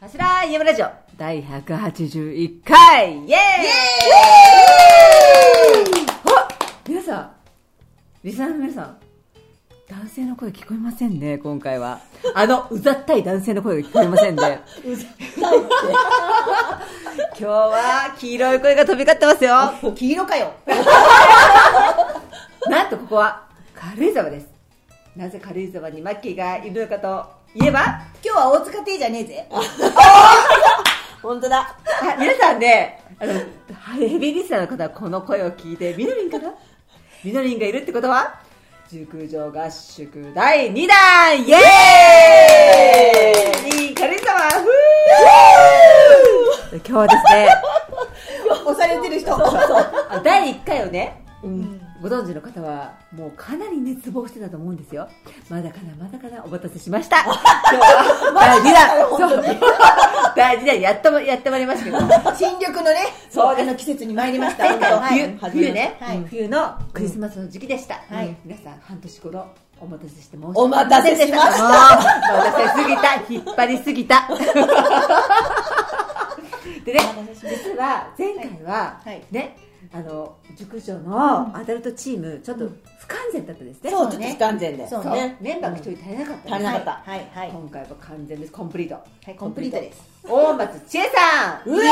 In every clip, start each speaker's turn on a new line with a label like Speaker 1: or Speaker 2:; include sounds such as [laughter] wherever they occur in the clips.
Speaker 1: 柱イエムラジオ第181回イエーイあ皆さんリスナーの皆さん男性の声聞こえませんね今回はあのうざったい男性の声が聞こえません
Speaker 2: [laughs]
Speaker 1: ね今日は黄色い声が飛び交ってますよ
Speaker 2: 黄色かよ
Speaker 1: [laughs] なんとここは軽井沢ですなぜ軽井沢にマッキーがいるのかといえば
Speaker 2: 今日は大塚亭じゃねえぜ本当だ
Speaker 1: あ [laughs] 皆さんねあのヘビーリスナーの方はこの声を聞いてみのりんかなみのりんがいるってことは熟女合宿第2弾イエーイイカリスマふー今日はですね
Speaker 2: 押されてる人
Speaker 1: あ第1回をね、ご存知の方はもうかなり熱望してたと思うんですよまだかなまだかなお待たせしました今日は第2弾そう第2弾やっともやってまいりましたけど
Speaker 2: 新緑のね
Speaker 1: そうです
Speaker 2: あの季節に参りました
Speaker 1: 前回は冬,、
Speaker 2: 本当はい
Speaker 1: 冬ね、
Speaker 2: はい
Speaker 1: 冬のクリスマスの時期でした、
Speaker 2: はい
Speaker 1: うん皆さん半年頃お待たせして申し訳
Speaker 2: お待たせしました
Speaker 1: もうお待たせすぎた引っ張りすぎ
Speaker 2: [laughs]
Speaker 1: たでね
Speaker 2: お待たせしま
Speaker 1: 実は前回は、
Speaker 2: はいはい
Speaker 1: ねあの熟女のアダルトチームちょっと不完全だったですね、
Speaker 2: そう
Speaker 1: そ
Speaker 2: ね
Speaker 3: 不完全で
Speaker 2: そう
Speaker 1: う
Speaker 2: ね
Speaker 1: メンバーが一人足りなかった
Speaker 3: 足りなかった
Speaker 2: はいはいはい
Speaker 1: 今回は完全ですコンプリート
Speaker 2: はいコンプリートです
Speaker 1: 大松千恵さん
Speaker 3: うえー
Speaker 1: ー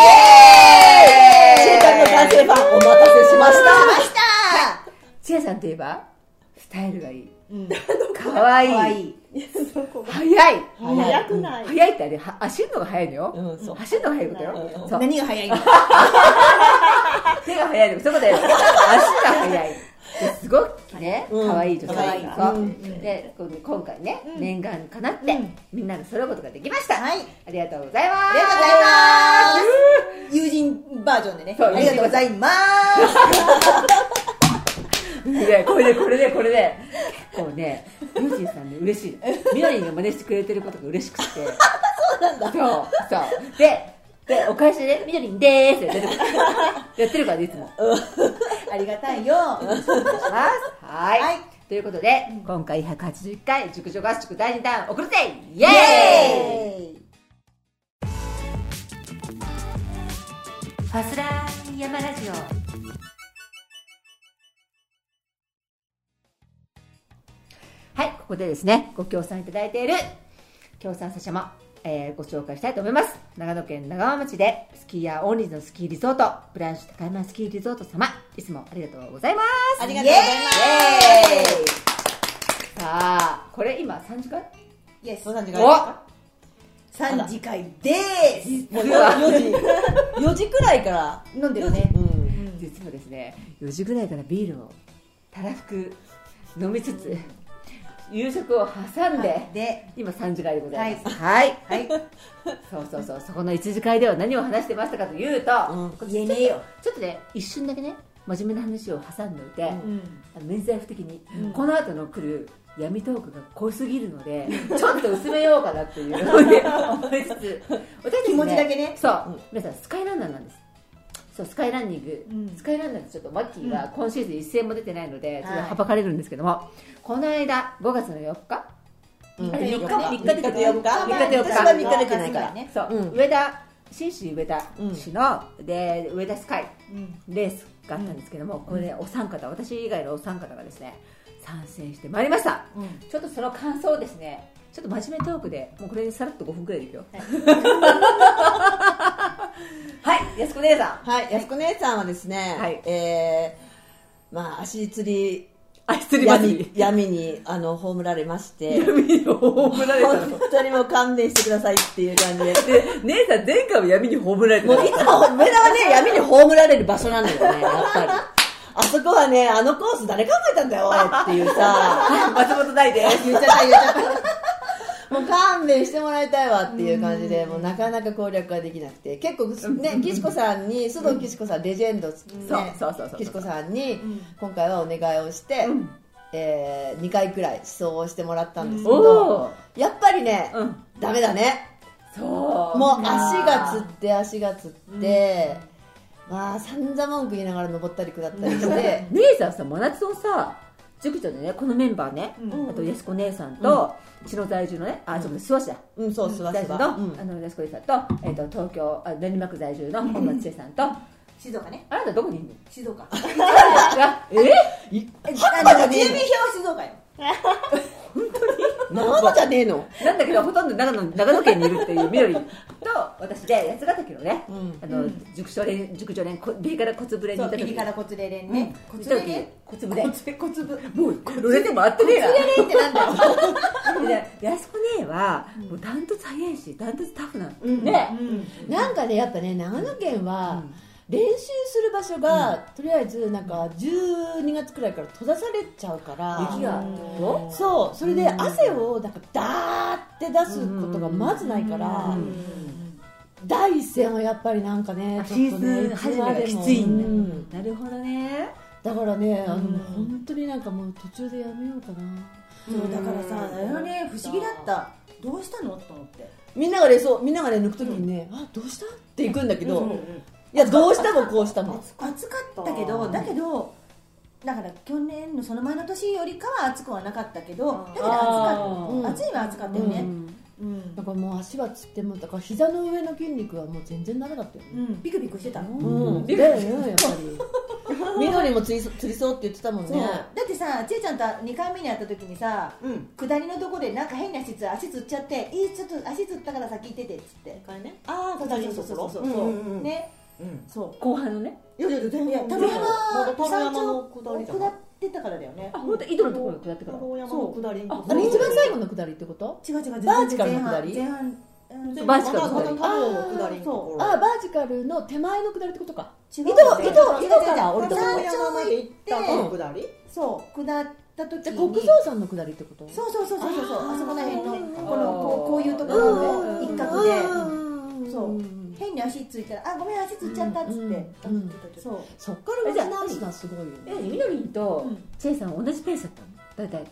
Speaker 1: イ
Speaker 3: ちえちゃんの男性版お待たせしまし
Speaker 2: 来た
Speaker 1: 千恵さんといえばスタイルがいい
Speaker 2: うん
Speaker 1: かわいい
Speaker 2: 可愛い
Speaker 1: 速い
Speaker 3: た早くない
Speaker 1: 速いってあれは走るのが速いのよ、
Speaker 3: うんそう
Speaker 1: 走るのが速いことよ、
Speaker 3: うん
Speaker 1: そう
Speaker 2: 何が早いの
Speaker 1: 手が速いのそういうことよ足が速いですごくね
Speaker 3: うん
Speaker 1: 可愛い女性
Speaker 2: 可愛い
Speaker 1: そう、
Speaker 2: うん
Speaker 1: でこの今回ね、
Speaker 2: うん
Speaker 1: 念願かなって、
Speaker 2: うん
Speaker 1: みんなで揃うことができました、
Speaker 2: はい
Speaker 1: ありがとうございます
Speaker 2: ありがとうございます友人バージョンでね
Speaker 1: そう
Speaker 2: ありがとうございます
Speaker 1: ね、これでこれでこれで結構ねユージンさんね嬉しいのみのりんが真似してくれてることが嬉しくてそうなんだそうそうででお返しでね「みのりんでーす」ってやってるからねいつも
Speaker 2: ありが
Speaker 1: [laughs]
Speaker 2: たいよ
Speaker 1: ますはい、
Speaker 2: はい
Speaker 1: ということで、今回181回熟女合宿第2弾送るぜイエーイ
Speaker 2: イエーイ
Speaker 1: ファスラー山ラジオはいここでですねご協賛いただいている協賛者様、えーご紹介したいと思います長野県長浜町でスキーヤーオンリーのスキーリゾートブランシュ高山スキーリゾート様いつもありがとうございます
Speaker 2: ありがとうございます
Speaker 1: イエーイさあこれ今3時間
Speaker 2: イエス
Speaker 3: もう3時間
Speaker 1: お
Speaker 2: 3次会です
Speaker 3: もう4時4時くらいから
Speaker 1: 飲んでるね
Speaker 3: うん
Speaker 1: 実はですね4時ぐらいからビールをたらふく飲みつつ夕食を挟んで、
Speaker 2: で
Speaker 1: 今3時会でございますはい、はいそうそうそうそこの1次会では何を話してましたかというと、
Speaker 3: うん
Speaker 2: 言えねえよ
Speaker 1: ちょっとね一瞬だけね真面目な話を挟んでおいて、
Speaker 3: うん
Speaker 1: あの免罪符的に、この後の来る闇トークが濃すぎるのでちょっと薄めようかなって
Speaker 2: [laughs]
Speaker 1: いうふうに思いつつ私たち
Speaker 2: 気持ちだけね
Speaker 1: そう、
Speaker 3: うん
Speaker 1: 皆さんスカイランナーなんですそうスカイランニング、
Speaker 2: うん
Speaker 1: スカイランナーでちょっとマッキーは今シーズン一戦も出てないので、
Speaker 2: い
Speaker 1: ちょっとはばかれるんですけども、この間5月の4日
Speaker 3: うん
Speaker 1: あれ
Speaker 3: 四
Speaker 1: 三日
Speaker 3: 三
Speaker 1: で
Speaker 3: 日と4日
Speaker 1: 三日と四日
Speaker 3: 私は3日出てないから
Speaker 2: ね
Speaker 1: そう、
Speaker 3: うん
Speaker 1: 上田信州上田
Speaker 3: うん
Speaker 1: 市の、で上田スカイ
Speaker 2: うん
Speaker 1: レースがあったんですけども、これねお三方私以外のお三方がですね参戦してまいりました
Speaker 2: うん
Speaker 1: ちょっとその感想をですねちょっと真面目トークでもうこれにさらっと5分くらいでいくよ [laughs] はい安子姉さん
Speaker 3: はい安子姉さんはですね、
Speaker 1: はい
Speaker 3: えーまあ足つり
Speaker 1: あ失礼ます
Speaker 3: 闇闇にあの葬られ
Speaker 1: [laughs]
Speaker 3: まして
Speaker 1: 闇に葬られたの
Speaker 3: 本当にもう勘弁してくださいっていう感じで
Speaker 1: で姉さん前回も闇に葬られて
Speaker 3: も
Speaker 1: た
Speaker 3: ういつも上田はね闇に葬られる場所なんだよねやっ
Speaker 1: [laughs]
Speaker 3: ぱりあそこはねあのコース誰考えたんだよおいっていうさ
Speaker 1: 松本大で
Speaker 3: 言っちゃった言っちゃったもう勘弁してもらいたいわっていう感じでもうなかなか攻略ができなくて結構ね岸子さんに須藤岸子さんレジェンドね
Speaker 1: そうそうそうそう
Speaker 3: 岸子さんに今回はお願いをして、え2回くらい思想をしてもらったんですけ
Speaker 1: お
Speaker 3: どやっぱりね、
Speaker 1: うん
Speaker 3: ダメだね
Speaker 1: そう
Speaker 3: もう足がつって足がつって、まあ散々文句言いながら登ったり下ったりして
Speaker 1: 姉さんさ真夏のさ塾長でねこのメンバーね、
Speaker 2: うん
Speaker 1: あと安子姉さんと、千野在住のねあそうです諏訪市だ
Speaker 3: うん、そう、すわ
Speaker 1: 在
Speaker 3: す
Speaker 1: 住の,、
Speaker 3: わ。うん
Speaker 1: あの安子姉さんと,、えー、と東京あ練馬区在住の本間千恵さんと、
Speaker 2: 静岡ね
Speaker 1: あなたどこにいるの
Speaker 2: 静岡
Speaker 1: え
Speaker 2: えあの住民票は静岡よ
Speaker 3: ママじゃねえの。
Speaker 1: なんだけどほとんど長野長野県にいるっていうみどりと私で八ヶ岳のね、
Speaker 3: うん
Speaker 1: あの
Speaker 2: うん
Speaker 1: 塾長連塾長連こビリから骨ぶれに
Speaker 2: そ
Speaker 1: 行っ
Speaker 2: う
Speaker 1: た時
Speaker 2: 右から骨霊連ね
Speaker 1: うん
Speaker 2: 骨霊連
Speaker 1: 骨ぶれ
Speaker 2: 骨骨ぶ
Speaker 1: もうこれでもあってねえな
Speaker 2: 骨霊ってなんだよ
Speaker 1: で安子姉はもうダントツ早いしダントツタフなの、
Speaker 3: うん
Speaker 1: ね、
Speaker 3: なんかね、やっぱね、長野県は、練習する場所が、とりあえずなんか12月くらいから閉ざされちゃうから
Speaker 1: 雪がど
Speaker 3: そうそれで汗をなんかダーって出すことがまずないから、
Speaker 1: うん
Speaker 3: 第一線はやっぱりなんかね
Speaker 1: シーズン
Speaker 3: ちょっ
Speaker 1: 初
Speaker 3: と
Speaker 1: め
Speaker 3: ね
Speaker 1: がきつい
Speaker 3: うんん
Speaker 1: だ、なるほどね
Speaker 3: だからねあの、
Speaker 2: うん
Speaker 3: 本当になんかもう途中でやめようかな
Speaker 2: そうだからさあれはね不思議だったどうしたのと思って
Speaker 3: みんながねそうみんながね抜く時にね、あどうしたって行くんだけど、
Speaker 2: うんうんうん
Speaker 3: いやどうしたもこうしたも
Speaker 2: 暑かったけどだけどだから去年のその前の年よりかは暑くはなかったけどだけど暑か
Speaker 3: うん
Speaker 2: った暑いは暑かったよ
Speaker 1: う
Speaker 2: ね
Speaker 1: ん
Speaker 2: うん
Speaker 3: だからもう足はつってもだから膝の上の筋肉はもう全然ダメだったよね
Speaker 2: うんビクビクしてた
Speaker 3: うん、だよねやっぱり緑も釣りそ釣りそうって言ってたもん
Speaker 2: そう
Speaker 3: ね
Speaker 2: だってさちえちゃんと2回目に会った時にさ下りのとこでなんか変な足つ足つっちゃって「いいちょっと足つったから先行ってて」っつって
Speaker 4: 回ね
Speaker 2: ああそうそうそうそうそうそ
Speaker 4: うんうんう
Speaker 2: うんねそう
Speaker 1: 後半のね
Speaker 4: いやいや全
Speaker 2: いや
Speaker 4: 然
Speaker 2: 樽山
Speaker 4: まだ樽
Speaker 2: 山
Speaker 4: 山
Speaker 2: 頂
Speaker 4: の
Speaker 2: を
Speaker 4: 下りじゃ
Speaker 2: 下
Speaker 4: ない
Speaker 2: ってたからだよね
Speaker 1: あ本当井戸のところに下ってから
Speaker 4: 樽山の下り
Speaker 1: そう
Speaker 3: あれ一番最後の下りってこと
Speaker 2: 違う違う全然
Speaker 3: バーチカルの下り
Speaker 2: 前半前半うん
Speaker 1: バーチカルの下
Speaker 4: ま
Speaker 1: り
Speaker 4: だまだ樽山の下りのところ
Speaker 3: あバージカルの手前の下りってことか
Speaker 2: 違う
Speaker 3: 井戸
Speaker 2: んだよ
Speaker 3: 井戸井戸から降りた
Speaker 2: 違う違う違
Speaker 4: 樽
Speaker 2: う
Speaker 4: 山まで行った
Speaker 2: 山頂行って
Speaker 4: の下り
Speaker 2: そう下った時に
Speaker 3: じゃあ国蔵山の下りってこと
Speaker 2: そうそうそうそうそうあそこら辺の
Speaker 1: あー
Speaker 2: このこうこういうとこ
Speaker 1: うん
Speaker 2: ろの一角でそう変に足ついたら「あごめん足つっちゃった」っつ
Speaker 3: う
Speaker 2: っ
Speaker 3: ん
Speaker 2: て
Speaker 3: うん
Speaker 2: そう
Speaker 3: そっから持ち直すのはすごいよ
Speaker 1: え
Speaker 3: ね
Speaker 1: みどりと
Speaker 2: うん
Speaker 1: チェイさん同じペースだったの大体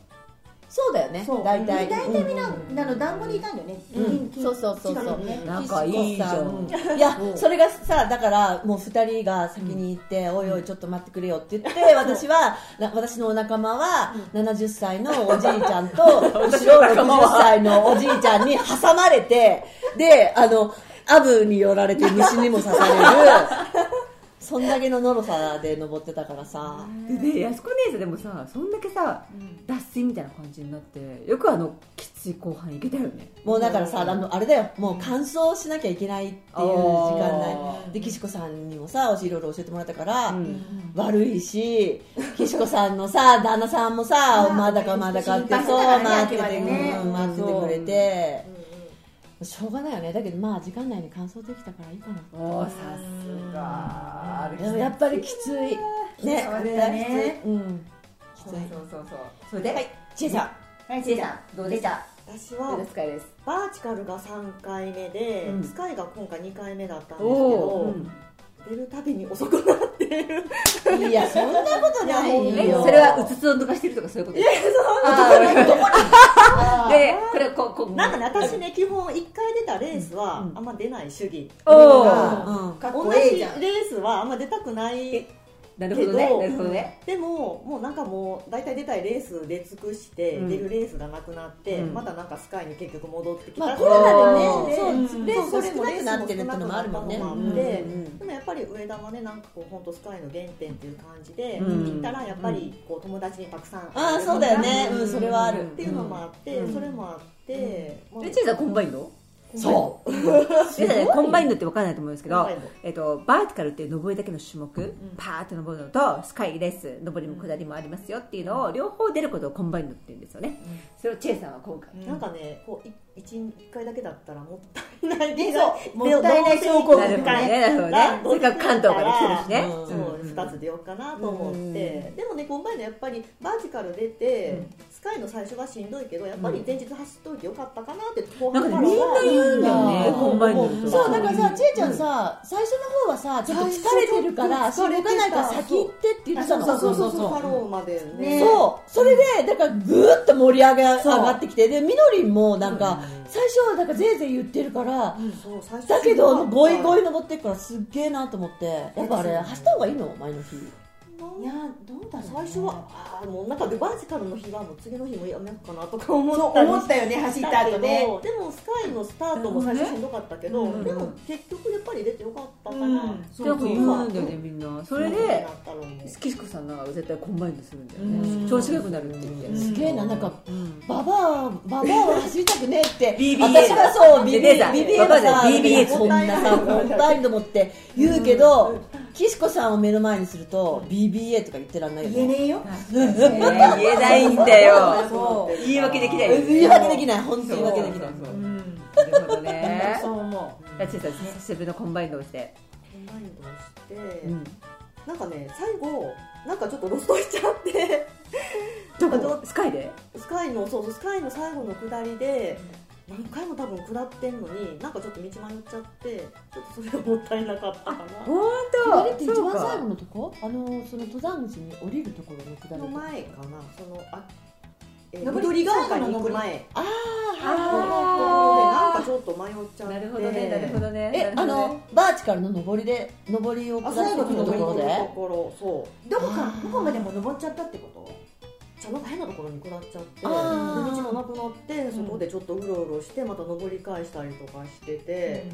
Speaker 3: そうだよね
Speaker 2: そう
Speaker 3: 大体
Speaker 2: 大体みんなあの団子にいたんだよね
Speaker 3: うん
Speaker 2: 近
Speaker 3: そうそうそうそう
Speaker 2: 近くにね
Speaker 1: 仲いいじゃん
Speaker 3: 岸子さいやそれがさだからもう2人が先に行って「おいおいちょっと待ってくれよ」って言 [laughs] って私はな私のお仲間は70歳のおじいちゃんと [laughs] 後ろ60歳のおじいちゃんに挟まれてであのアブに寄られて虫にも刺される [laughs] そんだけののろさで登ってたからさ
Speaker 1: でで安子姉さんでもさそんだけさ脱水みたいな感じになってよくあのきつい後半いけたよね
Speaker 3: もうだからさあのあれだよもう乾燥しなきゃいけないっていう時間
Speaker 1: あ
Speaker 3: 内で岸子さんにもさいろいろ教えてもらったから、
Speaker 1: うん
Speaker 3: 悪いし岸子さんのさ旦那さんもさ
Speaker 2: あ
Speaker 3: まだかまだかって
Speaker 2: 心配
Speaker 3: そう
Speaker 2: だからね
Speaker 3: 待っ
Speaker 2: 明
Speaker 3: てて、
Speaker 2: けまでね
Speaker 3: うん待っててくれて、しょうがないよねだけどまあ時間内に完走できたからいいかな
Speaker 1: おーさすがあれ
Speaker 3: でもやっぱりきついね
Speaker 2: そうだね
Speaker 3: あれはきついうんき
Speaker 1: そ
Speaker 3: つ
Speaker 1: う
Speaker 3: い
Speaker 1: そうそうそうそれではい
Speaker 3: ちえさん
Speaker 2: はいちえさんどうでした
Speaker 4: 私
Speaker 1: どう
Speaker 4: は
Speaker 1: ですかです
Speaker 4: バーチカルが3回目で、
Speaker 1: うん
Speaker 4: スカイが今回2回目だったんですけ
Speaker 1: お
Speaker 4: ど
Speaker 1: お、
Speaker 4: 出るたびに遅くなってる
Speaker 3: いやそんなことない
Speaker 1: え
Speaker 3: よ
Speaker 1: それはうつつを抜かしてるとかそういうことあーでこれこうこう
Speaker 4: なんかね私ね基本1回出たレースはあんま出ない主義、
Speaker 1: おお
Speaker 3: うん
Speaker 2: かっ
Speaker 4: 同
Speaker 2: こ
Speaker 4: じ
Speaker 2: ええ
Speaker 4: レ
Speaker 2: じゃん
Speaker 4: ースはあんま出たくない
Speaker 1: なるほど
Speaker 4: け
Speaker 1: ね
Speaker 4: ど
Speaker 1: なるほどね
Speaker 4: でももうなんかもう大体出たいレース出尽くして、
Speaker 1: うん
Speaker 4: 出るレースがなくなって、
Speaker 1: うん
Speaker 4: またなんかスカイに結局戻ってきた、
Speaker 3: まあコロナでね
Speaker 4: そう
Speaker 3: そうレース
Speaker 4: そう
Speaker 3: が
Speaker 4: それ
Speaker 3: 少
Speaker 4: も
Speaker 3: な
Speaker 4: レー
Speaker 3: く
Speaker 4: ス
Speaker 3: な
Speaker 4: も
Speaker 3: ってるってのもあるもんね
Speaker 4: 少なくなったの
Speaker 1: う
Speaker 4: もあ
Speaker 1: ん
Speaker 4: っで
Speaker 1: うん
Speaker 4: でもやっぱり上田はねなんかこう本当スカイの原点っていう感じで、
Speaker 1: うん
Speaker 4: 行ったらやっぱりこう友達にたくさん
Speaker 3: ああそうだよね
Speaker 1: うん
Speaker 3: うんそれはある
Speaker 4: っていうのもあって、
Speaker 1: うん
Speaker 4: それもあって、まあ
Speaker 1: でチーズはコンバインド
Speaker 3: そう
Speaker 1: 皆さんねコンバインドって分からないと思うんですけ
Speaker 4: コ
Speaker 1: ど
Speaker 4: ンバインド、
Speaker 1: えっと、バーティカルっていう登りだけの種目、パーッと登るのとスカイレース登りも下りもありますよっていうのを両方出ることをコンバインドって言うんですよね、それをチェイさんは今回、
Speaker 4: なんかねこうい一一回だけだったらもったいないけ
Speaker 2: そう
Speaker 4: ど
Speaker 2: もったいない症候
Speaker 1: な
Speaker 2: 群
Speaker 1: る
Speaker 4: ど
Speaker 1: ほど
Speaker 4: うせ
Speaker 1: ねなるほどねそれから関東から来てるしね、
Speaker 3: う
Speaker 4: そ
Speaker 3: ん
Speaker 4: う2つ出ようかなと思って、
Speaker 3: うん
Speaker 4: でもね今回のやっぱりバージカル出て、スカイの最初はしんどいけどやっぱり前日走っといてよかったかなって後
Speaker 1: なん
Speaker 4: 半
Speaker 1: か
Speaker 4: か
Speaker 1: ね
Speaker 4: らは
Speaker 1: みんな言うんだよね、
Speaker 3: うん
Speaker 1: コンバインドの人
Speaker 3: そうだからさちえちゃんさ、最初の方はさちょっと疲れてるからし
Speaker 4: 最
Speaker 3: ん
Speaker 4: 初
Speaker 3: ど
Speaker 4: ちょっと疲れてた
Speaker 3: かないから先行ってって言ってたの
Speaker 4: そうそうそ
Speaker 3: そ
Speaker 4: うそううファローまでね
Speaker 2: ね
Speaker 3: そうそれでだからぐーっと盛り上が上
Speaker 4: そう
Speaker 3: がってきてでみのりんもなんか、最初はだからぜいぜい言ってるから、
Speaker 4: そう最初
Speaker 3: だけど
Speaker 4: す
Speaker 3: ゴイゴ
Speaker 4: い
Speaker 3: イ登ってっからすっげえなと思ってやっぱあれ走った方がいいの前の日
Speaker 4: う
Speaker 2: いやどうだろう、ね、
Speaker 4: 最初はああもうなんかでバージカルの日はもう次の日もやめようかなとか思
Speaker 2: そう
Speaker 4: ったり
Speaker 2: 思ったよね走った後
Speaker 4: だけ
Speaker 2: ね
Speaker 4: どでもスカイのスタートも最初しんどかったけど、
Speaker 1: うん
Speaker 4: でも結局やっぱり出てよかったから、
Speaker 2: うん
Speaker 1: そ
Speaker 4: そうう
Speaker 1: よく言うんだよねみんなそれ
Speaker 4: そうな
Speaker 1: で
Speaker 4: ったのに
Speaker 1: スキスコさんなんか絶対コンバインドするんだよ
Speaker 2: う
Speaker 1: ね
Speaker 2: ん
Speaker 1: 調子が良くなるって言って
Speaker 2: うん
Speaker 3: すげえななんか
Speaker 1: うん
Speaker 3: ババア、ババアは走りたくねえって、
Speaker 1: BBA
Speaker 3: 私はそう、
Speaker 1: で
Speaker 3: BBA
Speaker 1: ねえだ
Speaker 3: BBA は
Speaker 1: ババア
Speaker 3: さ、
Speaker 1: じゃない BBA
Speaker 3: そんなさ、もったいと思って言うけど、岸子さんを目の前にすると、BBA とか言ってらんないよ
Speaker 2: 言えね
Speaker 3: ね。
Speaker 2: えよ
Speaker 1: えー言えないんだよ
Speaker 2: そう
Speaker 1: 言い訳できないよね
Speaker 3: 言い訳できない、本当に言い訳できな
Speaker 1: そ
Speaker 3: い。
Speaker 1: うそう
Speaker 2: う
Speaker 1: そうんなるほどね
Speaker 2: そう思
Speaker 1: やちさん久しぶりのコンバインドをして
Speaker 4: コンバインドして、
Speaker 1: うん
Speaker 4: なんかね最後なんかちょっとロストしちゃって
Speaker 1: どこスカイで
Speaker 4: スカイのそうそうスカイの最後の下りで何回も多分下ってんのになんかちょっと道迷っちゃってちょっとそれがもったいなかったかな
Speaker 1: 本
Speaker 3: 下
Speaker 1: 当
Speaker 3: りって一番最後のとこあの、その登山口に降りるところの下り
Speaker 4: の
Speaker 3: とか。
Speaker 4: 前かなそのあ、えー、
Speaker 2: 登り
Speaker 4: 緑ヶ丘に行く前
Speaker 3: あ
Speaker 4: のところでなん
Speaker 1: あ
Speaker 4: かちょっと迷っちゃ
Speaker 1: ー
Speaker 4: って
Speaker 1: なるほどねなるほどね
Speaker 3: ーえ、
Speaker 1: な
Speaker 3: あ
Speaker 1: るほどね
Speaker 3: の、バーチカルの上りで、上りを下
Speaker 4: あ
Speaker 3: って
Speaker 4: 最後
Speaker 3: く
Speaker 4: の
Speaker 3: ると
Speaker 4: 登り
Speaker 3: ころで。
Speaker 4: のところそう
Speaker 2: どこかどこまでも登っちゃったってこと
Speaker 4: うじゃあなんか変なところに下っちゃって
Speaker 3: あ
Speaker 4: 道
Speaker 3: ー
Speaker 4: もなくなってそこでちょっとうろうろしてまた登り返したりとかしてて、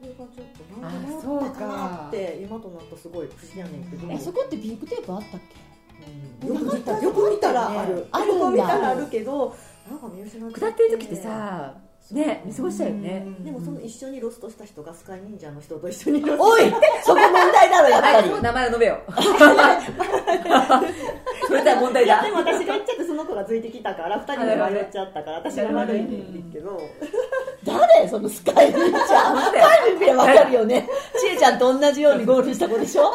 Speaker 4: それがちょっとなんか迷ったかなって今となったすごい不思議やねんけど、
Speaker 3: え、そこってピンクテープあったっけ
Speaker 4: よく見たよく見たらある
Speaker 3: あるんだ
Speaker 4: よく見たらあるけどなんか見失っちゃ
Speaker 1: 下ってる時ってさね見過ごしちゃうよね
Speaker 4: でもその一緒にロストした人がスカイ忍者の人と一緒にロスト
Speaker 3: おい [laughs] そこ問題だろ、やっぱ
Speaker 1: は
Speaker 3: り
Speaker 1: い。名前を述べようそれでは問題
Speaker 4: いや
Speaker 1: だ
Speaker 4: [laughs] でも私が行っちゃってその子がついてきたから2人で迷っちゃったから私が悪いねんけど
Speaker 3: 誰そのスカイ忍者
Speaker 1: 本当だよ
Speaker 3: カイ見ればわかるよねちえちゃんと同じようにゴールした子でしょ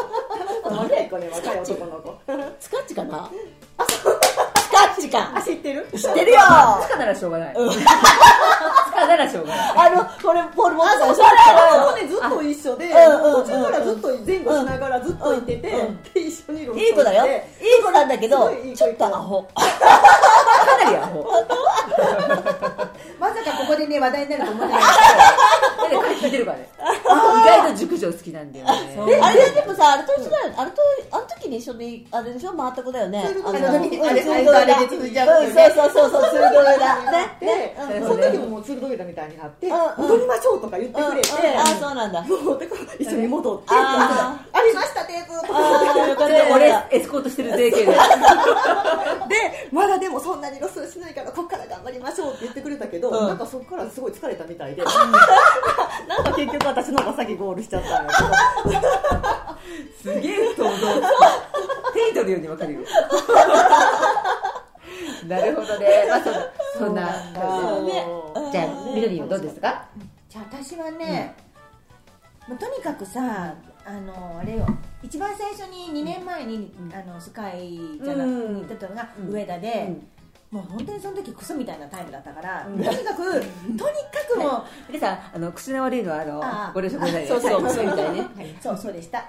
Speaker 4: 若い子ね [laughs] 若い男の子
Speaker 3: スカッチかなスカッチ
Speaker 4: あ
Speaker 3: か
Speaker 4: 知ってる
Speaker 3: 知ってるよ
Speaker 1: つ
Speaker 3: あ
Speaker 1: かならしょうがないつ
Speaker 3: うん
Speaker 1: かならしょうがない
Speaker 3: のこれポール・モットさんおっしゃ
Speaker 4: もねずっと一緒で
Speaker 3: うんうんうん
Speaker 4: 途中からずっと前後しながらずっといてて
Speaker 3: うん
Speaker 4: で一緒にロストして
Speaker 3: いい子だよいい子なんだけど
Speaker 4: すごいいい子
Speaker 3: ちょっとアホ
Speaker 1: かなりアホ
Speaker 2: まさかここでね話題になると
Speaker 1: [laughs]
Speaker 2: 思わない
Speaker 1: だって彼聞いてるから
Speaker 3: [laughs]
Speaker 1: ね意外と熟女好きなんだよね
Speaker 3: えあれでもさあれと一緒だよあれとあの時に一緒にあれでしょ回った子だよね
Speaker 4: そういうこと
Speaker 3: の
Speaker 4: あの
Speaker 3: うん
Speaker 2: あれ
Speaker 3: ツードルだ
Speaker 2: あれとあれで続いちゃう
Speaker 3: うんそうそうそうそうツードルだね
Speaker 4: [laughs] で、
Speaker 1: うん
Speaker 4: その時ももう鶴どげたみたいになって、
Speaker 3: うんうん
Speaker 4: 戻りましょうとか言って
Speaker 3: うんう
Speaker 4: く
Speaker 3: ん
Speaker 4: れて、
Speaker 3: あそうなん
Speaker 4: [laughs]
Speaker 3: だ
Speaker 4: そうで一緒に戻って、
Speaker 3: あ
Speaker 4: ありましたね、ずっと
Speaker 3: ああよか
Speaker 1: そ
Speaker 3: っ
Speaker 1: れで
Speaker 3: た
Speaker 1: 俺エスコートしてる税系で
Speaker 4: で、まだでもそんなにロスしないから、ここから頑張りましょうって言ってくれたけど、
Speaker 3: うん
Speaker 4: なんかそこからすごい疲れたみたいで、 [laughs] なんか結局私の方が先ゴールしちゃったんだけ
Speaker 3: [laughs]
Speaker 4: ど、
Speaker 1: すげえ不当動手に取るようにわかるよなるほどねまあそんなそんな
Speaker 3: そうねうん
Speaker 1: じゃあみどりんはどうですか
Speaker 2: じゃあ私はね、まあとにかくさあのあれよ一番最初に2年前に、
Speaker 1: うん
Speaker 2: あのスカイじゃなく
Speaker 1: うん
Speaker 2: 行ったのが
Speaker 1: うん
Speaker 2: 上田で、
Speaker 1: うん
Speaker 2: もう本当にその時クソみたいなタイムだったから、
Speaker 1: うん
Speaker 2: とにかくとにかくもう
Speaker 1: 皆さんあの口の悪いのはあの
Speaker 2: あー
Speaker 1: ご了承くださいね
Speaker 3: そうそうそうみたいね
Speaker 2: はいそうそうでした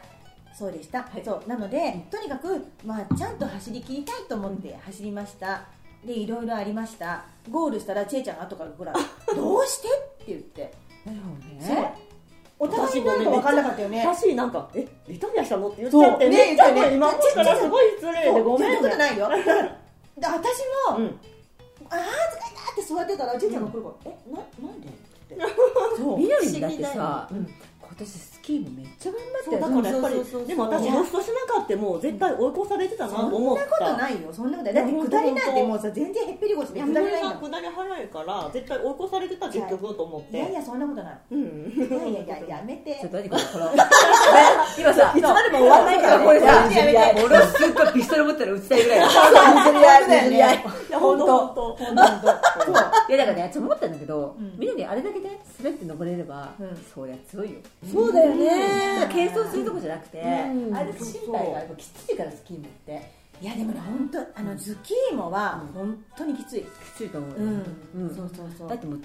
Speaker 2: そうでした、そうなのでとにかく、まあ、ちゃんと走り切りたいと思って走りました、でいろいろありましたゴールしたらちえちゃんが後からほら「どうして?」って言って
Speaker 1: なるほど
Speaker 2: そう
Speaker 1: ね
Speaker 2: お互いに何か分かんなかったよね
Speaker 4: 私なんか、え、リタイアしたのって言っちゃって
Speaker 2: そうね
Speaker 4: ね、多分
Speaker 2: ね
Speaker 4: 今、こからすごい失礼で、ごめ
Speaker 2: 言
Speaker 4: ん
Speaker 2: ったこと
Speaker 4: ね。
Speaker 2: ないよで私も、
Speaker 4: うん
Speaker 2: ああ恥ずかしいなって座ってたらちえちゃんが来るから「えななんで?」ってそう
Speaker 1: みどりんだってさ
Speaker 4: うん
Speaker 1: 今年スキーもめっちゃ頑
Speaker 4: そうだ
Speaker 1: 張
Speaker 4: か
Speaker 1: った
Speaker 4: らや
Speaker 1: よ
Speaker 4: っぱり
Speaker 1: そうそうそうそう
Speaker 4: でも私ロストしなかったもう絶対追い越されてたなと思った
Speaker 2: そんなことないよそんなことないだって下りなんてもうさ全然へっぺり腰で
Speaker 4: いや
Speaker 2: 下
Speaker 4: み
Speaker 2: り
Speaker 4: の
Speaker 2: ない
Speaker 4: り
Speaker 2: んだ
Speaker 4: が
Speaker 2: もん
Speaker 4: 下り早いから絶対追い越されてた結局と思って
Speaker 2: いやいやそんなことない
Speaker 4: うん
Speaker 2: いやいやいややめて
Speaker 1: ちょっと何これこのね今さ
Speaker 3: いつまでも終わんないから
Speaker 1: これさ
Speaker 3: やめてやめて
Speaker 1: 俺はすっごいピストル持ったら撃ちたいぐらいだよ
Speaker 3: 譲り合い譲り合い
Speaker 4: いや本当本当本当そう
Speaker 1: いやだからねちょっと思ったんだけど、
Speaker 2: うん
Speaker 1: みんなにあれだけね滑って登れれば、
Speaker 2: うん
Speaker 1: そりゃ強いよ
Speaker 3: そうだよ
Speaker 1: ただ
Speaker 3: ね
Speaker 1: 軽装するとこじゃなくて、
Speaker 3: うん
Speaker 1: あれだけ心配がやっぱきついからスキーもって
Speaker 2: いやでもね本当あのズキーモは本当にきつい
Speaker 1: きついと思うよ、うん
Speaker 2: そうそうそ
Speaker 1: だっ
Speaker 2: う
Speaker 1: てもう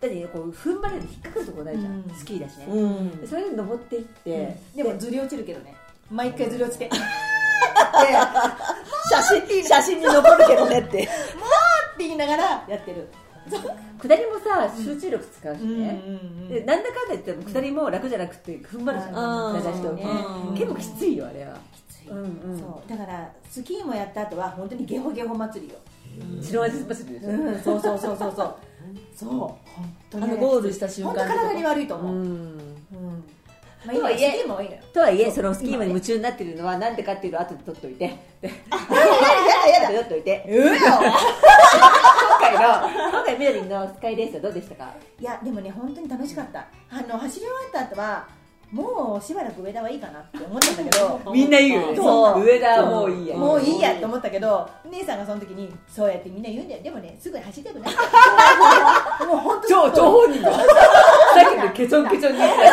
Speaker 1: だってこう踏ん張れる引っかかるとこないじゃん、
Speaker 2: うん
Speaker 1: スキーだしね、
Speaker 3: うん
Speaker 1: それで登っていって、
Speaker 2: でもずり落ちるけどね毎回ずり落ちて
Speaker 3: 写 [laughs] 真写真に残るけどねって
Speaker 2: って言いながらやってる
Speaker 1: 下りもさ集中力使うしね、で
Speaker 2: ね
Speaker 1: なんだかんだ言っても下りも楽じゃなくて踏ん張るじゃん、
Speaker 2: うん
Speaker 1: 下りしても
Speaker 3: うん
Speaker 1: 結構きついよあれは
Speaker 2: すい、
Speaker 1: うんうん
Speaker 2: そうだからスキーもやった後は本当にゲホゲホ祭りよ、
Speaker 1: 白味祭りでしょ、
Speaker 2: うん、そうそうそうそう
Speaker 1: [laughs]
Speaker 2: そうそう本当に
Speaker 3: あのゴールした瞬間
Speaker 2: 本当体に悪いと
Speaker 3: う
Speaker 2: 思う、うん
Speaker 3: ん
Speaker 2: まあ、
Speaker 1: と
Speaker 2: 今
Speaker 1: は
Speaker 2: ス
Speaker 1: い
Speaker 2: キ
Speaker 1: え
Speaker 2: ーも多いのよ
Speaker 1: とはいえ
Speaker 2: そう
Speaker 1: そのスキーマに夢中になってるのはなんでかっていうのは後で取っといてやだやだ取っといて
Speaker 2: うよ
Speaker 1: 今回の今回みどりんのスカイレースはどうでしたか
Speaker 2: いやでもね本当に楽しかったあの走り終わった後はもうしばらく上田はいいかなって思ったんだけど
Speaker 1: みんな言うよね
Speaker 2: そう
Speaker 1: 上田はもういいや
Speaker 2: もういいやと思ったけど姉さんがその時にそうやってみんな言うんだよでもねすぐに走りたくないもう本当に
Speaker 1: 超超本人ださっきのケチョンケチョンに言ってた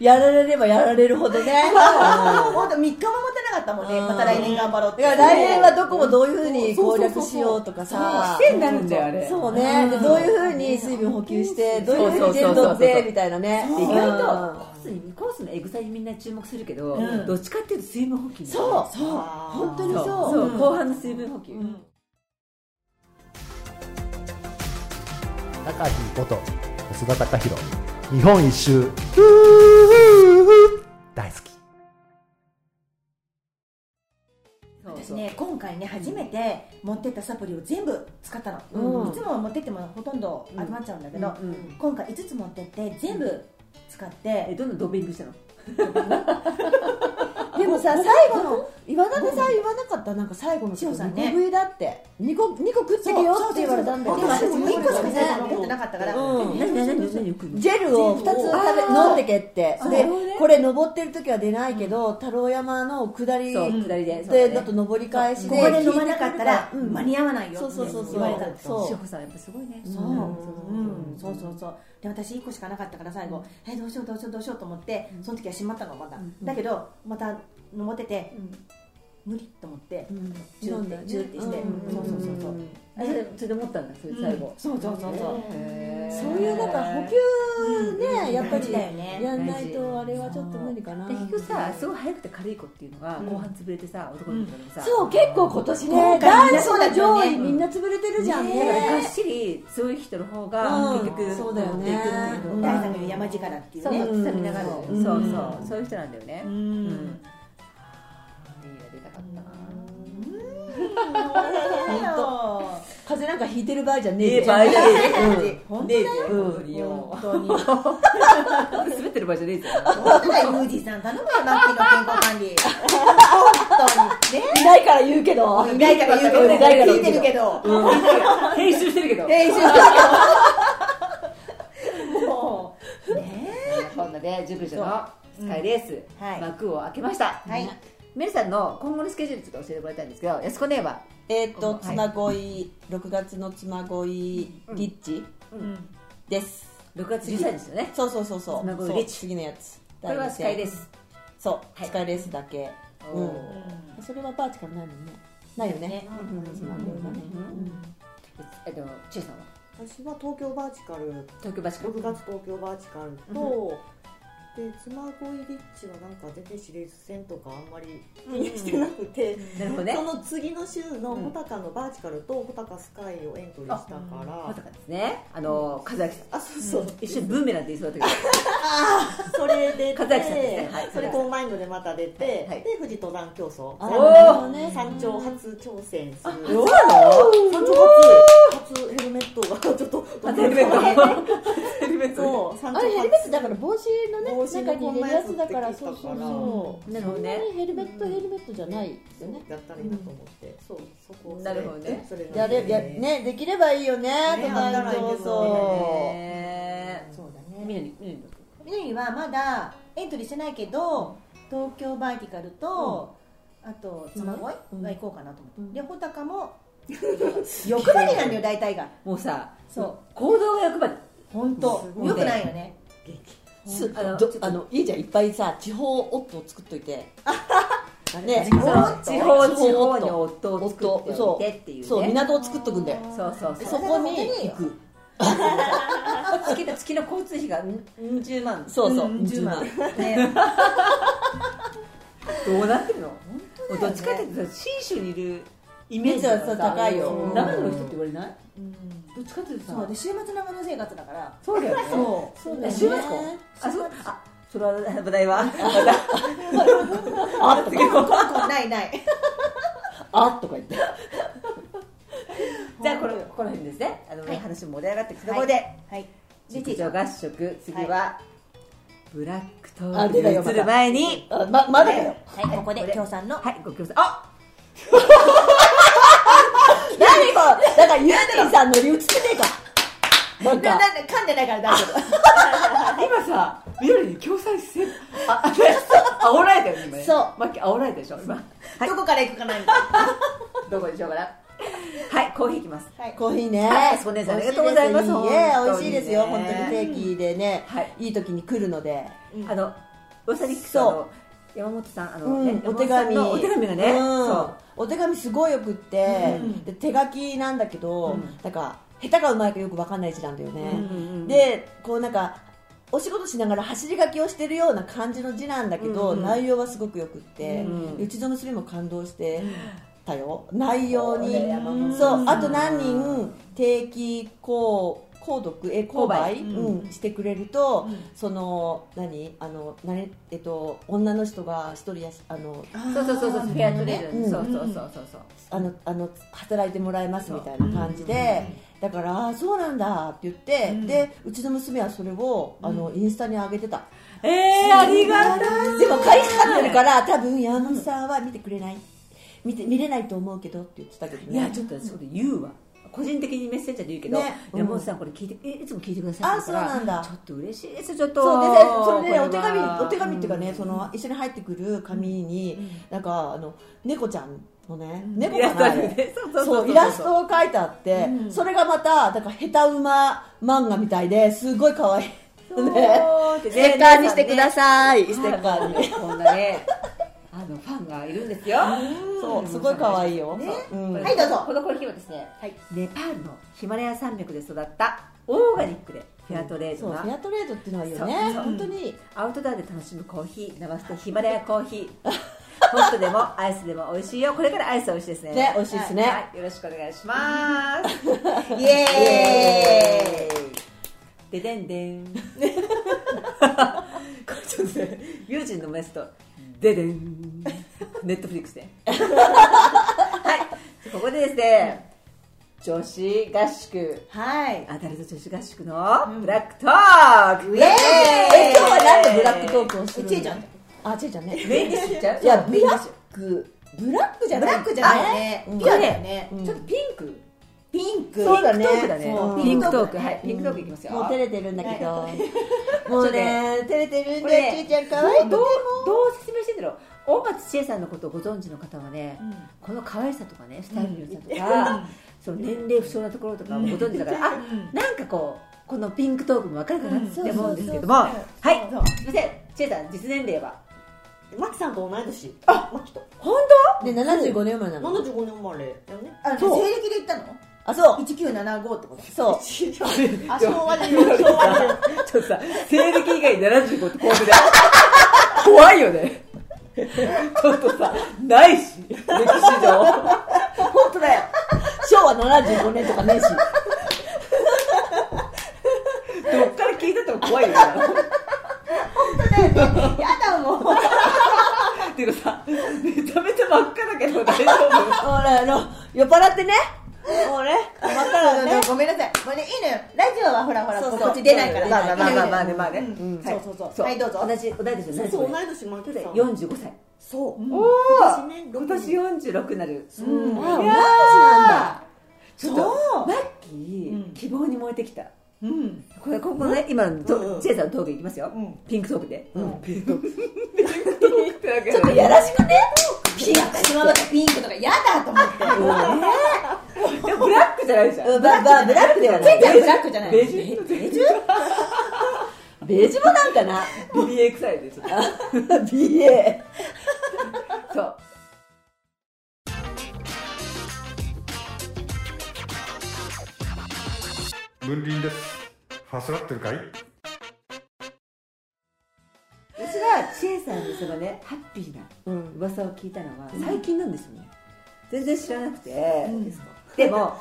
Speaker 3: やられればやられるほど [laughs] ね
Speaker 2: 本当3日も持たなかったもんね
Speaker 3: うん
Speaker 2: また来年頑張ろうっ
Speaker 3: い
Speaker 2: て
Speaker 3: や来年はどこもどういうふうに攻略しようとかさ
Speaker 1: 癖になるんだよあれ
Speaker 3: そうねでどういうふうに水分補給してどういうふうに全部取ってみたいなね
Speaker 1: 意
Speaker 3: うん
Speaker 1: 外とコースにコースのエグさにみんな注目するけど、
Speaker 2: うん
Speaker 1: どっちかっていうと水分補給
Speaker 3: そう
Speaker 2: そう
Speaker 3: 本当にそう
Speaker 1: そうそう後半の水分補給、
Speaker 5: 高木こと細田貴弘日本一周ふーふーふー大好き
Speaker 1: そう
Speaker 2: 私
Speaker 1: そう
Speaker 2: ね今回ね初めて持ってったサプリを全部使ったの、
Speaker 1: うん
Speaker 2: いつもは持ってってもほとんど余っちゃうんだけど、
Speaker 1: うんうん
Speaker 2: 今回5つ持ってって全部使って、
Speaker 1: えどんどんドーピングしたの
Speaker 3: でもさ最後の岩田さん言わなかったなんか最後の
Speaker 2: 千代さんね
Speaker 3: 二個食いだって2個二個食ってけよって言われたんだよ
Speaker 2: でも私
Speaker 4: そうそう
Speaker 2: も
Speaker 4: そう
Speaker 2: 1個しか
Speaker 4: ね
Speaker 2: 持ってなかったから、
Speaker 3: うん
Speaker 1: 何何何何よく言うの
Speaker 3: ジェルを2つ食べ
Speaker 1: あー
Speaker 3: 飲んでけって
Speaker 1: そう
Speaker 3: で
Speaker 1: ね
Speaker 3: これ登ってる時は出ないけど太郎山の下り
Speaker 1: そう下りでそうだ
Speaker 3: で
Speaker 1: ね
Speaker 3: だと登り返し
Speaker 2: こ
Speaker 3: で
Speaker 2: こで飲まなかったら
Speaker 3: うん
Speaker 2: 間に合わないよ
Speaker 3: そう
Speaker 2: って
Speaker 3: そうそうそう
Speaker 2: 言われたんですよ
Speaker 3: そう
Speaker 1: 志保さんやっぱすごいね
Speaker 2: そう、
Speaker 4: う
Speaker 2: うん、そうそうそうで私1個しかなかったから最後、えどうしようどうしようどうしようと思ってその時はしまったのまだ、
Speaker 1: ん
Speaker 2: だけどまた登ってて無理と思ってジューってジューってして、
Speaker 3: うん
Speaker 2: そうそうそうそう、
Speaker 1: んあそれそれで思ったんだそれ最後、
Speaker 2: うんそうそうそうそう
Speaker 1: へー
Speaker 3: そういうなんか補給ね、やっぱ
Speaker 2: 大事
Speaker 3: り
Speaker 2: だよね
Speaker 3: やんないとあれはちょっと無理かな
Speaker 1: で結局さすごい早くて軽い子っていうのが
Speaker 2: うん
Speaker 1: 後半潰れてさ、男の子とかでもさ、
Speaker 3: そう結構今年
Speaker 2: 今
Speaker 3: ね
Speaker 2: 回みん
Speaker 3: 男
Speaker 2: なそう
Speaker 3: 子
Speaker 2: だっ
Speaker 3: の
Speaker 2: たよ
Speaker 3: 上
Speaker 2: ね
Speaker 3: 位みんな潰れてるじゃん
Speaker 1: だからがっ
Speaker 3: ね
Speaker 1: しり強い人の方
Speaker 3: う
Speaker 1: が
Speaker 3: ん
Speaker 1: 結局
Speaker 3: そうだよね
Speaker 1: 持っていくっていうのが
Speaker 2: 第三の山力っていう
Speaker 1: そう、
Speaker 2: ね
Speaker 1: スタミナがある
Speaker 2: う
Speaker 1: そうんそう
Speaker 3: うん
Speaker 1: そうそういう人なんだよね、
Speaker 2: うん
Speaker 1: いいが出たかったな
Speaker 2: 本
Speaker 3: 風邪なん [laughs] かひいてる場合じゃね
Speaker 1: え
Speaker 3: え
Speaker 1: え
Speaker 3: ぜ
Speaker 1: 場合じゃねえぜ
Speaker 2: 当本
Speaker 1: ねえぜ
Speaker 3: うん
Speaker 1: 本当によ
Speaker 2: 当に
Speaker 1: 滑ってる場合じゃねえぜ
Speaker 2: 本当だよユージさん頼むよマッキーの健康管理本当にね
Speaker 3: いないから言うけど
Speaker 2: いないから言うけど
Speaker 3: いないから
Speaker 2: 聞
Speaker 3: 言う
Speaker 2: い
Speaker 3: け
Speaker 2: て
Speaker 3: ど
Speaker 2: るけど
Speaker 1: 編集してるけど
Speaker 2: 練習してるけどもうね
Speaker 1: こんなでジュブジュのスカイレース、
Speaker 2: うんはい
Speaker 1: 幕を開けました、
Speaker 2: はい
Speaker 1: メルさんの今後のスケジュールちょっと教えてもらいたいんですけど安子姉は
Speaker 3: えっと
Speaker 1: はい
Speaker 3: 妻恋6月の妻恋リッチ
Speaker 2: うん
Speaker 3: です
Speaker 1: 6月13日ですよね
Speaker 3: そうそうそうそう
Speaker 1: 妻恋
Speaker 3: そう
Speaker 1: リッチ
Speaker 3: 次のやつ
Speaker 1: これはスカイレース
Speaker 3: そう
Speaker 1: はい
Speaker 3: スカイレースだけ
Speaker 1: おー
Speaker 3: うんそれはバーチカルないもんねないよね
Speaker 1: うんうん
Speaker 3: 妻恋はねうん
Speaker 1: えっとちえさんは
Speaker 4: [laughs] 私は東京バーチカル
Speaker 1: 東京バシカ
Speaker 4: 6月東京バーチカルと、で妻恋リッチはなんか全然シリーズ戦とかあんまり気にしてなくて、
Speaker 1: なるほど
Speaker 4: そ
Speaker 1: ね
Speaker 4: の次の週の穂高のバーチカルと穂高スカイをエントリーしたから、
Speaker 1: まさかですねあの和明さん
Speaker 4: あそうそう、
Speaker 1: 一瞬ブーメランって言いそうだった
Speaker 4: それで
Speaker 1: 和明さんですねはい
Speaker 4: それコンバインドでまた出て、
Speaker 1: はい
Speaker 4: で富士登山競争
Speaker 3: あ
Speaker 1: おー
Speaker 3: なるほどね
Speaker 4: 山頂初挑戦する
Speaker 1: けどそうなの
Speaker 4: 山頂初初ヘルメットがちょっと
Speaker 1: あヘルメットヘルメット
Speaker 4: そう山
Speaker 3: あ
Speaker 4: 頂
Speaker 3: れヘル
Speaker 4: 初
Speaker 3: メットだから帽子のね
Speaker 4: 帽子の
Speaker 3: 中に入れるやつだから
Speaker 4: こん
Speaker 3: そう
Speaker 4: なやつ
Speaker 3: そう
Speaker 4: 持ってきた
Speaker 1: な
Speaker 3: そう
Speaker 4: から
Speaker 1: るほどね
Speaker 3: そんなにヘルメットヘルメットじゃないですよね
Speaker 4: やったらいいなと思って、そうそこ
Speaker 1: なるほどね
Speaker 4: それ
Speaker 3: やれやねできればいいよね
Speaker 4: ね
Speaker 3: 都内
Speaker 4: あったらいいけどね
Speaker 3: そう
Speaker 1: え
Speaker 2: そうだ
Speaker 1: ーみ
Speaker 2: ね
Speaker 1: なにみなに
Speaker 2: みのりはまだエントリーしてないけど東京バーティカルとあと妻恋は
Speaker 3: うん
Speaker 2: 行こうかなと思
Speaker 3: うん
Speaker 2: ってで穂高も欲張りなんだよ大体が
Speaker 1: もうさ
Speaker 2: そう
Speaker 1: 行動が欲張り
Speaker 2: 本当
Speaker 1: すごいね
Speaker 2: よくないよね
Speaker 3: す
Speaker 1: あの
Speaker 3: ど
Speaker 1: ちょっと
Speaker 3: あのいいじゃんいっぱいさ地方夫を作っといてね
Speaker 1: その地方地方に
Speaker 3: 夫
Speaker 1: 夫を作っておいてっていうね
Speaker 3: そう港を作っとくんだよ
Speaker 1: そうそう
Speaker 3: で
Speaker 1: そ
Speaker 3: そうこに行く
Speaker 1: 月の月の交通費がん20万
Speaker 3: そうそう
Speaker 2: うん
Speaker 3: 10万
Speaker 2: ね
Speaker 1: どうなってるの
Speaker 2: 当だよね
Speaker 1: どっちかっていうと信州にいるイメージ
Speaker 3: イメージはさ高いよ
Speaker 1: うん長野の人って言われない
Speaker 2: うん
Speaker 1: どっちかっていうと
Speaker 2: そう
Speaker 1: さ
Speaker 2: で週末長野生活だから
Speaker 1: そうだよね
Speaker 2: そう
Speaker 3: そう
Speaker 1: え
Speaker 3: だよ
Speaker 1: 週
Speaker 3: ね
Speaker 1: 末かあそうあその話題は、ま
Speaker 3: あっとか
Speaker 2: ないない
Speaker 3: あっとか言って
Speaker 1: たじゃあこのこの辺ですねあの、
Speaker 2: はい
Speaker 1: 話も盛り上がってきたところで、
Speaker 2: はい
Speaker 1: で地上合宿次は、ブラックト
Speaker 3: あ
Speaker 1: ー
Speaker 3: 出たよ
Speaker 1: クに移る前に、
Speaker 3: あままだだよ
Speaker 2: はいここで京さんの
Speaker 1: はい、ご協賛。あ
Speaker 3: 何これだからユーティンさんの理由つけねえかなん
Speaker 2: な
Speaker 3: か
Speaker 2: な噛んでないから大丈
Speaker 1: 今さ、みどりに協賛して、あ、あ、ね、煽られたよね、今ね。
Speaker 2: そう。
Speaker 1: マッキー煽られたでしょ、今。
Speaker 2: 夫どこから行くかなみたいな
Speaker 1: どこでしょうかな。はい、コーヒーいきます。
Speaker 2: はい
Speaker 3: コーヒーね。
Speaker 1: はいそうですありがとうございます
Speaker 3: 美味しいです
Speaker 1: 本当にね
Speaker 3: 美味しいですよ。本当に定期でね
Speaker 1: はい、
Speaker 3: いい時に来るので。
Speaker 2: うん
Speaker 1: あの、噂に聞く
Speaker 3: そ
Speaker 1: と、
Speaker 3: う
Speaker 1: あの山本さん、あの、
Speaker 3: うん
Speaker 1: ね、
Speaker 3: お手紙。
Speaker 1: 山本さんのお手紙がね、
Speaker 3: うん
Speaker 1: そう。
Speaker 3: お手紙すごいよくって
Speaker 2: うん、
Speaker 3: で手書きなんだけど
Speaker 1: うん、
Speaker 3: なんか、下手かうまいかよくわかんない字なんだよね。
Speaker 1: ん
Speaker 3: で、こうなんか、お仕事しながら走り書きをしてるような感じの字なんだけど、
Speaker 1: うんうん
Speaker 3: 内容はすごくよくって
Speaker 1: うん、
Speaker 3: うちの娘も感動してたよ。内容に。
Speaker 2: うん
Speaker 3: そう、あと何人定期購購読え購買、
Speaker 2: 購買
Speaker 3: うんしてくれると、
Speaker 2: うん
Speaker 3: その何あのなれえっと女の人が一人やしあの
Speaker 1: そうそうそうそう、フェアトレード
Speaker 3: う
Speaker 1: に、
Speaker 3: ん
Speaker 1: そうそうそうそうそう。
Speaker 3: あのあの働いてもらえますみたいな感じで、だからあーそうなんだって言って、
Speaker 2: うん
Speaker 3: でうちの娘はそれをあの、インスタに上げてた
Speaker 1: ええー、ありがたい。
Speaker 3: でも買いかかってるから多分山本さんは見てくれない見て見れないと思うけどって言ってたけど
Speaker 1: い
Speaker 3: ね
Speaker 1: やちょっとそれ言うわ個人的にメッセンジャーで言うけど、
Speaker 3: ねうん
Speaker 1: 山本さんこれ聞いてえいつも聞いてください
Speaker 3: あそうなんだ
Speaker 1: ちょっと嬉しいですちょっと
Speaker 3: そうでそれでお
Speaker 1: こ
Speaker 3: 手
Speaker 1: は
Speaker 3: 紙お手紙っていうかね、
Speaker 1: ん
Speaker 3: その一緒に入ってくる紙に、なんかあの猫ちゃんのね、
Speaker 1: イ
Speaker 3: 猫
Speaker 1: ラ
Speaker 3: か
Speaker 1: ストあ
Speaker 3: なあ
Speaker 1: るよ
Speaker 3: れ
Speaker 1: ねそうそうそう
Speaker 3: そうイラストを描いてあって、それがまただから下手馬漫画みたいですごい可愛い
Speaker 1: そう
Speaker 3: ね
Speaker 1: で
Speaker 3: ステッカーにしてくださいステッカーに
Speaker 1: こんなねあのファンがいるんですよ
Speaker 3: そうすごい可愛いよ、うん
Speaker 1: これ
Speaker 2: はいどうぞ
Speaker 1: このコーヒーはですね、
Speaker 2: はい
Speaker 1: ネパールのヒマラヤ山脈で育ったオーガニックでフェアトレー
Speaker 3: そ
Speaker 1: ド
Speaker 3: うフ
Speaker 1: な
Speaker 3: ェアトレードっていうのはいいよね
Speaker 1: そう
Speaker 3: 本当に
Speaker 1: アウトドアで楽しむコーヒー生ステヒマラヤコーヒ [laughs] ーホットでもアイスでも美味しいよこれからアイスは美味しいですね
Speaker 3: ね美味しいですね
Speaker 1: はい、よろしくお願いします
Speaker 2: イエ
Speaker 1: イエ
Speaker 2: ーイ
Speaker 1: ーイででんでん [laughs] これちょっとねミュージンのメスとででんネットフリックスではいここでですね女子合宿
Speaker 2: はい
Speaker 1: アダルト女子合宿のブラックトーク、イエーイ
Speaker 3: え今日はなんでブラックトークをするの
Speaker 2: ちえちゃん
Speaker 3: あちえちゃんね
Speaker 1: メインディッシュちゃう
Speaker 3: いやブラックブラックじゃ
Speaker 2: ブ
Speaker 3: な
Speaker 2: ラ
Speaker 3: い
Speaker 2: ックじゃないね
Speaker 3: うん
Speaker 2: ピュアだよね
Speaker 3: うん
Speaker 1: ちょっとピンク
Speaker 2: ピンク
Speaker 3: そうだね
Speaker 1: ピンクトークだね
Speaker 3: そう
Speaker 1: ピンクトーク
Speaker 2: ピンクトーク
Speaker 1: はいピンクトークいきますよ
Speaker 3: もう照れてるんだけど。もうね、照れてるん
Speaker 1: こ
Speaker 3: だ
Speaker 1: れ
Speaker 3: よ、ちゅ
Speaker 1: ね
Speaker 3: うちゃん、かわいい。
Speaker 1: どうどう説明してんだろう大松千恵さんのことをご存知の方はね、この可愛さとかねスタイルの良さとか、その年齢不詳なところとかもご存知だから、あなんかこうこのピンクトークも分かるかなって思うんですけども、
Speaker 2: うんそうそ
Speaker 1: は
Speaker 2: うそう
Speaker 1: い
Speaker 2: そう
Speaker 1: すいません千恵さん実年齢は
Speaker 4: マキさんと同い年あマキと
Speaker 1: 本
Speaker 3: で、75年生まれなの。
Speaker 4: 75年生まれだよね
Speaker 2: あの西
Speaker 3: そう
Speaker 2: 暦で言ったの
Speaker 3: あ、そう。
Speaker 2: 1975ってこと
Speaker 3: そう。
Speaker 4: あ昭和で昭和で
Speaker 1: 当ちょっとさ西暦以外75って怖くない [laughs] 怖いよねちょっとさないし歴史上
Speaker 3: 本当だよ。昭和75年とかねえし。
Speaker 1: どっから聞いたっても怖いよね
Speaker 2: やだもう
Speaker 1: っていうかさめちゃめちゃ真っ赤だけど大丈夫
Speaker 3: ほら、あの、酔っ払ってね。もうね、真っ赤だね。
Speaker 2: ごめんなさいもうねいいのよラジオはほらほら
Speaker 3: そうそう
Speaker 2: こっち出ないから
Speaker 1: まあまあまあまあ
Speaker 2: いい
Speaker 1: ねまあね、
Speaker 2: ん
Speaker 1: はい
Speaker 2: そうそうそうはいどうぞ
Speaker 1: 同じ同じです
Speaker 4: そう
Speaker 1: ね
Speaker 4: そう同い年マキさん
Speaker 1: 四十五歳
Speaker 4: そう
Speaker 1: おお
Speaker 4: 今年ね
Speaker 1: 今年四十六になる、
Speaker 2: のようん
Speaker 3: あ
Speaker 1: いやーちょっと
Speaker 2: そう
Speaker 1: マッキー、
Speaker 2: うん
Speaker 1: 希望に燃えてきた
Speaker 2: うん
Speaker 1: これここね、今のと、
Speaker 4: うんうん
Speaker 1: ジェイさんのトークいきますよ、
Speaker 2: うん
Speaker 1: ピンクトークで、
Speaker 4: うんピンク
Speaker 1: ピンクトークってだけ
Speaker 3: ちょっと
Speaker 1: で
Speaker 3: やらしくね。
Speaker 2: ピンク私もまたピンクとかやだと思って
Speaker 1: でもブラックじゃないじゃん
Speaker 3: うんばばブラックでは
Speaker 2: ち
Speaker 3: な
Speaker 2: え
Speaker 3: い
Speaker 2: ち。ゃんブラックじゃない
Speaker 1: ベージュ
Speaker 3: ベージュベージュもなんかな。
Speaker 1: BA 臭いでちょっ
Speaker 3: BA。
Speaker 1: とそう
Speaker 5: 文林ですファスラってるかい
Speaker 1: 私がチェイさんのそのねハッピーな噂を聞いたのは最近なんですよね、全然知らなくて、でも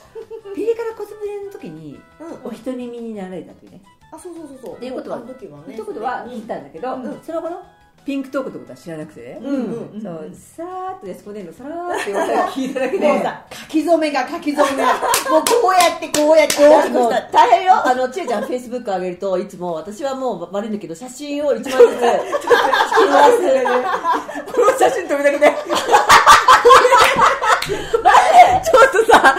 Speaker 1: ピリ辛コスプレの時に
Speaker 4: うん
Speaker 1: お人耳になられたというね
Speaker 4: あそうそうそうそう
Speaker 1: っていうことは
Speaker 4: もあの時はね
Speaker 1: ってことは知ったんだけど、
Speaker 4: うん
Speaker 1: その後のピンクトークってことは知らなくてね、
Speaker 4: うんうん
Speaker 2: うん
Speaker 1: そうさーっとレスポンデントさーって言われたら聞いただけで
Speaker 4: もうさ書き初めが書き初めがもうこうやってこうやって大きく
Speaker 3: もう
Speaker 4: した
Speaker 3: 大変よあのちえちゃんフェイスブック上げるといつも私はもう悪いんだけど写真を一枚ずつ引き回す
Speaker 1: この写真撮るだけでちょっとさ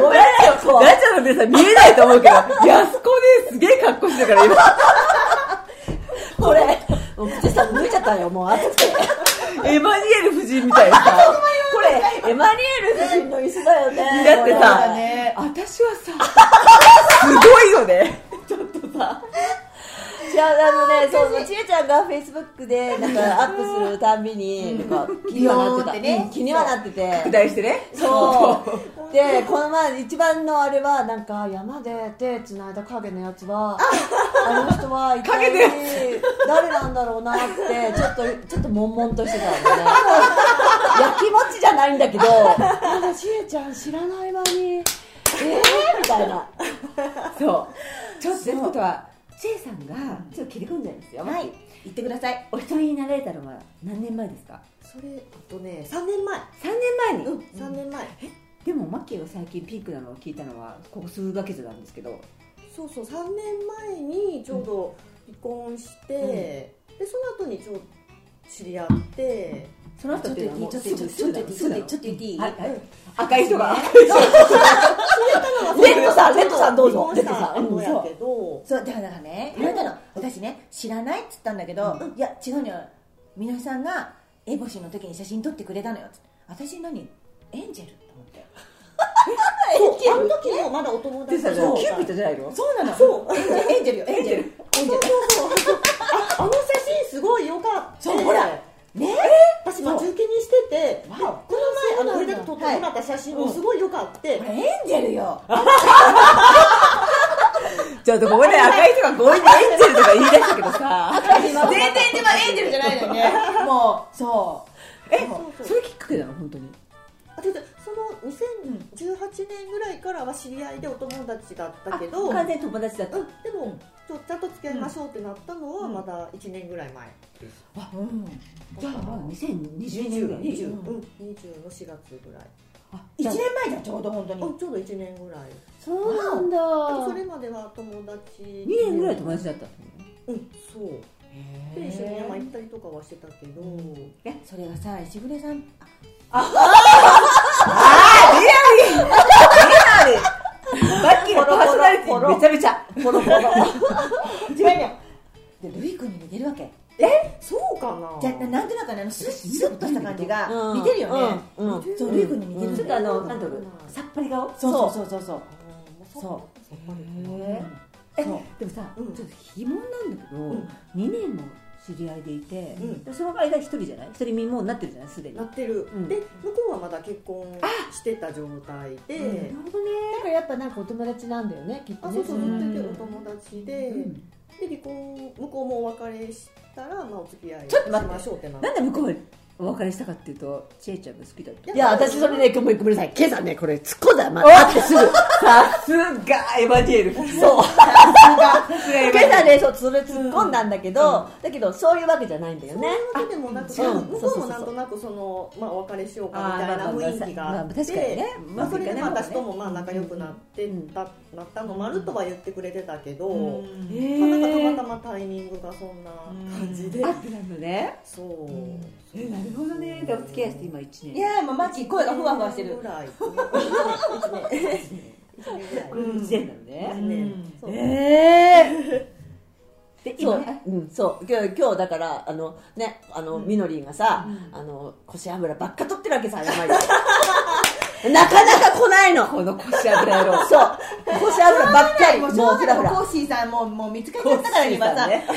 Speaker 3: ごめんなよこう
Speaker 1: ラジオの皆さん見えないと思うけ [laughs] ど安子ですげえ格好してたから今
Speaker 3: これもう口下脱いちゃったよもう暑くて
Speaker 1: エマニュエル夫人みたいなさ
Speaker 3: これエマニュエル夫人の椅子だよね
Speaker 1: だって
Speaker 3: こ
Speaker 1: さ、
Speaker 3: れ
Speaker 1: 私はさすごいよね
Speaker 3: 違うあのねそうそうちえちゃんがフェイスブックでなんかアップするたんびになんか気にはなってた、
Speaker 2: ビヨーンってね
Speaker 3: うん気にはなってて
Speaker 1: 期待してね
Speaker 3: そうでこの前一番のあれはなんか山で手つないだ影のやつはあの人は一体
Speaker 1: 影のや
Speaker 3: 誰なんだろうなってちょっとちょっと悶々としてたんだねやきもちじゃないんだけどなんかちえちゃん知らない間にえー、みたいな
Speaker 1: [laughs] そうちょっとということはチェイさんがちょっと切り込んじゃいますよ
Speaker 2: はい言ってください
Speaker 1: お一人になられたのは何年前ですか
Speaker 4: それあとね3年前
Speaker 1: 3年前に、
Speaker 4: うん3年前
Speaker 1: でもマッキーが最近ピークなのを聞いたのはここ数ヶ月なんですけど
Speaker 4: そうそう3年前にちょうど離婚して、でその後にちょうど知り合って、
Speaker 1: その後っていうのはもう
Speaker 2: ちょっと言って
Speaker 1: すぐ
Speaker 2: ちょっと
Speaker 1: すぐなの
Speaker 2: ちょっと言っていい
Speaker 1: はいは
Speaker 4: うん
Speaker 1: 赤い人が
Speaker 3: レッドさんレッドさんどうぞ
Speaker 4: 離
Speaker 3: レッ
Speaker 4: 婚し
Speaker 3: ドさ
Speaker 4: た
Speaker 3: んうん
Speaker 4: 後
Speaker 3: そ
Speaker 4: や
Speaker 3: う
Speaker 4: けど、
Speaker 2: そうだからだからね言われたの私ね知らないっつったんだけど、いや違うのよ皆さんがエボシの時に写真撮ってくれたのよっつって私何エンジェルと思って
Speaker 4: そうあの時もまだお友
Speaker 1: で
Speaker 4: 達
Speaker 1: さキューピットじゃないの
Speaker 2: そうなのそう [laughs] エンジェルよエンジェルエンジェル
Speaker 4: ああの写真すごい良かった
Speaker 2: そうほらね
Speaker 4: 私待ち受けにしててこの前あの俺だけ撮ってもらった写真もすごい良かった、
Speaker 2: これエンジェルよ
Speaker 1: [laughs] ちょっとごめんね赤い人が強引にエンジェルとか言い出したけどさ
Speaker 2: 全然自分エンジェルじゃないのよねもうそう
Speaker 1: え
Speaker 4: そうそう
Speaker 1: それきっかけなの本当に
Speaker 4: あででその2018年ぐらいからは知り合いでお友達だったけど、うん、
Speaker 1: 完
Speaker 4: で
Speaker 1: 全に友達だった
Speaker 4: もちょちゃんと付き合いましょうってなったのはまだ1年ぐらい前です、
Speaker 1: じゃあ2020
Speaker 4: 20
Speaker 1: 年ぐ
Speaker 4: が
Speaker 1: らいに
Speaker 4: 20うん20の4月ぐらい、
Speaker 2: 1年前じゃんちょうど本当に
Speaker 4: うん、ちょうど1年ぐらい
Speaker 1: そうなんだ
Speaker 4: あとそれまでは友達2
Speaker 1: 2年ぐらい友達だったの
Speaker 4: うんそうで一緒に山行ったりとかはしてたけど、
Speaker 2: それがさ石暮さん
Speaker 1: バッキーのパーソナリティめちゃめちゃ
Speaker 3: ポロポロ
Speaker 2: 違うねでルイ君に似てるわけ
Speaker 4: そうかな
Speaker 2: じゃあなんとなくねあのスッスッとした感じが
Speaker 3: うん
Speaker 2: 似てるよね、
Speaker 3: うんうん
Speaker 2: そうルイ君に似てるん
Speaker 1: ちょっと
Speaker 2: だ
Speaker 1: あ
Speaker 2: よ
Speaker 1: のなんだろうさっぱり顔
Speaker 2: そうそうそうそうそう
Speaker 4: そう
Speaker 2: そう
Speaker 4: やっぱり
Speaker 1: へ
Speaker 4: ね
Speaker 1: えでもさ、
Speaker 4: うん
Speaker 1: ちょっと疑問なんだけど、
Speaker 4: ん
Speaker 1: 2年も知り合いでいて、
Speaker 4: うん
Speaker 1: でその間一人じゃない一人身もうなってるじゃないすでに
Speaker 4: な
Speaker 1: な
Speaker 4: ってる、
Speaker 1: うん
Speaker 4: で向こうはまだ結婚してた状態で、
Speaker 1: るほどね
Speaker 3: だからやっぱなんかお友達なんだよねきっ
Speaker 4: あ
Speaker 3: と
Speaker 4: そ
Speaker 3: ね
Speaker 4: うそう
Speaker 3: うん
Speaker 4: 言っててお友達で、
Speaker 1: うん
Speaker 4: で離婚向こうもお別れしたら、まあ、お付き合い
Speaker 1: ちょっと
Speaker 4: し
Speaker 1: 待って
Speaker 4: ましょうってなっ
Speaker 1: なんで向こうがお別れしたかっていうとちえちゃんが好きだって
Speaker 3: いや、私それね、ごめんごめんなさい。今朝ね、これ突っ込んだまた会ってすぐ。
Speaker 1: さすがエヴァディエル
Speaker 3: そう。
Speaker 1: さすがエヴァ
Speaker 3: 今
Speaker 1: ディエ
Speaker 3: 朝
Speaker 1: ル
Speaker 3: ね、そう、それ突っ込んだんだけど、だけど、そういうわけじゃないんだよ
Speaker 4: そう
Speaker 3: ね。
Speaker 4: いうわけでもなくて、
Speaker 3: あうん
Speaker 4: 向こうもなんとなくその、まあ、お別れしようかみたい
Speaker 1: あーまあ
Speaker 4: な
Speaker 1: まあ
Speaker 4: 雰囲気があって、
Speaker 1: まあ確かにね
Speaker 4: まあ、それでまあ
Speaker 1: まあ
Speaker 4: 私ともまあ仲良くなってた、なったのまるとは言ってくれてたけど、
Speaker 2: うん
Speaker 4: まあ、なんか
Speaker 1: へ
Speaker 4: た
Speaker 1: ー
Speaker 4: またまタイミングがそんな感じで、
Speaker 1: アップなのね
Speaker 4: そう、
Speaker 1: えなるほどねでお付き合いして今1年
Speaker 2: いやもうマッキー声がふわふわしてる
Speaker 4: ぐらい
Speaker 1: 1年なのね、
Speaker 4: 1年1年ぐらい1年そう
Speaker 1: ええで
Speaker 3: そ
Speaker 1: 今
Speaker 3: う、うん、そう、今日、今日だから、あの、ね、あの、みのりんがさ、あの、腰油ばっか取ってるわけさ、山に。 [laughs] なかなか来ないの。
Speaker 1: この腰油野郎
Speaker 3: そう、腰油ばっかり、
Speaker 2: も
Speaker 3: も
Speaker 2: う
Speaker 3: う
Speaker 2: しょうがない
Speaker 3: ふら
Speaker 2: も
Speaker 3: ふ
Speaker 2: うコ
Speaker 3: ら。
Speaker 2: ーシーさんもうもう見つかっちゃったから今さ
Speaker 1: ね
Speaker 2: [laughs]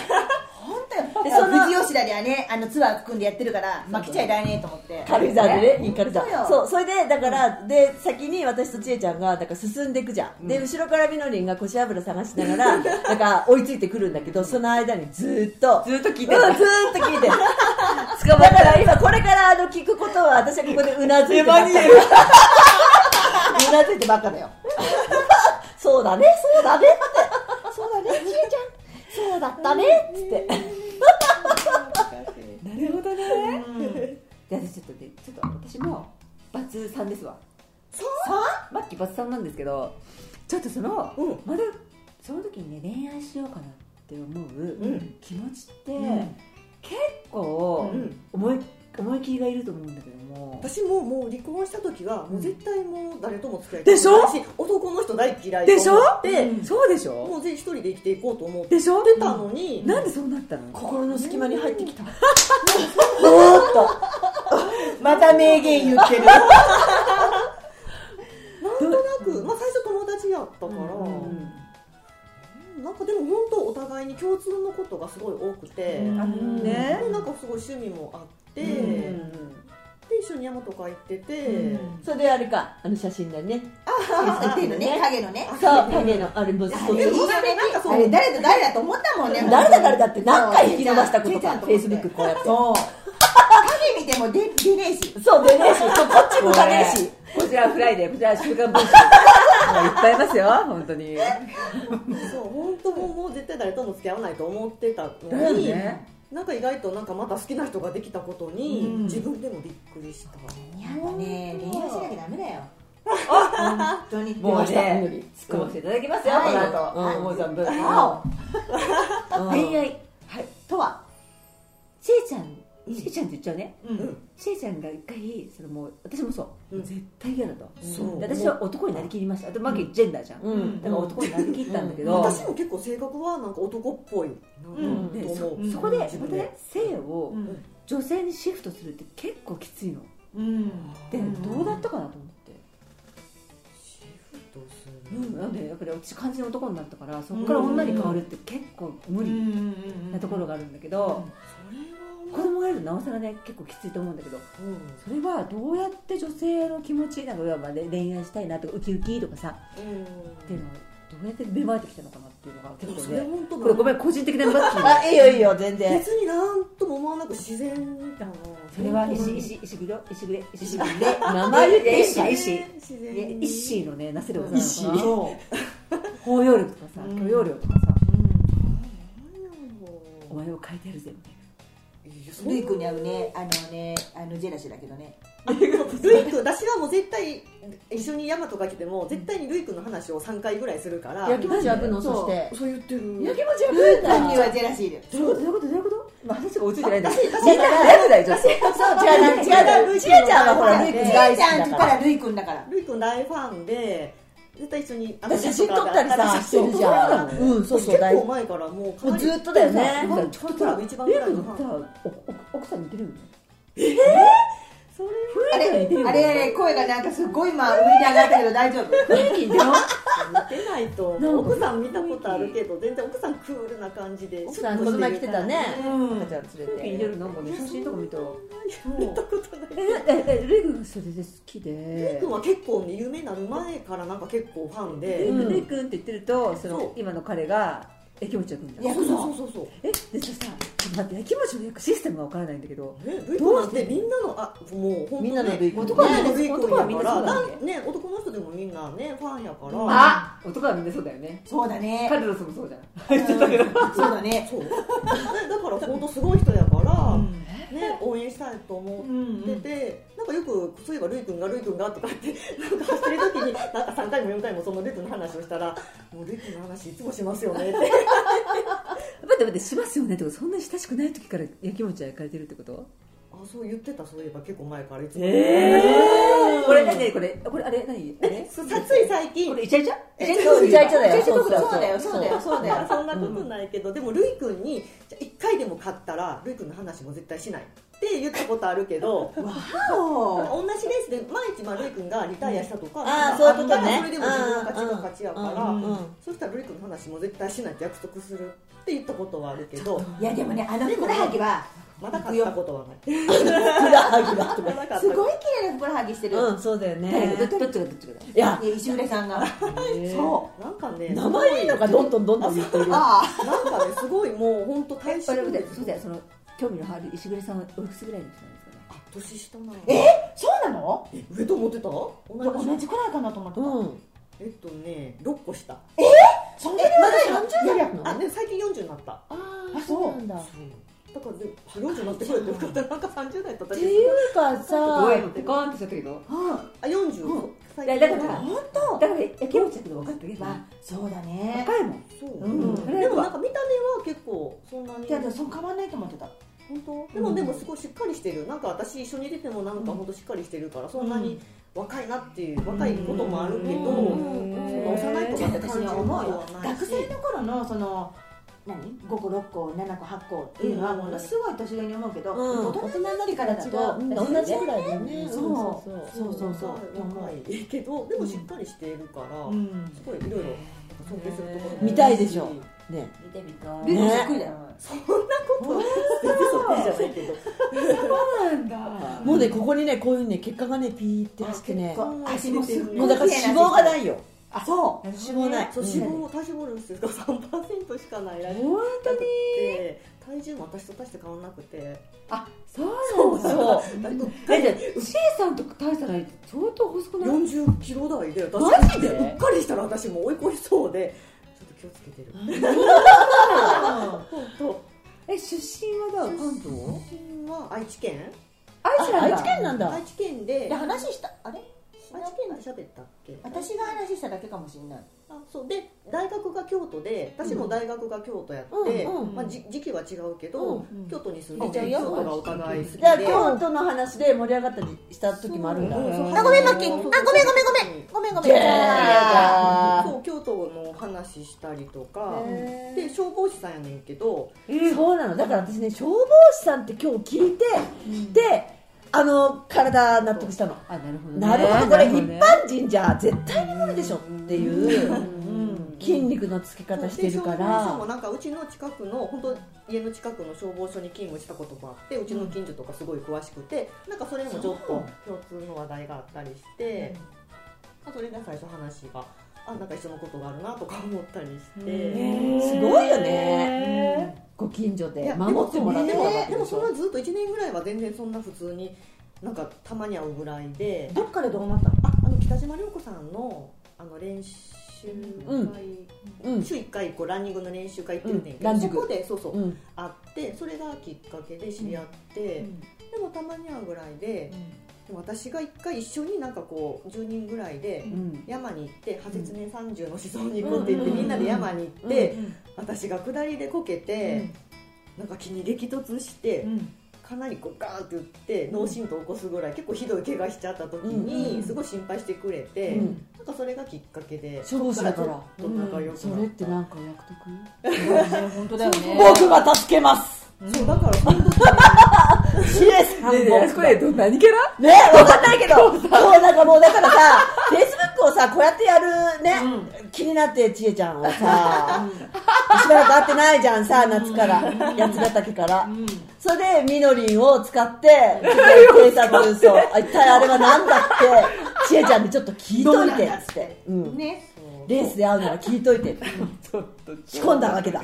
Speaker 2: 本当よ
Speaker 3: で
Speaker 2: で
Speaker 3: そ
Speaker 2: そ
Speaker 3: の
Speaker 2: の富士吉田ではねあのツアー組んでやってるから負けちゃいられねえと思って
Speaker 3: 軽井沢でね、いい軽井
Speaker 2: そうよ
Speaker 3: 沢。そう、それで、だから、で、先に私とちえちゃんが、だから進んでいくじゃん。で、後ろからみのりんが腰油探しなが [laughs] ら、なんか追いついてくるんだけど、その間にずーっと、
Speaker 1: ずっと聞いて
Speaker 3: う
Speaker 1: た
Speaker 3: んずーっと [laughs] 聞いてる。だから今これからあの聞くことは私はここでうなずいてます
Speaker 1: エヴァニエル
Speaker 3: [laughs] うなずいてばっかだよそうだねそうだねってそうだねちえちゃんそうだったねっつって
Speaker 1: なるほどね、じゃあ私ちょっとねちょっと私もバツさんですわそうマッキーバツさんなんですけどちょっとその、
Speaker 4: うん
Speaker 1: まだその時にね恋愛しようかなって思う
Speaker 4: うん
Speaker 1: 気持ちって、
Speaker 4: ん
Speaker 1: 結構、
Speaker 4: うん
Speaker 1: 思い思い切りがいると思うんだけども
Speaker 4: 私ももう離婚した時はもう絶対もう誰とも付き合い
Speaker 1: でしょ
Speaker 4: し男の人大嫌い
Speaker 1: でしょ
Speaker 4: と思って
Speaker 1: うんそうでしょ
Speaker 4: もうぜひ一人で生きていこうと思って
Speaker 1: でしょ
Speaker 4: たのに、
Speaker 1: なんでそうなったの
Speaker 3: 心の隙間に入っ
Speaker 1: [laughs]
Speaker 3: てきた
Speaker 4: おーっとまた名言言ってるなんとなく、まあ、最初友達やったから、なんかでも本当お互いに共通のことがすごい多くて、
Speaker 1: あのね
Speaker 4: なんかすごい趣味もあって、で一緒に山とか行ってて、
Speaker 3: それであれかあの写真だね
Speaker 2: 手のね影のね
Speaker 3: そう影のあれも
Speaker 2: あれいいよねあれ誰と誰だと思ったもんね
Speaker 3: 誰だ誰だって何回引き伸ばしたことか
Speaker 2: そう
Speaker 3: フェイスブックこうやって
Speaker 2: そう影見ても出出ねえし
Speaker 3: そう出ねえしそうこっち向かねえし
Speaker 1: こちらフライデーこちら週刊文春もういっぱいいますよ本当に
Speaker 4: そう本当もうもう絶対誰とも付き合わないと思ってた
Speaker 1: だ
Speaker 4: の
Speaker 1: よ
Speaker 4: に、
Speaker 1: ね
Speaker 4: なんか意外となんかまた好きな人ができたことに、
Speaker 1: うん
Speaker 4: 自分でもびっくりした、
Speaker 2: やだね恋愛しなきゃダメだよ本当に
Speaker 1: もう
Speaker 3: 出ました
Speaker 1: ね突っ込ませていただきますよ
Speaker 2: は
Speaker 1: こ
Speaker 2: い
Speaker 1: の後
Speaker 3: はい
Speaker 1: もう存分
Speaker 2: 青
Speaker 1: 恋
Speaker 3: うん
Speaker 1: 愛とはちえちゃんちえちゃんって言っちゃうね
Speaker 4: うん
Speaker 1: ちえちゃんが一回そのもう私もそう、
Speaker 4: うん
Speaker 1: 絶対嫌だと、
Speaker 4: そう
Speaker 1: で私は男になりきりましたあとマキジェンダーじゃん、
Speaker 3: うん
Speaker 1: だから男になりきったんだけど、
Speaker 4: 私も結構性格はなんか男っぽいな
Speaker 3: うん
Speaker 1: で
Speaker 4: と思う、
Speaker 1: そそこでまた
Speaker 4: 自分で
Speaker 1: ね性を
Speaker 2: ん
Speaker 1: 女性にシフトするって結構きついの
Speaker 2: うん
Speaker 1: で
Speaker 2: うん
Speaker 1: どうだったかなと思って、
Speaker 4: シフトする
Speaker 1: うん、なんでだから私完全に男になったからそこから女に変わるって結構無理なところがあるんだけど、子供がいるとなおさらね結構きついと思うんだけどそれはどうやって女性の気持ちなんか要はね恋愛したいなとかウキウキとかさ
Speaker 4: それはうん
Speaker 1: っていうのをどうやって芽生えてきたのかなっていうのが
Speaker 4: でも
Speaker 1: 結
Speaker 4: そ
Speaker 1: 構
Speaker 4: れ
Speaker 1: ね
Speaker 4: 本当
Speaker 1: これごめん個人的なバッキー
Speaker 3: あいいよいいよ全然
Speaker 4: 別になんとも思わなく自然だな
Speaker 1: それは
Speaker 4: 本当
Speaker 1: 石
Speaker 4: に
Speaker 1: 石石黒石黒石黒
Speaker 3: 名前言っていい
Speaker 1: 石石
Speaker 4: 自
Speaker 1: いや
Speaker 4: 然に
Speaker 1: 一心のねなせる技な
Speaker 3: 一
Speaker 1: の
Speaker 3: 心
Speaker 1: かな包容力とかさ
Speaker 4: うん
Speaker 1: 許容力とかさ
Speaker 4: なんやろ
Speaker 1: お前を変えてやるぜみたいな
Speaker 2: ルイ君に合うねあのねあのジェラシーだけどね
Speaker 4: ルイ君私はもう絶対一緒に山とか来ても絶対にルイ君の話を3回ぐらいするから
Speaker 3: 焼きもち焼くの
Speaker 1: そう
Speaker 3: そして
Speaker 4: そう言ってる
Speaker 3: きもち焼くん
Speaker 2: ルイ君にはジェラシーで
Speaker 1: どういうことどういうこと今話が追いついてないんだけど
Speaker 3: だから
Speaker 1: 誰だよちょっと
Speaker 3: そう違う違う違うちえちゃんはほらルイ
Speaker 2: ちえ
Speaker 3: 君
Speaker 2: ち
Speaker 3: 大好
Speaker 2: ゃん
Speaker 3: き
Speaker 2: と
Speaker 3: だ
Speaker 2: か
Speaker 3: から
Speaker 2: らルイ君だから
Speaker 4: ルイ君大ファンで絶対一緒にあの
Speaker 3: 私写真撮ったりさしてるじゃんうんそうそう
Speaker 4: 結
Speaker 3: 大
Speaker 4: 構
Speaker 3: も
Speaker 4: 前からもうか
Speaker 3: う
Speaker 4: なり
Speaker 3: ずっとだよね
Speaker 1: なんかちょっと
Speaker 4: クラブ一番ぐらいの
Speaker 1: さ奥さん似てるよね
Speaker 4: それ
Speaker 2: あれあれあれ声がなんかすごい今上に上がったけど大丈夫
Speaker 1: 雰囲気似てる
Speaker 4: 似てないと思
Speaker 1: なん
Speaker 4: う
Speaker 1: か
Speaker 4: 奥さん見たことあるけど全然奥さんクールな感じで
Speaker 3: 奥さんこの前来てたね
Speaker 1: うん
Speaker 3: 赤ちゃん連
Speaker 1: 雰囲気似て
Speaker 3: れて
Speaker 1: るなんかね写真とか見たら
Speaker 4: 見たことない
Speaker 1: えええルイ君がそれで好き
Speaker 4: ルイ
Speaker 1: で
Speaker 4: 君は結構ね有名になる前からなんか結構ファンで
Speaker 3: うん
Speaker 1: ルイ君って言ってるとそ
Speaker 4: そう
Speaker 1: の今の彼がえ気持ちよくんだ
Speaker 2: いや
Speaker 4: そうそうそうそう
Speaker 1: えでささちょっと待ってやきもちのよくシステムがわからないんだけど
Speaker 4: ねルイ君なんてみんなのあもう本当
Speaker 3: みんなのルイ君
Speaker 4: 男はみんなルイ
Speaker 1: 男はみ
Speaker 4: 君
Speaker 1: ん
Speaker 4: やか
Speaker 1: な
Speaker 4: ら
Speaker 1: そうだっけ
Speaker 4: なんね男の人でもみんなねファンやから
Speaker 1: あ男はみんなそうだよね
Speaker 2: そうだね
Speaker 1: カルロスもそうじゃん
Speaker 2: うんそうだね
Speaker 4: そうね [laughs] だから本当すごい人やから、ね、応援したいと思ってて、なんかよくそういえばるい君がるい君がとかって [laughs] なんか走ってる時になんか3回も4回もそのるい君の話をしたらもうるい君の話いつもしますよねって
Speaker 1: 待って待ってしますよねってことそんなに親しくない時からやきもちは焼かれてるってこと
Speaker 4: あそう言ってたそういえば結構前からいつも、 [laughs]
Speaker 1: えこれ何これこれあれ何あれ
Speaker 4: そうさつい最近
Speaker 1: これイチャイチャイチャイチ
Speaker 3: そうイチャイチャだよ
Speaker 1: イチャイチャ
Speaker 3: そうそう
Speaker 2: そうだよそうだよそうだ
Speaker 4: いや
Speaker 2: よ
Speaker 4: そんなことないけど、でもるい君にじゃ1回でも勝ったらるい君の話も絶対しないって言ったことあるけど
Speaker 2: そ
Speaker 4: 同じレースで毎日まあルイ君がリタイアしたとか、
Speaker 3: ん
Speaker 4: な
Speaker 3: あー
Speaker 4: んか
Speaker 3: そういうことね
Speaker 4: ったらそれでも自分の勝ちが勝ちやから、
Speaker 3: うんうんうん
Speaker 4: そしたらルイ君の話も絶対しないって約束するって言ったことはあるけど
Speaker 2: ういやでもねあのふくらはぎは
Speaker 4: まだ勝ったことはない
Speaker 3: ふくらはぎだって
Speaker 4: まだ勝った
Speaker 2: すごい綺麗なふくらはぎしてる
Speaker 3: うんそうだよ
Speaker 1: 誰が
Speaker 3: ね
Speaker 1: どっちがどっちがどっちがだ
Speaker 3: いや
Speaker 2: いや石浦さん
Speaker 3: [laughs]
Speaker 2: が
Speaker 4: そうなんかね
Speaker 3: 名前いいのかどんどんどんどん言ってる
Speaker 2: あ
Speaker 4: なんかねすごいもう本当大
Speaker 1: えあれ
Speaker 4: 衆
Speaker 1: 待っ
Speaker 4: で
Speaker 1: てそうだよその興味のある石黒さんはおいくつぐらいの人なんですかね
Speaker 4: 年下なの
Speaker 2: えそうなの
Speaker 4: え上と思ってた
Speaker 2: じゃあ
Speaker 4: 同じ
Speaker 2: 同じくらいかなと思ってた、
Speaker 3: うん
Speaker 4: えっとね6個下
Speaker 2: そんなに若いの
Speaker 3: 30代なの
Speaker 4: あね最近40になった
Speaker 3: あ
Speaker 2: あそ
Speaker 3: あ
Speaker 2: う
Speaker 3: そうなんだっ
Speaker 4: だから、ね、40になってくれって言ったらなんか30代とった
Speaker 3: て
Speaker 4: り
Speaker 3: いうか
Speaker 1: ごめ
Speaker 3: さ
Speaker 1: んってガーンってしちゃったけど
Speaker 4: あ40、最
Speaker 1: いや
Speaker 4: 近
Speaker 1: だから
Speaker 2: 本
Speaker 1: だから焼落ちちゃったの分かったけど
Speaker 2: 当あそうだね
Speaker 1: 若いもん
Speaker 4: そう、
Speaker 2: うん
Speaker 4: でもなんか見た目は結構そんないに
Speaker 2: やでもそう変わんないと思ってた
Speaker 4: 本当でも、でもすごいしっかりしてるなんか私一緒に出てもなんか本当しっかりしてるからそんなに若いなっていう若いこともあるけど、
Speaker 3: うん
Speaker 4: そんな幼いと
Speaker 2: じ
Speaker 4: か
Speaker 2: ゃあ
Speaker 4: って
Speaker 2: 私
Speaker 4: 感じ
Speaker 2: は
Speaker 4: は
Speaker 2: 思うよ
Speaker 4: ない
Speaker 2: 学生の頃のその何5個6個7個8個っていうのは
Speaker 4: うん
Speaker 2: ものすごい年上に思うけど、
Speaker 3: うん
Speaker 2: 大人になってからだと
Speaker 3: みんな同じぐらいだよね
Speaker 2: そうそうそうそう
Speaker 4: 若いけどでもしっかりしてるから、
Speaker 2: うん
Speaker 4: すごいいろいろ尊敬するところもあるし
Speaker 3: 見たいでしょね
Speaker 1: 見てみた
Speaker 2: ビ
Speaker 1: い
Speaker 2: ュー
Speaker 3: ね
Speaker 2: びっくりだよ、
Speaker 4: 全然そっくりじゃないけど
Speaker 1: そうなんだ
Speaker 3: もうねここにねこういうね血管がねピーって走ってね
Speaker 2: こう足もすっごい
Speaker 3: もうだから脂肪がないよ
Speaker 2: あそ
Speaker 1: なる
Speaker 3: 脂
Speaker 1: ほどね
Speaker 3: 肪ない
Speaker 4: そう
Speaker 3: うん
Speaker 4: 脂肪体脂肪率が3%しかないらしく
Speaker 1: 本当に
Speaker 4: て体重も私と大して変わらなくて
Speaker 1: あそうなんだ
Speaker 3: そう
Speaker 4: [laughs] だいたい
Speaker 1: えじゃあシエさんと大差が相当細くない
Speaker 4: 40キロ台で私
Speaker 1: マジで
Speaker 4: うっかりしたら私もう追い越しそうでちょっと気をつけてる本当
Speaker 1: え出身はだ関東
Speaker 4: 出身は愛知県
Speaker 1: 愛知
Speaker 3: あ
Speaker 1: なんだ
Speaker 3: 愛知県なんだ
Speaker 4: 愛知県で
Speaker 2: うで
Speaker 4: 愛
Speaker 2: 話したあれ
Speaker 4: 知県で喋ったっけ
Speaker 2: 私が話しただけかもしれない
Speaker 4: あそうで大学が京都で私も大学が京都やって、
Speaker 3: うんうん
Speaker 4: まあ、じ時期は違うけど、
Speaker 3: うん
Speaker 2: うん
Speaker 4: 京都に住んで
Speaker 2: あ
Speaker 4: て
Speaker 2: じゃ
Speaker 4: 京
Speaker 2: あ
Speaker 4: 都がお互い好き
Speaker 3: じゃあ
Speaker 4: で
Speaker 3: 京都の話で盛り上がったりした時もあるんだ
Speaker 1: そう
Speaker 4: う
Speaker 1: あごめんマッキーあ
Speaker 4: ごめんごめんごめん
Speaker 2: ごめんご
Speaker 3: じ
Speaker 2: めん
Speaker 3: ゃあ
Speaker 4: そう京都の話したりとかで消防士さんやねんけど
Speaker 3: そうなのだから私ね消防士さんって今日聞いてであの体納得したの
Speaker 1: あなるほどね
Speaker 3: なるほどこれ
Speaker 1: なる
Speaker 3: 一
Speaker 1: ほどね
Speaker 3: 般人じゃ絶対に無理でしょっていう
Speaker 4: うん
Speaker 3: 筋肉のつき方してるか
Speaker 4: で消防士さんも
Speaker 3: ら
Speaker 4: なんかうちの近くの本当家の近くの消防署に勤務したこともあってうちの近所とかすごい詳しくてなんかそれもちょっと共通の話題があったりして、まあ、それが最初話があなんか一緒のことがあるなとか思ったりして、
Speaker 3: すごいよねご近所
Speaker 4: い
Speaker 3: で
Speaker 4: や
Speaker 3: 守ってもらって
Speaker 4: で
Speaker 3: た
Speaker 4: も
Speaker 3: わ
Speaker 4: ね
Speaker 3: け
Speaker 4: で
Speaker 3: で
Speaker 4: も
Speaker 3: し
Speaker 4: そ
Speaker 3: ょ
Speaker 4: のずっと1年ぐらいは全然そんな普通になんかたまに会うぐらいで
Speaker 2: どっかでどうなったの
Speaker 4: ああの北島涼子さんのあの練習会、
Speaker 3: うん
Speaker 4: 週1回こうランニングの練習会行ってるねんけ
Speaker 3: う
Speaker 4: ど、
Speaker 3: んランジ
Speaker 4: そ
Speaker 3: グ
Speaker 4: こでそうそう、
Speaker 3: うん
Speaker 4: あってそれがきっかけで知り合って、でもたまに会うぐらいで,、でも私が一回一緒になんかこう10人ぐらいで
Speaker 1: うん
Speaker 4: 山に行って破絶年30の思想に行こうって言って、みんなで山に行って、私が下りでこけて、なんか気に激突して、かなりこうガーンって打って脳震盪を起こすぐらい結構ひどい怪我しちゃった時にすごい心配してくれて、
Speaker 3: うん
Speaker 4: なんかそれがきっかけで
Speaker 3: 消防士だから
Speaker 4: ちょっと仲良くなった
Speaker 3: それってなんか役得
Speaker 1: [laughs] 本当だよね
Speaker 3: 僕が助けます
Speaker 4: そうだからその時
Speaker 3: シエさん
Speaker 1: ねえねえあそこ
Speaker 3: ね
Speaker 1: でど何キャラ
Speaker 3: ねわかんないけどもうなんかもうだからさフェイスブックをさこうやってやるね、気になってちえちゃんをさしばらく会ってないじゃんさ夏から八ヶ岳から、それでみのりんを使って警察そうあ一体あれは何だってちえちゃんにちょっと聞いといてっつって、うん、
Speaker 2: ね
Speaker 3: レースで会うなら聞いといて
Speaker 1: ちょっと
Speaker 3: 仕込んだわけだ、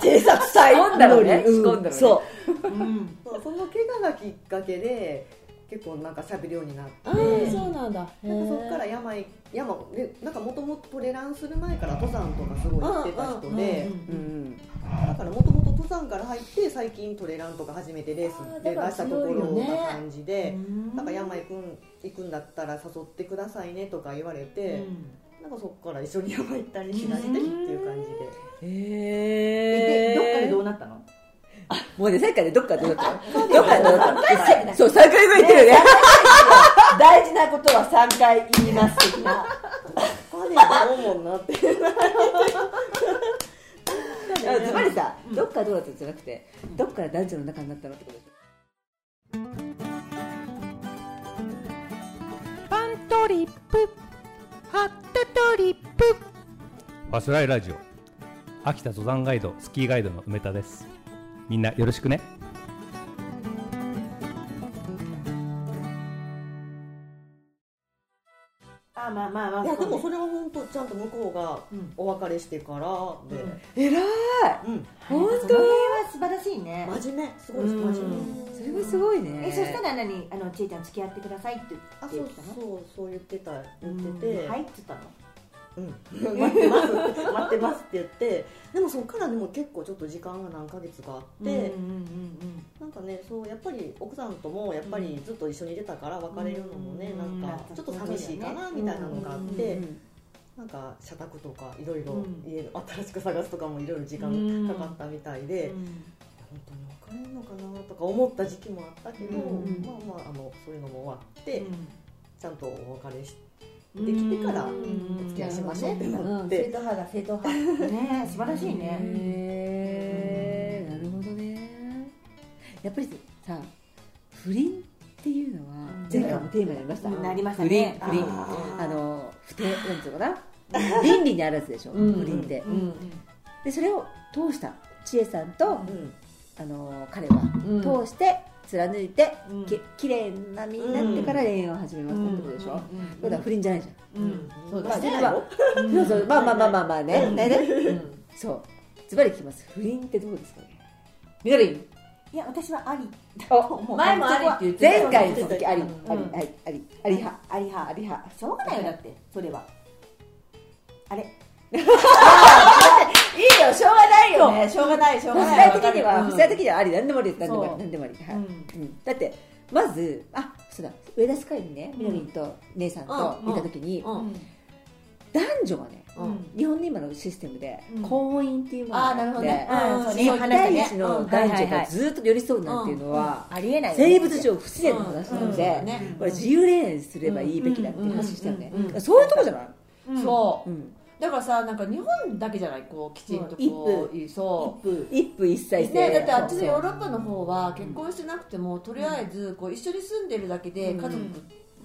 Speaker 3: 偵察隊
Speaker 1: 仕込んだのね
Speaker 3: みのり
Speaker 1: 仕込んだのね
Speaker 3: そ
Speaker 2: う
Speaker 3: う
Speaker 2: ん
Speaker 4: そうその怪我がきっかけで結構なんか喋るようになって。
Speaker 3: あーそうなんだ
Speaker 4: なんかそこから
Speaker 3: へ
Speaker 4: ら山へ山でなんかもともとトレランする前から登山とかすごい行ってた人で
Speaker 1: うん
Speaker 4: だからもともと登山から入って最近トレランとか初めてレースで出したところな感じで、なんか山行くん行くんだったら誘ってくださいねとか言われて、なんかそこから一緒に山行ったりしだしてっていう感じで、
Speaker 2: で
Speaker 3: え
Speaker 2: どっかでどうなったの
Speaker 1: もうねさっきからねどっかでどうだったのどっかでどうだったのそう3回ぐらい言ってるよね
Speaker 3: 大事なことは3回言います的な
Speaker 4: 彼が思うもん [laughs] なって
Speaker 1: あつまりさ、どっからどうだったんじゃなくて、どっから男女の仲になったのってことです
Speaker 6: パントリップハットトリップ
Speaker 7: ファスライラジオ秋田登山ガイドスキーガイドの梅田ですみんなよろしくね
Speaker 2: あまあまあまあ
Speaker 4: いやでもそれは本当ちゃんと向こうが、
Speaker 2: うん
Speaker 4: おお別れしてからで、
Speaker 1: えらい
Speaker 4: うん、
Speaker 1: 本
Speaker 2: その辺
Speaker 1: 当
Speaker 2: は素晴らしいね
Speaker 4: 真面目すごい真面目
Speaker 1: それはすごいね
Speaker 2: えそしたら何あのちえちゃん付き合ってくださいって言
Speaker 4: あ
Speaker 2: っ
Speaker 4: そ
Speaker 2: て
Speaker 4: う
Speaker 2: たの
Speaker 4: そうそう言ってた言って
Speaker 2: うん
Speaker 4: て、
Speaker 2: はいって言ったの
Speaker 4: うん、待ってます待ってますって言ってでもそこからでも結構ちょっと時間が何ヶ月かあって、
Speaker 2: うんうんうん
Speaker 4: なんかねそうやっぱり奥さんともやっぱりずっと一緒にいてたから別れるのもね、
Speaker 2: うん
Speaker 4: なんかちょっと寂しいかな
Speaker 2: うん
Speaker 4: みたいなのがあって、
Speaker 2: うん
Speaker 4: なんか社宅とかいろいろ
Speaker 2: うん
Speaker 4: 家の新しく探すとかもいろいろ時
Speaker 2: うん
Speaker 4: 間かかったみたいで、
Speaker 2: うん
Speaker 4: 本当に別れるのかなとか思った時期もあったけど、
Speaker 2: うん
Speaker 4: まあまああのそういうのも終わって、ちゃんとお別れし
Speaker 2: うん
Speaker 4: できてから
Speaker 2: うん
Speaker 4: お付き合いしましょうってな
Speaker 3: う
Speaker 4: っ
Speaker 3: ん、
Speaker 4: て。
Speaker 3: 正統派だ正統派
Speaker 2: ねえ素晴らしいね
Speaker 1: へえなるほどねやっぱりさ不倫っていうのは前回もテーマになりました
Speaker 2: なりました
Speaker 1: 不倫
Speaker 2: ね
Speaker 1: 不倫
Speaker 4: あー
Speaker 1: あの不定なんていうのかな倫理にあるやつでしょ
Speaker 3: うん
Speaker 1: 不倫って
Speaker 2: うんうん
Speaker 1: でそれを通した千恵さんと
Speaker 4: うん
Speaker 1: あの彼は
Speaker 3: うん
Speaker 1: 通して貫いて
Speaker 2: うん
Speaker 1: き綺麗な身になってから恋愛を始めましたってことでしょだから不倫じゃないじ
Speaker 2: うんうん
Speaker 3: そう
Speaker 4: ま
Speaker 3: だ
Speaker 4: あ
Speaker 3: ね
Speaker 4: してないよ
Speaker 1: ゃんそうそうまあまあまあまあまあねねね
Speaker 3: うん
Speaker 1: そうズバリ聞きます不倫ってどうですかねみのりん
Speaker 2: いや私はあり [laughs]
Speaker 3: 前もありって言ってた
Speaker 1: 前回の続きあり
Speaker 3: うん
Speaker 1: ありありありあり派
Speaker 2: あり派あり派しょうがないよだってそれはあれ
Speaker 1: いいよしょうがないよね
Speaker 3: しょうがないしょう
Speaker 1: 不
Speaker 3: がない
Speaker 1: 世的には
Speaker 3: うん
Speaker 1: 不世的にはあり何でもありです何でもあ
Speaker 2: そう
Speaker 1: り何でもありはい
Speaker 2: うん
Speaker 1: うんだってまずあそうだ上田スカイにねみのりんと姉さんと
Speaker 3: うん
Speaker 1: いた時に
Speaker 3: うん
Speaker 1: 男女がね
Speaker 2: うん
Speaker 1: 日本の今のシステムで
Speaker 2: うん
Speaker 1: 婚姻っていうものが
Speaker 2: あーなる
Speaker 1: あ
Speaker 2: ほ
Speaker 1: っ
Speaker 2: ど
Speaker 1: て
Speaker 2: ね
Speaker 3: うん
Speaker 2: うんそうね
Speaker 1: 一対
Speaker 2: 話し
Speaker 1: 一
Speaker 2: たね
Speaker 1: の
Speaker 2: うん
Speaker 1: 男
Speaker 2: はいはい
Speaker 1: 女
Speaker 2: は
Speaker 1: が
Speaker 2: い
Speaker 1: ずっと寄り添うなんていうのは
Speaker 2: ありえないよね
Speaker 1: 生物上不自然な話なの
Speaker 3: う
Speaker 1: で
Speaker 3: んね
Speaker 1: これ自由恋愛すればいいべきだっていう話したよね
Speaker 3: うんうんうんうん
Speaker 1: そういうとこじゃない
Speaker 2: うん
Speaker 3: そう
Speaker 1: うん
Speaker 3: だからさなんか日本だけじゃないこうきちんとこうそう
Speaker 1: 一夫一妻制
Speaker 3: ね、だってあっちのヨーロッパの方は結婚してなくても、とりあえずこう一緒に住んでるだけで家族っ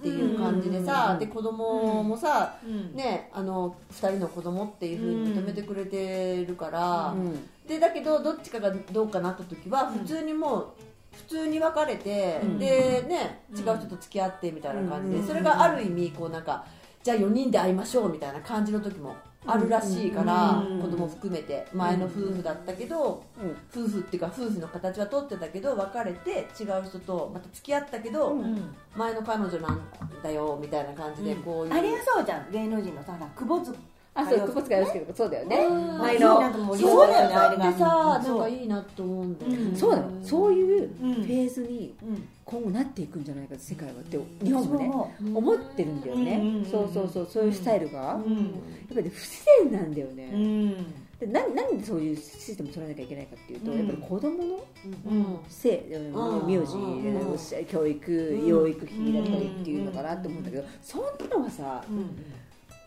Speaker 3: ていう感じでさ、
Speaker 1: うん
Speaker 3: で子供もさ、
Speaker 2: うん
Speaker 3: ね、あの2人の子供っていうふうに認めてくれてるから、
Speaker 1: うん
Speaker 3: でだけどどっちかがどうかなった時は普通にもう。普通に別れて、
Speaker 1: うん
Speaker 3: でね違う人と付き合ってみたいな感じで、
Speaker 1: うん
Speaker 3: それがある意味こうなんかじゃあ4人で会いましょうみたいな感じの時もあるらしいから、
Speaker 1: うん
Speaker 3: 子供含めて前の夫婦だったけど、
Speaker 1: うん
Speaker 3: 夫婦っていうか夫婦の形は取ってたけど別れて違う人とまた付き合ったけど、
Speaker 2: うん
Speaker 3: 前の彼女なんだよみたいな感じでこういう、
Speaker 2: あれはそうじゃん芸能人のさほら久保塚
Speaker 1: あそう久保塚洋介とかそうだよね
Speaker 3: うん
Speaker 1: 前
Speaker 2: そう
Speaker 1: の
Speaker 2: なんかもう
Speaker 3: そうだよね
Speaker 2: あ
Speaker 3: あ
Speaker 2: れ
Speaker 3: れ
Speaker 2: が
Speaker 3: ってさな
Speaker 2: そうん
Speaker 3: かいいなと思うんだよね、
Speaker 2: うん
Speaker 1: そうだよそういうフ
Speaker 2: うん
Speaker 1: ェーズに
Speaker 2: うん
Speaker 1: 今後なっていくんじゃないか世界はって日本も
Speaker 2: そう
Speaker 1: ね
Speaker 2: 思
Speaker 3: うん
Speaker 1: 思ってるんだよ
Speaker 2: うんうんうんう
Speaker 1: ね
Speaker 2: ん
Speaker 1: そうそうそうそういうスタイルがやっ
Speaker 2: うう
Speaker 1: ぱ
Speaker 2: ん
Speaker 1: りね不自然なんだよ
Speaker 2: う
Speaker 1: ね
Speaker 2: ん
Speaker 1: で何何でそういうシステムを取らなきゃいけないかっていうと
Speaker 2: うん
Speaker 1: やっぱり子供の
Speaker 3: うん
Speaker 1: 性
Speaker 3: ん
Speaker 1: 名字
Speaker 3: うん
Speaker 1: 教育養育費だったりっていうのかなと思うんだけどそんなのはさ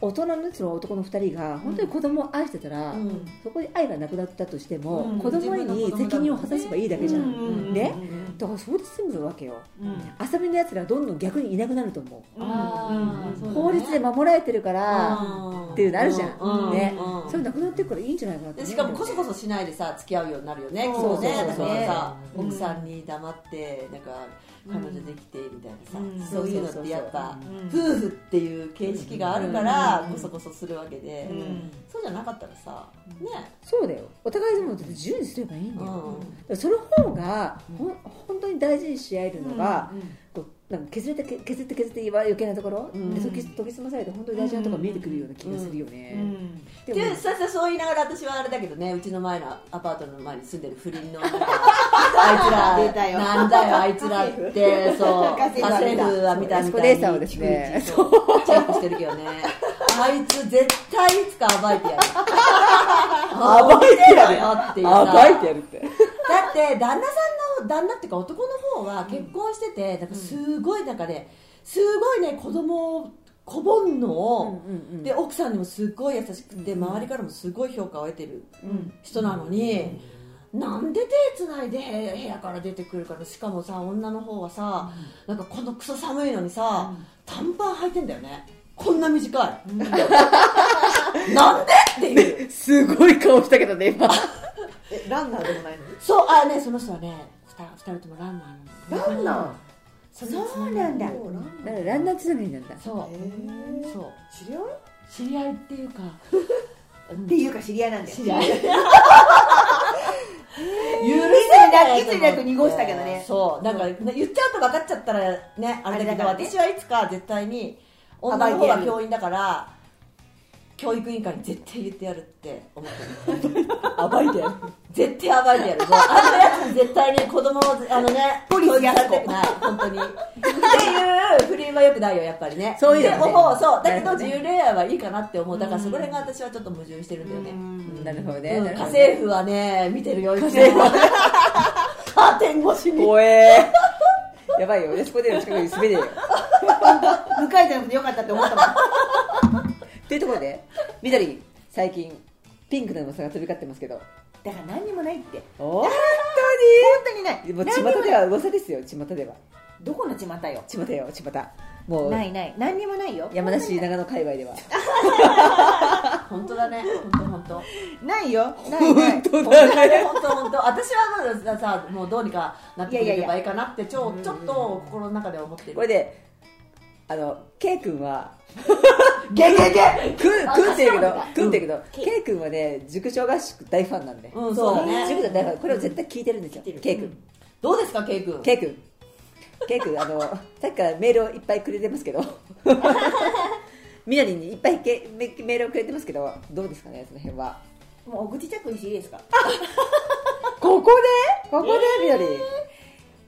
Speaker 1: 大人のその男の2人が本当に子供を愛してたら
Speaker 3: うん
Speaker 1: そこで愛がなくなったとしても、
Speaker 2: うん
Speaker 1: 子供に責任を果たせばいいだけじゃん、
Speaker 2: うんうんうん
Speaker 1: ねだからそうで済むわけよ
Speaker 2: うん
Speaker 1: 遊びのやつらどんどん逆にいなくなると思う、
Speaker 3: あーそうだね
Speaker 1: 法律で守られてるから、
Speaker 3: うん
Speaker 1: っていうのあるじゃん
Speaker 3: う
Speaker 1: ね
Speaker 3: うん
Speaker 1: それなくなってるからいいんじゃないかなって思
Speaker 3: で
Speaker 1: う
Speaker 3: し
Speaker 1: んだよ
Speaker 3: か
Speaker 1: ね
Speaker 3: もこそこそしないでさ付き合うようになるよね
Speaker 2: そう
Speaker 3: きっとね
Speaker 1: そうそうそう
Speaker 3: だからさ
Speaker 2: うん
Speaker 3: 奥さんに黙ってなんか彼女できてみたいなさ、
Speaker 2: うん
Speaker 3: そういうのってやっぱ
Speaker 2: うん
Speaker 3: 夫婦っていう形式があるからこそこそするわけで、
Speaker 2: ん
Speaker 3: そうじゃなかったらさね
Speaker 1: そうだよお互いでもだって自由にすればいいんだよ、だか
Speaker 3: う
Speaker 1: らその方がほん本当に大事にし合えるのが、こうなんか削れてけ削って削って余計なところ、
Speaker 3: うん
Speaker 1: で研ぎ研ぎ澄まされて本当に大事なところが見えてくるような気がするよね、
Speaker 2: うん
Speaker 1: で
Speaker 3: ん、で
Speaker 1: も
Speaker 3: ささそう言いながら私はあれだけどねうちの前のアパートの前に住んでる不倫のなんかあいつらなんだよあいつらってそう
Speaker 2: 家政婦
Speaker 3: 家政婦はみたいな
Speaker 1: そ
Speaker 3: み
Speaker 1: うこ
Speaker 3: た
Speaker 1: で
Speaker 3: い
Speaker 1: さを
Speaker 3: に
Speaker 1: ですね
Speaker 3: チェックしてるけどねあいつ絶対いつか暴いてやる暴いてやるよっていうさ
Speaker 1: 暴いてやるって
Speaker 3: だって旦那さんの旦那っていうか男の方は結婚してて、なんかすごいなんかねすごいね子供をこぼんのを、
Speaker 1: うんうんうん
Speaker 3: で奥さんにもすごい優しくて、周りからもすごい評価を得てる人なのに、なんで手つないで部屋から出てくるからしかもさ女の方はさ、なんかこのクソ寒いのにさ、短パン履いてんだよねこ [laughs] んな短い、なんでっていう
Speaker 1: すごい顔したけどね今
Speaker 4: えランナーでもないのに
Speaker 3: そうあねその人はね 2, 人ともランナーなんだ
Speaker 2: ランナ
Speaker 3: そうなんだ
Speaker 4: そうランナ
Speaker 1: だからランナーつながりなんだ
Speaker 3: そう
Speaker 4: ーへー
Speaker 3: そう
Speaker 4: 知り合い
Speaker 3: 知り合いっていうか
Speaker 2: っていうか知り合い
Speaker 3: [laughs]
Speaker 2: なんだよ。
Speaker 3: 知り合い
Speaker 2: 許せない。いつになく濁したけどね。
Speaker 3: そうなんか言っちゃうと分かっちゃったらねあれだけど
Speaker 2: あれだからね
Speaker 3: 私はいつか絶対に女の方が教員だから教育委員会に絶対言ってやるって思ってる暴いてやる絶対暴いてやるもうあのやつに絶対に子供をあのね
Speaker 2: [laughs] ポリスやっこ
Speaker 3: 教育されたくない本当にっていう不倫はよくないよやっぱりね
Speaker 2: そういうのね
Speaker 3: で思うそうだけど
Speaker 2: なるほど
Speaker 3: 自
Speaker 2: ね
Speaker 3: 由恋愛はいいかなって思うだからそこら辺が私はちょっと矛盾してるんだよね、
Speaker 1: なるほどね。
Speaker 3: うん
Speaker 1: なる
Speaker 3: 家
Speaker 1: ほどね
Speaker 3: 政婦はね見てるよ家政婦はカーテン越しに
Speaker 1: 怖えー。やばいよ。私ここでの近くに滑れよ。
Speaker 2: 向かいじゃなくてよかったって思ったもん。
Speaker 1: というところで、緑、最近、ピンクの噂が飛び交ってますけど。
Speaker 2: だから何にもないって。
Speaker 1: 本
Speaker 2: 本当にない。
Speaker 1: 当にもう
Speaker 2: 何にも
Speaker 1: 巷
Speaker 2: ない
Speaker 1: では噂ですよ、巷では。
Speaker 2: どこの巷よ。
Speaker 1: 巷よ、巷。もう、
Speaker 2: ないない。何にもないよ。
Speaker 1: 山梨、長野界隈では。
Speaker 3: 本当だね本当本当
Speaker 2: ないよ。ないない。
Speaker 3: 本当だね本当本当私はまださもうどうにかなってくれればいいかなってちょちょっと心の中では思って
Speaker 1: こ
Speaker 3: る
Speaker 1: れで、あの、K 君は、ゲゲゲくん、くんって言うけど、くんって言うけど、K 君はね、塾小合宿大ファンなんで。
Speaker 3: うんそうだね
Speaker 1: 塾の大ファン。これを絶対聞いてるんですよ、K 君。
Speaker 3: どうですかケイ君
Speaker 1: K 君 K 君あのさっきからメールをいっぱいくれてますけどみなりにいっぱいけメメールをくれてますけどどうですかねその辺は
Speaker 2: もうお口チャックにしていいですか。
Speaker 1: ここでここでみなり、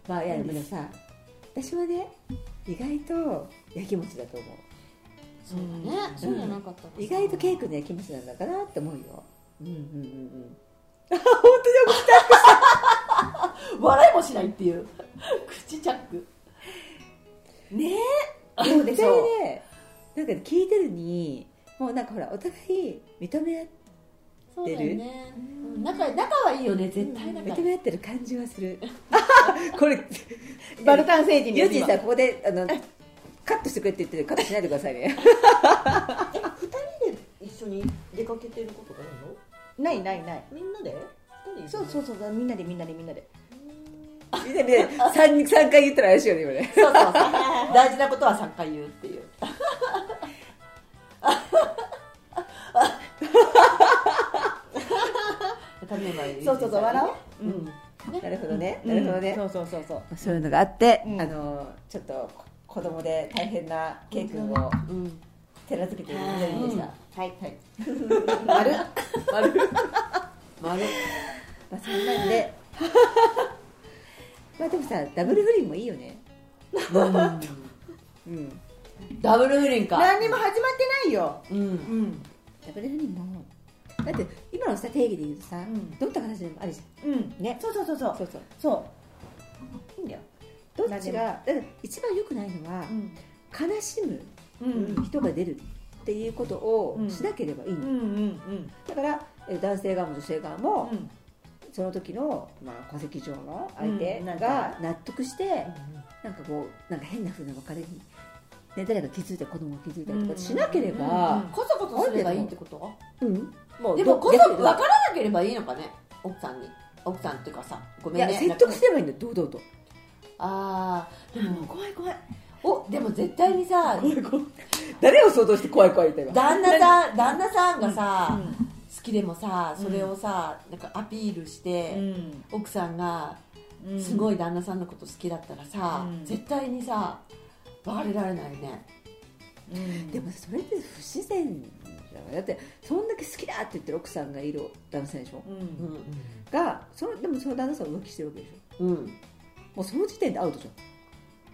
Speaker 1: まあいやでもさ私はね意外とやきもちだと思
Speaker 3: そうだねそうじゃなかった
Speaker 1: う意外と K 君のやきもちなんだかなって思うようんうんうんうんあ本当によく来た
Speaker 3: 笑いもしないっていう口チャック
Speaker 2: ねえ。どうで
Speaker 1: 絶
Speaker 2: し
Speaker 1: 対
Speaker 2: ょう。
Speaker 1: ねなんか聞いてるにもうなんかほらお互い認め合って
Speaker 3: そうだよねうん仲仲はいいよね絶対仲
Speaker 1: 認
Speaker 3: いい
Speaker 1: め合ってる感じはす [laughs] るこれ
Speaker 2: バルタン星人
Speaker 1: ユ
Speaker 2: で
Speaker 1: ー
Speaker 2: す
Speaker 1: ジン
Speaker 2: 今
Speaker 1: さんここであのカットしてくれって言ってるカットしないでください [laughs] ね
Speaker 4: え二人で一緒に出かけてることがないの
Speaker 2: ないないない。
Speaker 4: みんなで二人
Speaker 2: そうそうそう。みんなでみんなでみんなで。
Speaker 1: みんなみんな三三回言ったら怪しいよね今ね
Speaker 3: そうそうそう大事なことは3回言うっていう
Speaker 2: そうそうそう。笑おう。
Speaker 1: なるほどね
Speaker 2: う
Speaker 1: なるほどね、
Speaker 2: そうそうそうそう。
Speaker 1: そういうのがあって、
Speaker 2: うん
Speaker 1: あのちょっと子供で大変なケイ君を
Speaker 3: う、うん、
Speaker 1: 手なずけているみなりでした、
Speaker 2: はいはい。丸。
Speaker 3: 丸
Speaker 1: まあそんなんで [laughs] まあでもさダブル不倫もいいよねうん
Speaker 3: ダブル不倫か、
Speaker 2: 何にも始まってないよ。
Speaker 3: うん、
Speaker 2: うん。
Speaker 1: ダブル不倫もだって今のさ定義で言うとさ、
Speaker 2: ん
Speaker 1: どんな形でもあるじゃ
Speaker 2: うん。
Speaker 1: んね
Speaker 2: そうそうそうそう
Speaker 1: そうそう
Speaker 2: そういいんだよ
Speaker 1: どっちがだから一番良くないのは、
Speaker 2: ん
Speaker 1: 悲しむ
Speaker 2: うん
Speaker 1: 人が出るっていうことを
Speaker 2: うん
Speaker 1: しなければいいの、
Speaker 2: うんうん
Speaker 1: だからえー男性側も女性側も、
Speaker 2: うん
Speaker 1: その時の、まあ、戸籍上の相手
Speaker 2: うんなん
Speaker 1: が
Speaker 2: か
Speaker 1: 納得して、なんかこうなんか変な風な別れに、ね、誰か気づいたり子供が気づいたりとかしなければ、
Speaker 3: コソコソすればいいってこと
Speaker 1: うんも
Speaker 3: でも
Speaker 1: ど
Speaker 3: コソ
Speaker 1: 逆
Speaker 3: 分
Speaker 1: に
Speaker 3: からなければいいのかね奥さんに奥さんっていうかさご
Speaker 1: い
Speaker 3: めん
Speaker 1: や
Speaker 3: ね
Speaker 1: 説得すればいいんだよ堂々と
Speaker 3: ああでも怖い怖いおでも絶対にさ
Speaker 1: [laughs] 誰を想像して怖い怖い言った今
Speaker 3: 旦那さん旦那さんがさ、好きでもさそれをさ、なんかアピールして、
Speaker 2: うん
Speaker 3: 奥さんが
Speaker 2: うん
Speaker 3: すごい旦那さんのこと好きだったらさ、
Speaker 2: うん
Speaker 3: 絶対にさ別れられないね
Speaker 2: うん
Speaker 1: でもそれって不自然じゃないだってそんだけ好きだって言ってる奥さんがいる男性でしょ
Speaker 2: うん
Speaker 1: がそのでもその旦那さんは浮気してるわけでしょ
Speaker 3: うん、うん
Speaker 1: もうその時点でアウトじゃん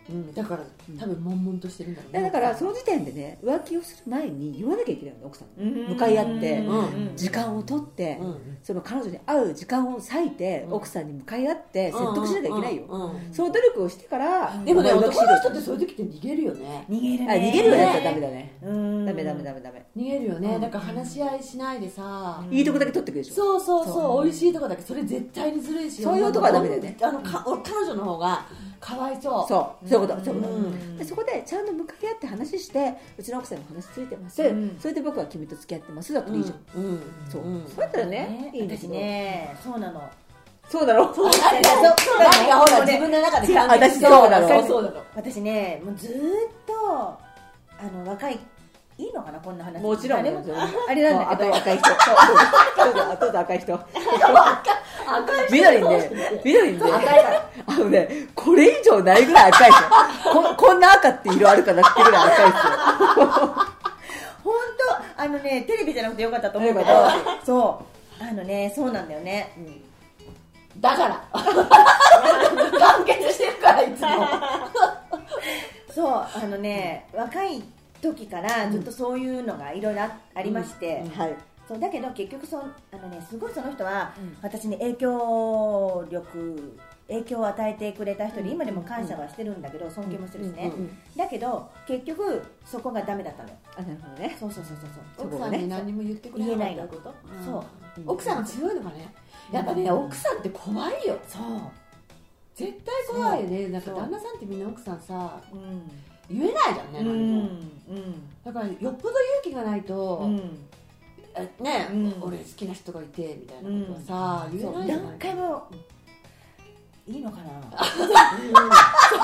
Speaker 3: うん、だから多分悶々としてるんだろう
Speaker 1: いや
Speaker 3: ね
Speaker 1: だからその時点でね浮気をする前に言わなきゃいけないの奥さんに
Speaker 2: うん
Speaker 1: 向かい合って
Speaker 3: うん
Speaker 1: 時間を取って、
Speaker 3: うん
Speaker 1: その彼女に会う時間を割いて、
Speaker 3: うん
Speaker 1: 奥さんに向かい合って説得しなきゃいけないよ、
Speaker 3: うんうん
Speaker 1: その努力をしてから、
Speaker 3: でもね
Speaker 1: お前浮気
Speaker 3: 男の人って
Speaker 1: し
Speaker 3: そういう時って逃げるよね
Speaker 2: 逃げる
Speaker 1: ろあ逃げるようになっちゃ
Speaker 2: ね
Speaker 1: ダメだね、
Speaker 2: うん
Speaker 1: ダメダメダメダメ、
Speaker 3: 逃げるよねだから話し合いしないでさ、
Speaker 1: いいとこだけ取ってくるでしょ
Speaker 3: そうそうそう美味しいとこだけそれ絶対にずるいし
Speaker 1: そういう男はダメだよね
Speaker 3: あのか彼女の方がかわいそう
Speaker 1: そうそういうことそういうこと、
Speaker 3: うん
Speaker 1: でそこでちゃんと向かい合って話してうちの奥さんも話ついてます、
Speaker 2: うん
Speaker 1: それで僕は君と付き合ってますだったらいいじゃん、
Speaker 3: うん、うん
Speaker 1: そう、
Speaker 3: うん
Speaker 1: そうだったらねいいんだけ
Speaker 2: 私
Speaker 1: ど
Speaker 2: ねそうなの
Speaker 1: そうだろう
Speaker 3: あれだよそうだねほら自分の中で完結
Speaker 1: 私そうだろ
Speaker 3: そうそうだろ
Speaker 2: 私ねもうずーっとあの若いいいのかなこんな話
Speaker 1: もちろん
Speaker 2: 誰
Speaker 1: も
Speaker 2: も
Speaker 1: ちろん
Speaker 8: あれなんだ
Speaker 1: [laughs] あ
Speaker 8: けど
Speaker 1: と赤い人そうそう後で赤い人みどりんねみどりんねあのねこれ以上ないぐらい赤いですよここんな赤って色あるかなってぐらい赤いですよ
Speaker 2: 本当あのねテレビじゃなくてよかったと思うけど
Speaker 1: よか
Speaker 2: そうあのねそうなんだよね、
Speaker 3: だから完結してるからいつも
Speaker 2: そうあのね、若い時からずっとそういうのがいろいろあありまして、
Speaker 1: はい
Speaker 2: そうだけど結局そのあの、ね、すごいその人は私に影響力影響を与えてくれた人に今でも感謝はしてるんだけど尊敬もしてるしね、だけど結局そこがダメだったのよ
Speaker 1: あなるほどね
Speaker 2: そうそうそうそうそう
Speaker 1: そこ
Speaker 3: 奥
Speaker 1: が
Speaker 3: さん
Speaker 1: ね
Speaker 3: に何も言ってくれないってこと
Speaker 2: えないの
Speaker 3: ん
Speaker 1: そう
Speaker 3: 奥さんが強いのがねやっぱね奥さんって怖いよ
Speaker 2: そう
Speaker 3: 絶対怖いよねなんか
Speaker 2: そう
Speaker 3: 旦那さんってみんな奥さんさ
Speaker 2: うん
Speaker 3: 言えないじゃんね
Speaker 2: うんう
Speaker 3: 何も
Speaker 2: ん
Speaker 3: だからよっぽど勇気がないと、
Speaker 2: うん
Speaker 3: えね、
Speaker 2: うん
Speaker 3: 俺好きな人がいてみたいなことはさ、言えないじゃな
Speaker 2: 何
Speaker 3: い
Speaker 2: 回もいいのかな
Speaker 3: 自分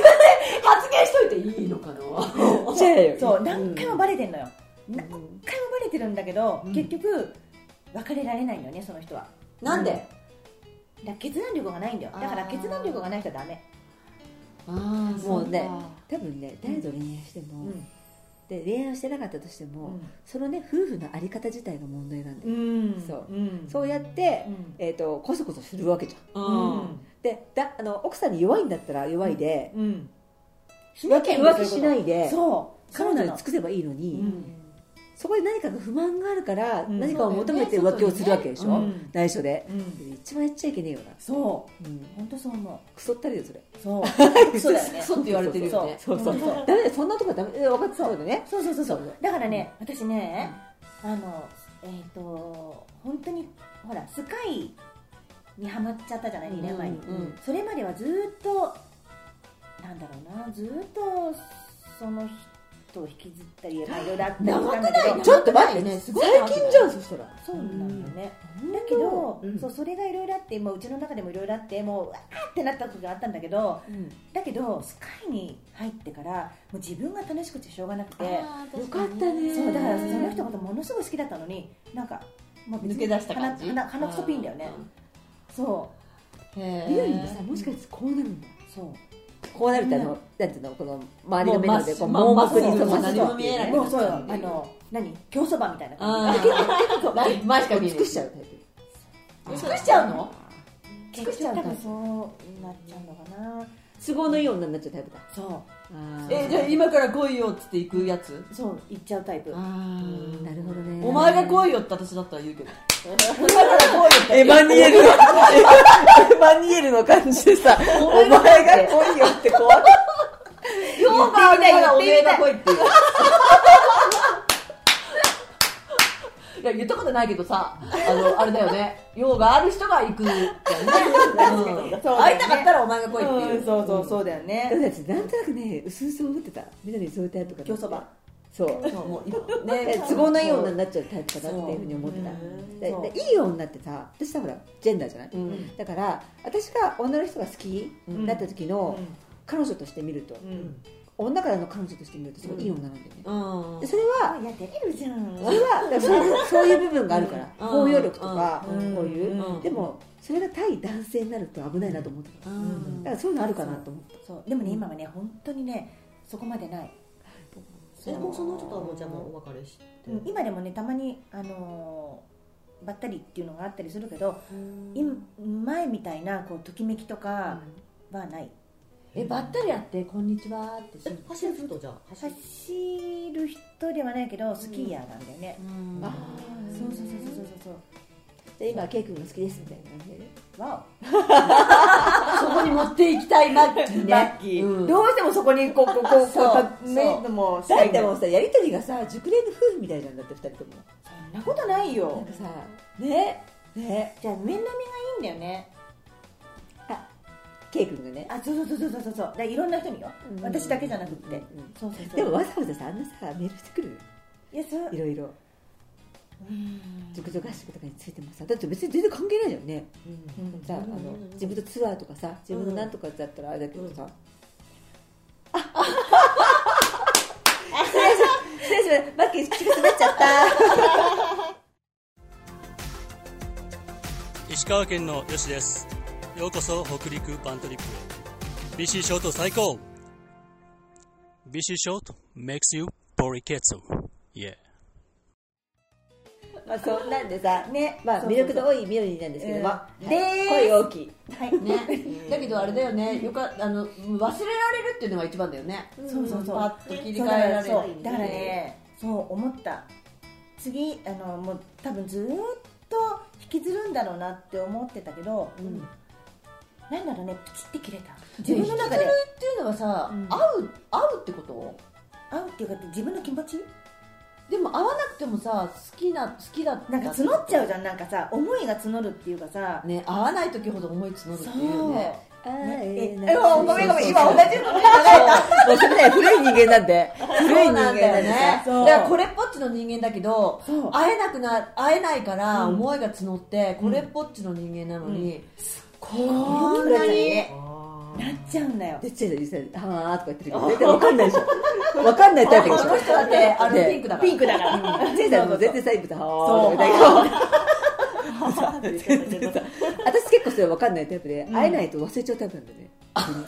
Speaker 3: で発言しといていいのかな
Speaker 1: じゃあよ
Speaker 2: そう何回もバレてんのよ、何回もバレてるんだけど、結局別れられないんだよねその人は
Speaker 3: なんで、
Speaker 2: だから決断力がないんだよだから
Speaker 3: あー
Speaker 2: 決断力がない人はダメ
Speaker 3: ああ
Speaker 1: もうね
Speaker 3: そ
Speaker 1: 多
Speaker 3: か
Speaker 1: 分ね誰と恋愛しても、
Speaker 2: うん
Speaker 1: で恋愛してなかったとしても、そのね夫婦のあり方自体が問題なんで、
Speaker 2: うん
Speaker 1: そう
Speaker 2: うん
Speaker 1: そうやって、
Speaker 2: うん
Speaker 1: えー、とこそこそするわけじゃん
Speaker 3: う
Speaker 2: うんん
Speaker 1: でだあの奥さんに弱いんだったら弱いで、
Speaker 2: うん
Speaker 1: 浮気浮気しないいで
Speaker 2: そう
Speaker 1: 彼
Speaker 2: そうな
Speaker 1: 女に
Speaker 2: の
Speaker 1: 尽くせばいいのに、
Speaker 2: うん
Speaker 1: そこで何かが不満があるから、
Speaker 2: うん
Speaker 1: 何かを求めて浮気をするわけでしょ、
Speaker 2: そうだよねうん
Speaker 1: 内緒で、
Speaker 2: うん
Speaker 1: 一番やっちゃいけねえよな、
Speaker 2: そう
Speaker 1: うん、
Speaker 2: 本当そう思
Speaker 1: クソったりだよそれ
Speaker 2: うそうそうだよね
Speaker 3: そうって言われてるよね
Speaker 1: そうそう
Speaker 2: 本当そう
Speaker 1: ダメだよそんなとこはダメえ分かってそうだよね
Speaker 2: そうそうそうそうだからね私ねあのえっ、と本当にほらスカイにハマっちゃったじゃない2年前に、
Speaker 1: うんうんうん
Speaker 2: それまではずーっとなんだろうなずーっとその人を引きずっ
Speaker 1: [gasps]
Speaker 2: たりいろいろあったりし
Speaker 3: 長
Speaker 2: た
Speaker 3: く
Speaker 2: んだ
Speaker 3: ない
Speaker 2: け
Speaker 3: 長
Speaker 2: ど
Speaker 3: く
Speaker 1: ちょっと待って
Speaker 3: ねすごい
Speaker 1: 最近じゃんそしたら
Speaker 2: そうなんだよね、だけど、
Speaker 1: うん
Speaker 2: そうそれがいろいろあってもううちの中でもいろいろあってもううわーってなった時があったんだけど、
Speaker 1: ん
Speaker 2: だけどスカイに入ってからもう自分が楽しくてしょうがなくて。
Speaker 3: あー
Speaker 1: よかったね
Speaker 2: そうだからその人のことものすごい好きだったのになんか、まあ別に
Speaker 3: 抜け出した感じ
Speaker 2: 鼻鼻鼻くそピンだよねそ
Speaker 3: へ
Speaker 1: みどりもさもしかしてこうなるんだ
Speaker 2: うそう
Speaker 1: こうなるってあの、
Speaker 2: う
Speaker 1: なんていうのこの周りの目のでこう
Speaker 3: も
Speaker 1: 盲
Speaker 3: うまっ
Speaker 1: 目に
Speaker 3: すぐ
Speaker 1: そう
Speaker 3: もう
Speaker 1: まっす
Speaker 3: 何
Speaker 1: ぐ
Speaker 3: も見えない
Speaker 2: もうそうよ
Speaker 3: うん
Speaker 2: あの何競争場みたいな感
Speaker 3: あー
Speaker 2: じ結構
Speaker 3: ない前しか見え
Speaker 1: 尽
Speaker 3: ない
Speaker 1: くしちゃうタイプ
Speaker 3: 尽くしちゃうの
Speaker 2: 結
Speaker 3: 作っちゃう
Speaker 2: 局
Speaker 3: か
Speaker 2: 多分そうなっちゃうのかな
Speaker 1: 都合のいい女になっちゃうタイプだ
Speaker 2: そ
Speaker 3: えじゃあ今から来いよっつって行くやつ
Speaker 2: うそう言っちゃうタイプ
Speaker 3: あ
Speaker 1: なるほどね
Speaker 3: お前が来いよって私だったら言う [laughs] けど今から来いよって
Speaker 1: エマニュエルエマニュエルの感じでさお前が来いよって怖く
Speaker 3: 今から来いよお前が来いっていういや言ったことないけどさあのあれだよね用がある人が行くじゃんね、うん
Speaker 2: そうだよね
Speaker 3: 会いたかったらお前が来いっていう、
Speaker 2: うんそうそうそうだよね
Speaker 1: だってなんとなくねうすうす思ってたみたいにそういうタイプかな
Speaker 2: 競争場
Speaker 1: そう
Speaker 3: [laughs] そうもう今
Speaker 1: ね都合のいい女になっちゃうタイプかなっていうふうに思ってたで
Speaker 2: そう
Speaker 1: でいい女ってさ私さほらジェンダーじゃない、
Speaker 3: うん
Speaker 1: だから私が女の人が好きになった時の彼女として見ると、
Speaker 2: うん
Speaker 1: 女からの彼女として見るとすごいいい女なんだよね、
Speaker 3: うん
Speaker 1: でそれは
Speaker 2: あやってみるじゃん
Speaker 1: それはだからそういうそういう部分があるから
Speaker 3: うん
Speaker 1: 包容力とかこう
Speaker 2: うん
Speaker 1: いう
Speaker 3: うん
Speaker 1: でもそれが対男性になると危ないなと思ってた
Speaker 3: う
Speaker 1: だ
Speaker 3: ん
Speaker 1: からそういうのあるかなと思って
Speaker 2: そうでもね今はね本当にねそこまでない
Speaker 4: えもうその人とはもうじゃあもうお別れして、
Speaker 2: うん今でもねたまにあのーばったりっていうのがあったりするけど今前みたいなこうときめきとかはない、
Speaker 3: えばったりやって「こんにちは」ってす
Speaker 4: え
Speaker 3: る
Speaker 4: 走る人じゃあ走る
Speaker 2: 走る人ではないけどスキーヤーなんだよね、
Speaker 3: うん
Speaker 2: そうそうそうそうそう
Speaker 1: で今ケイ君が好きですみたいな感じで
Speaker 2: そうわ
Speaker 3: そこに持っていきたいマッキーね
Speaker 2: マッキー
Speaker 3: うん
Speaker 2: おどうしてもそこにこうこうこうこう
Speaker 3: そう
Speaker 2: こうねでもした
Speaker 1: だ
Speaker 2: い
Speaker 1: っ
Speaker 2: ん
Speaker 1: て
Speaker 2: だ
Speaker 1: もうさやりとりがさ熟練の夫婦みたいじゃんだって二人とも
Speaker 2: そんなことないよ
Speaker 1: なんかさねね
Speaker 2: じゃあ面並みがいいんだよね
Speaker 1: ケイ君がね
Speaker 2: あそうそうそうそうそうそうだからいろんな人によ、
Speaker 1: うん
Speaker 2: 私だけじゃなくって、
Speaker 1: うん
Speaker 2: そうそうそう
Speaker 1: でもわざわざさあんなさメールしてくる
Speaker 2: いやそう
Speaker 1: いろいろ熟女合宿とかについてもさだって別に全然関係ないじゃんね
Speaker 2: うん
Speaker 1: さあの自分のツアーとかさ自分のなんとかだったらあれだけどさ、あ
Speaker 3: け口が滑っちゃった。
Speaker 9: 石川県のよしですようこそ北陸パントリップへ BC ショート最高 BC ショート makes you ポリケッツ yeah
Speaker 1: まあそんなんでさ、
Speaker 2: ね
Speaker 1: まあ
Speaker 2: そうそうそう
Speaker 1: 魅力の多いみのりなんですけども、
Speaker 2: うん
Speaker 1: はい
Speaker 2: でーす
Speaker 1: 声大きい。
Speaker 3: ね、 [laughs] だけどあれだよね、よかあの忘れられるっていうのが一番だよね。
Speaker 2: そうそうそう
Speaker 3: パッと切り替えられ
Speaker 2: そ
Speaker 3: る
Speaker 2: うだからそうだからねそう思った次あのもう多分ずーっと引きずるんだろうなって思ってたけど、なんだろうねプチって切れた自分の中で
Speaker 3: 引きずるっていうのはさ、
Speaker 2: うん
Speaker 3: 合う合うってこと？
Speaker 2: 合うっていうか自分の気持ち
Speaker 3: でも合わなくてもさ、好きな好きだった
Speaker 2: なんか募っちゃうじゃんなんかさ思いが募るっていうかさ、
Speaker 3: ね、合わない時ほど思い募るっていうね。
Speaker 2: え
Speaker 1: え
Speaker 2: えごめんごめん今同じの
Speaker 1: もうそれね、古い人間なんで。古い
Speaker 3: そ
Speaker 1: 人間
Speaker 3: うな
Speaker 1: なんん
Speaker 3: だよ
Speaker 1: で
Speaker 3: ね
Speaker 1: ね。。
Speaker 2: そう
Speaker 3: だからこれっぽっちの人間だけど
Speaker 2: そう、
Speaker 3: 会えなくな会えないから
Speaker 2: うん
Speaker 3: 思いが募って、これっぽっちの人間なのに、
Speaker 2: こんなにねなっちゃうんだよ
Speaker 1: で、ちぇちぇちぇ、はーとか言ってるけど、絶対わかんないでしょ。わかんないタイプでしょ。
Speaker 3: この人だってあの
Speaker 1: で
Speaker 3: ピンクだから
Speaker 1: ピンクだから。ちぇちぇも絶対サイプだ、はーとか言ってるけど。私結構それわかんないタイプで、会えないと忘れちゃうタイプなんだよね。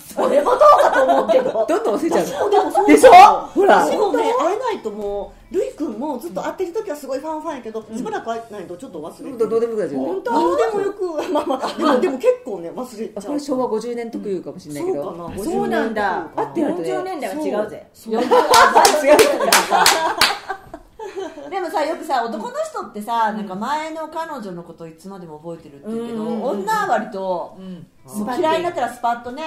Speaker 3: それもどうかと思うけど。
Speaker 1: どんどん忘れちゃう
Speaker 4: でもそう
Speaker 1: の。でしょほら。
Speaker 4: 私もね会えないともうるいくんもずっと会ってる時はすごいファンファンやけど、しばらく会えないとちょっと忘れて
Speaker 1: どうでもよくなっちゃう。
Speaker 4: 本当どうでもよくまあまあまあでも結構ね忘れ
Speaker 1: あ
Speaker 4: ちゃ
Speaker 1: こ
Speaker 4: う
Speaker 1: れ昭和50年特有かもしれない
Speaker 4: そ
Speaker 1: け
Speaker 4: うか
Speaker 1: ど。
Speaker 4: な50
Speaker 2: そうなんだ
Speaker 4: 年とか
Speaker 1: ってるとね
Speaker 2: 40年代は違うぜ
Speaker 4: そう
Speaker 3: でもさよくさ男の人ってさ、なんか前の彼女のことをいつまでも覚えてるって言うけど、女は割と、もう嫌いになったらスパッとね、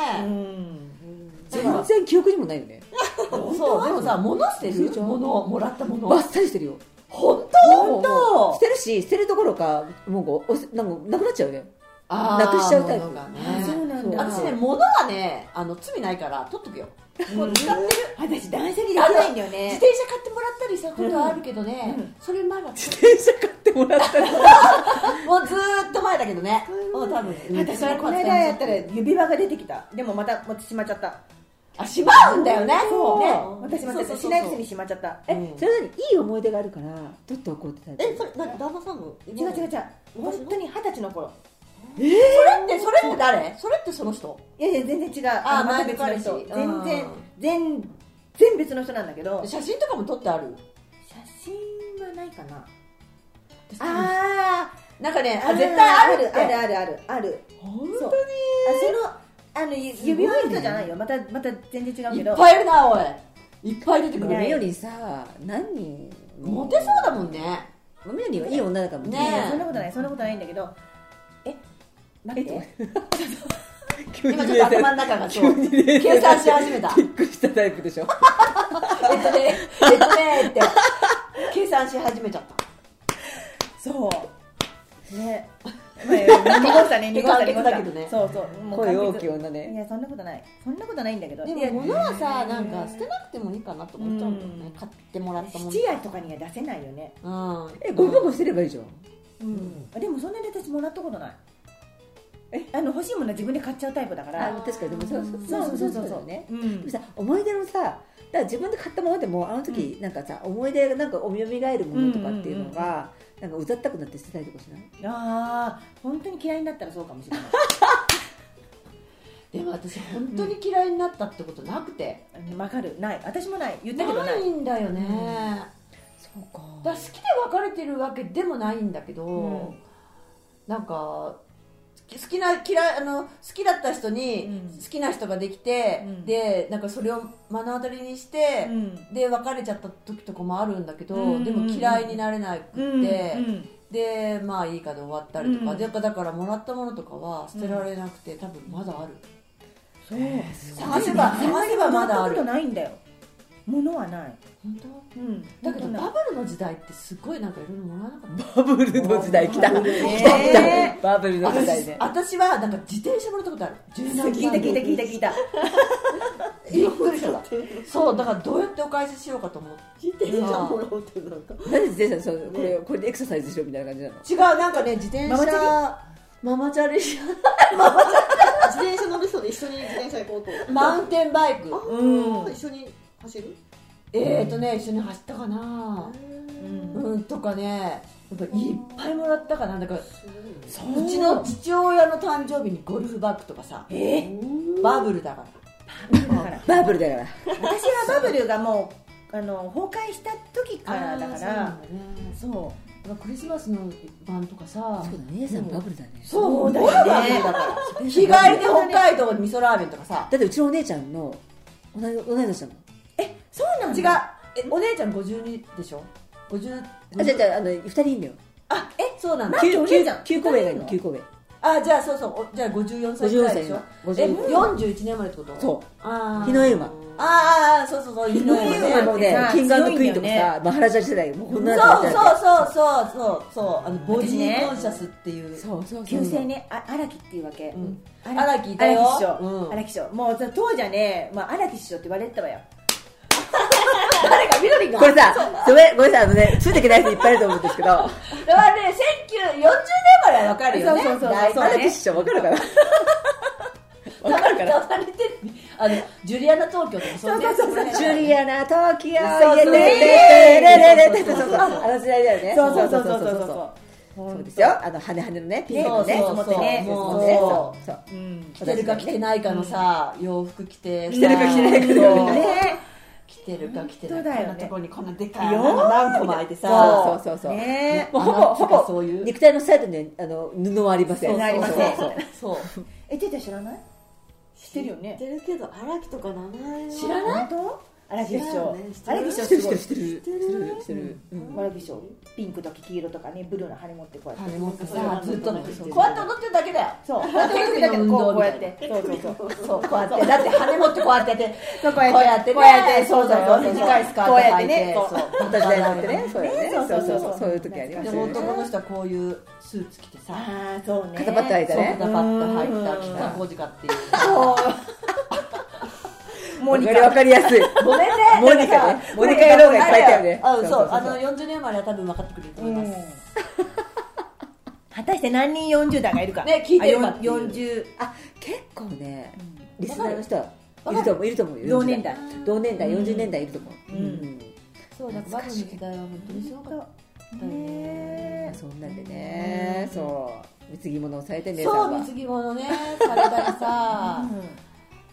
Speaker 1: 全然記憶にもないよね。
Speaker 3: そうでもさ物捨てる物もらったも
Speaker 1: バッ
Speaker 3: の
Speaker 1: サリしてるよ。
Speaker 3: 本
Speaker 1: 本当捨てるし、捨てるどころか、もうこうおせ、なんか、なくなっちゃうね。
Speaker 3: 当
Speaker 1: なくしちゃうタイプ
Speaker 3: がね
Speaker 2: そうなんだ
Speaker 3: 私ね物はねあの罪ないから取っとくよこう使ってる
Speaker 2: 私男性にできないんだよ
Speaker 3: 自
Speaker 2: ね
Speaker 3: 転車買ってもらったりしたことはあるけどね、それ前は
Speaker 1: 電車買ってもらったら。
Speaker 3: もうずーっと前だけどねもう多分
Speaker 2: 私はこの間やったら指輪が出てきたでもまた私しまっちゃった
Speaker 3: あしまうんだよね
Speaker 2: そうね
Speaker 3: ね
Speaker 2: 私またしないくせにしまっちゃったえ
Speaker 1: え、それなにいい思い出があるから、取っておこうってタイプ。
Speaker 4: えそれ何旦那さんの
Speaker 2: 違う違う違う本当に二十歳の頃
Speaker 3: それってそれって誰それってその人
Speaker 2: いやいや全然違う
Speaker 3: あ
Speaker 2: のまた別の人
Speaker 3: 前の
Speaker 2: 全
Speaker 3: 彼氏
Speaker 2: 然
Speaker 3: うん
Speaker 2: 全然別の人なんだけど写
Speaker 3: 写真とかも撮ってある
Speaker 2: 真はないかな
Speaker 3: あ
Speaker 2: あ
Speaker 3: なんかね
Speaker 2: ー
Speaker 3: あ絶対あるって
Speaker 2: あるあるあるある
Speaker 3: 本
Speaker 2: そうあそのあのゆ指輪の人じゃないよまたまた全然違う
Speaker 3: い
Speaker 2: け
Speaker 3: っ
Speaker 2: ど
Speaker 3: ぱいいるなおいいっぱい出てく
Speaker 1: でも
Speaker 3: る
Speaker 1: みよりさ、何人
Speaker 3: モテそうだもんね
Speaker 1: もみよりはいい女だからもん
Speaker 3: ね
Speaker 2: いや
Speaker 3: え
Speaker 2: そんなことないそんなことないんだけどえ待って
Speaker 1: 急
Speaker 3: 今ちょっと頭の中がそう計算し始
Speaker 2: [laughs]
Speaker 3: めた
Speaker 1: びっくりしたタイプでしょ。
Speaker 3: えっとねえっとねって計算し始めちゃった
Speaker 2: そうねまあ濁したね濁した
Speaker 3: 手
Speaker 2: 濁し
Speaker 3: 簡潔
Speaker 2: た
Speaker 3: だけどね
Speaker 2: そうそうもう
Speaker 1: 声
Speaker 2: 完
Speaker 1: 大
Speaker 2: 結
Speaker 1: きい女
Speaker 2: い
Speaker 1: ね。
Speaker 2: やそんなことないそんなことないんだけど
Speaker 3: で
Speaker 2: いや
Speaker 3: も物はさなんか捨てなくてもいいかなと思っちゃうんだよね
Speaker 2: うん
Speaker 3: 買ってもらったもの
Speaker 2: 質屋とかには出せないよね、
Speaker 3: うん
Speaker 1: え、ゴミ箱捨てればいいじゃん。
Speaker 2: でもそんなに私もらったことないえあの欲しいものは自分で買っちゃうタイプだから
Speaker 1: あ、確かに、でもそう
Speaker 2: そうそうそうそう
Speaker 1: だよね。
Speaker 2: う
Speaker 1: で
Speaker 2: ん
Speaker 1: もさ思い出のさだから自分で買ったものでもあの時なんかさ、思い出がなんか蘇るものとかっていうのが、なんかうざったくなって捨てたりとかしない
Speaker 2: ああ本当に嫌いになったらそうかもしれ [laughs] ない
Speaker 3: でも私本当に嫌いになったってことなくて
Speaker 2: うんわかるない私もない言ったけどな
Speaker 3: ないいんだよね
Speaker 1: そうか
Speaker 3: だから好きで別れてるわけでもないんだけど、
Speaker 2: うん
Speaker 3: なんか好き好きな嫌いあの好きだった人に
Speaker 2: うん
Speaker 3: 好きな人ができて、
Speaker 2: うん
Speaker 3: でなんかそれを目の当たりにして、
Speaker 2: うん
Speaker 3: で別れちゃった時とかもあるんだけど、
Speaker 2: うん
Speaker 3: でも嫌いになれなくって、
Speaker 2: うんうん
Speaker 3: でまあいいかで終わったりとか、
Speaker 2: うん
Speaker 3: でだからもらったものとかは捨てられなくて、多分まだある
Speaker 2: そう
Speaker 3: 探せば探せばまだある
Speaker 2: そんなことないんだよ物はない
Speaker 3: 本
Speaker 2: う
Speaker 3: 当
Speaker 2: ん
Speaker 3: だけど
Speaker 2: 本当
Speaker 3: バ
Speaker 2: ない
Speaker 3: ブルの時代ってすごいなんかいろいろもらわなかった
Speaker 1: バブルの時代来た、来た来た、バブルの時代
Speaker 3: 私
Speaker 1: ね
Speaker 3: 私はなんか自転車もらったことある十何万
Speaker 2: 聞いた聞いた聞いた聞いた
Speaker 3: びっくりしたそうだからどうやってお返ししようかと思って
Speaker 4: 自転車もらうってなん
Speaker 1: [laughs]
Speaker 4: か
Speaker 1: なんで自転車そうこれこれでエクササイズしろみたいな感じなの
Speaker 3: 違うなんかね自転車ママチャリ
Speaker 4: 自転車乗る人で一緒に自転車行こうと
Speaker 3: マウンテンバイク
Speaker 4: うん一緒に走る
Speaker 3: えーとね一緒に走ったかなうん、とかねやっぱいっぱいもらったかなだからうちの父親の誕生日にゴルフバッグとかさバブルだから
Speaker 1: バーブルだから
Speaker 2: 私はバブルがもうあの崩壊した時からだからそう
Speaker 3: クリスマスの晩とかさ
Speaker 1: そうだねさんバブルだね
Speaker 3: そうだよね日帰りで北海道に味噌ラーメンとかさ
Speaker 1: だってうちのお姉ちゃんの同い同い年だもん
Speaker 3: そうなん違うえお姉ちゃん52でしょ50
Speaker 1: あじゃじゃあの二人いんだよ
Speaker 3: あえそうなんだ
Speaker 1: 九九
Speaker 3: 九
Speaker 1: 九個上がいるの九個上
Speaker 3: あじゃあそうそうおじゃあ54歳ぐらいでしょ
Speaker 1: 54歳
Speaker 3: え41年生まれってこと
Speaker 1: そう
Speaker 3: あ
Speaker 1: 日の絵馬
Speaker 3: あーあーそうそうそう日の
Speaker 1: 日の
Speaker 3: 絵
Speaker 1: 絵
Speaker 3: 馬
Speaker 1: 馬
Speaker 3: ね
Speaker 1: もね
Speaker 2: あ
Speaker 1: キングアンドクイーン
Speaker 2: 強い
Speaker 1: と
Speaker 2: ん
Speaker 1: か
Speaker 2: だよ
Speaker 1: さマハラジャ時代もこん
Speaker 3: そ
Speaker 1: な
Speaker 3: う
Speaker 1: のやって
Speaker 3: そう
Speaker 1: たり
Speaker 3: そうそうそうそうあのボディーコンシャスっていう
Speaker 1: そうそう
Speaker 2: 旧姓ねあ荒木っていうわけ
Speaker 3: ん
Speaker 2: 荒
Speaker 3: 荒木いたよ
Speaker 2: 荒木師
Speaker 3: う
Speaker 2: 匠
Speaker 3: ん
Speaker 2: 荒木師匠もうさ当時はねまあ荒木師匠って言われてたわよ
Speaker 1: これさごめんごめんなさいあのねついていけない人いっぱいいると思うんですけど
Speaker 3: だからね1940年まではわかるよね
Speaker 2: そうそうそう
Speaker 3: 大
Speaker 1: 荒
Speaker 3: 体
Speaker 1: 木師匠わかるかな
Speaker 3: たまにたまにテレビあのジュリアナ東京とかそうねそうそう
Speaker 1: ジュリアナ、東京、
Speaker 3: そうそう
Speaker 1: イエテレレレレレそうそうそうあの時代だよね。
Speaker 2: そうそうそうそうそうそう
Speaker 1: そうそうですよ。あの羽ね羽ねのね、ピンクのね、
Speaker 3: そうそうそう
Speaker 1: 持ってね、
Speaker 3: もう
Speaker 1: 持ってねそうそう。
Speaker 3: 着てるか着てないかのさ、洋服着て着
Speaker 1: てるか着てないかの
Speaker 2: ね
Speaker 3: 着てるか着てない
Speaker 2: 本当だよね
Speaker 3: こんなとこにこんなでかい穴が何個も開いて
Speaker 1: そ
Speaker 3: さ
Speaker 1: うそうそうそう。
Speaker 2: ね
Speaker 1: もうほぼ
Speaker 3: 穴とか
Speaker 1: ほ
Speaker 3: そういう
Speaker 1: ぼ肉体のサイドにあの布はありません。
Speaker 3: そう
Speaker 2: ありません
Speaker 1: そうそう
Speaker 3: そう
Speaker 2: えてっちゃん知らない知ってるよね
Speaker 10: 知ってるけど荒木とか名前は
Speaker 3: 知らない
Speaker 2: 本当荒木師
Speaker 10: 知ら
Speaker 2: 匠
Speaker 10: んね知ってる
Speaker 2: 荒木師匠
Speaker 1: して
Speaker 2: す
Speaker 1: る
Speaker 2: ごい
Speaker 1: してるしてるしてる。うん
Speaker 2: 荒木師匠ピンクとか黄色とかねブルーの羽持ってこうやって
Speaker 3: 羽持ってさずっとね
Speaker 10: そう
Speaker 3: こうやって踊ってるだけだよ
Speaker 2: そう
Speaker 3: だって
Speaker 2: だけどこうこうやってそうそうそう
Speaker 3: [laughs] そうこうやってだって羽持ってこうやってやって
Speaker 2: そうこう
Speaker 3: こうやってね
Speaker 2: こうやってそうそうそう
Speaker 3: 短いスカート
Speaker 2: こうやっ
Speaker 3: 履
Speaker 2: て
Speaker 3: い
Speaker 2: ね
Speaker 3: て
Speaker 2: こう
Speaker 3: そう
Speaker 1: 時代になってね、そうよね
Speaker 2: ね。
Speaker 1: そ
Speaker 2: そう
Speaker 1: そ
Speaker 2: うそう
Speaker 1: そ
Speaker 2: うそう
Speaker 1: うそういう時ありま
Speaker 3: ですも
Speaker 1: よね。
Speaker 3: 男の人はこういうスーツ着てさ
Speaker 2: ああそうね
Speaker 1: 肩パッド開いた
Speaker 3: そう
Speaker 1: ね
Speaker 3: 肩。パッと履いた北小路かっていう
Speaker 2: モニカ
Speaker 1: わかりやすい。
Speaker 3: ごめんね
Speaker 1: モニカねモニカ野郎がいっぱいいたよね
Speaker 3: あそう
Speaker 1: そうそうそう
Speaker 3: あの40年までは多分分かってくれると思います、
Speaker 2: 果たして何人40代がいるか
Speaker 3: ね聞いてるかっていう
Speaker 2: あよん40
Speaker 1: あ結構ね、リスナーの人はいると思ういると思うよ
Speaker 2: 同年代
Speaker 1: 同年代40年代いると思う、うん
Speaker 3: そうだからバブルの時代は本当にすごかったよね
Speaker 1: そんなんでね、そう貢ぎ物をされて姉さん
Speaker 3: そう
Speaker 1: は
Speaker 3: 水着物ねされたりさ、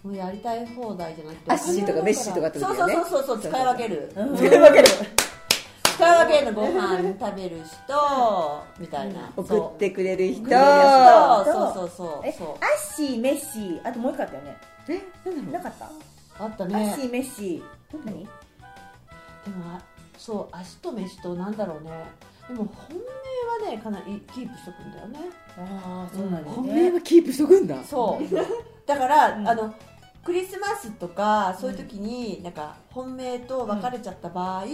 Speaker 3: もうやりたい放題じゃなくて
Speaker 1: アッシーとかメッシーとかってこ
Speaker 3: そ
Speaker 1: と
Speaker 3: う
Speaker 1: だよ
Speaker 3: そう
Speaker 1: ね
Speaker 3: そうそうそう使い分ける、うん
Speaker 1: というわけで
Speaker 3: 使い分けるのご飯食べる人みたいな
Speaker 1: 送ってくれる人
Speaker 3: そう
Speaker 2: 人
Speaker 3: そうそうそう
Speaker 2: え
Speaker 3: そう
Speaker 2: アッシーメッシーあともう一個あったよね
Speaker 1: えなんだ
Speaker 2: な
Speaker 1: ろ
Speaker 2: かった
Speaker 3: あった
Speaker 2: アッシ
Speaker 3: ね
Speaker 2: ーメッシー何
Speaker 3: でもあそう足と飯となんだろうねでも本命はねかなりキープしとくんだよね
Speaker 2: ああそうなん
Speaker 1: う
Speaker 2: だ
Speaker 1: 本命はキープしとくんだ
Speaker 3: そう
Speaker 2: [laughs]
Speaker 3: だから、
Speaker 2: うん
Speaker 3: あのクリスマスとかそういう時になんか本命と別れちゃった場合、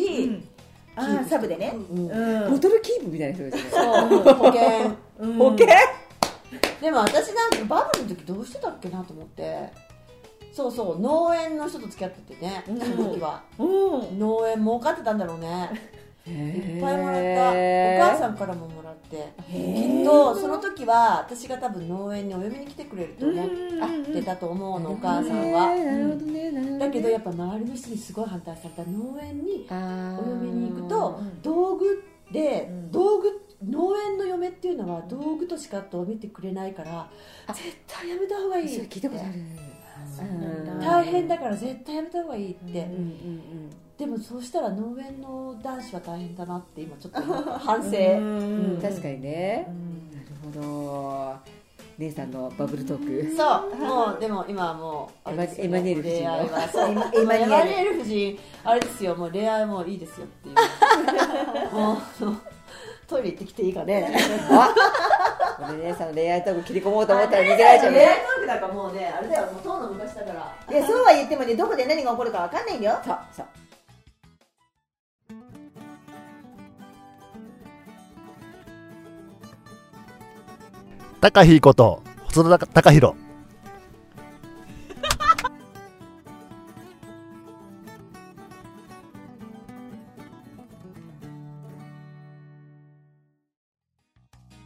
Speaker 2: ああサブでね
Speaker 1: うん
Speaker 2: うん
Speaker 1: ボトルキープみたいな人ですね
Speaker 3: そう保険
Speaker 2: [laughs] うん
Speaker 1: 保険
Speaker 3: でも私なんかバブルの時どうしてたっけなと思ってそうそう農園の人と付き合っててね、その時は
Speaker 2: うん
Speaker 3: 農園儲かってたんだろうね [laughs] いっぱいもらった、
Speaker 1: へー
Speaker 3: お母さんからももらってきっとその時は私が多分農園にお嫁に来てくれると思ってたと思うのお母さんは、
Speaker 1: へーなるほどねなるほどね
Speaker 3: だけどやっぱ周りの人にすごい反対された農園に
Speaker 1: あー
Speaker 3: お嫁に行くと道具で
Speaker 2: ん
Speaker 3: 道具農園の嫁っていうのは道具としかと見てくれないから絶対やめた方がいい
Speaker 1: それ聞いたことあるうん
Speaker 3: 大変だから絶対やめた方がいいって、
Speaker 1: うんうんうん
Speaker 3: でもそうしたら農園の男子は大変だなって今ちょっと思った反省
Speaker 1: うん確かにね、なるほど姉さんのバブルトーク
Speaker 3: そうもうでも今はもうあれですよ
Speaker 1: エマエマニエル夫人
Speaker 3: 恋
Speaker 1: の
Speaker 3: 愛はそうエマ
Speaker 2: エマニエル
Speaker 3: ニエル夫人あれですよもう恋愛もういいですよっていうもうあのトイレ行ってきていいかね
Speaker 1: これ姉さんの恋愛トーク切り込もうと思ったら逃げられちゃう
Speaker 3: [laughs]
Speaker 1: ね
Speaker 3: トークだからもうねあれだよもう当の昔だから
Speaker 2: いやそうは言ってもねどこで何が起こるかわかんないんだよ
Speaker 1: そうそう
Speaker 5: 高ひこと細田高弘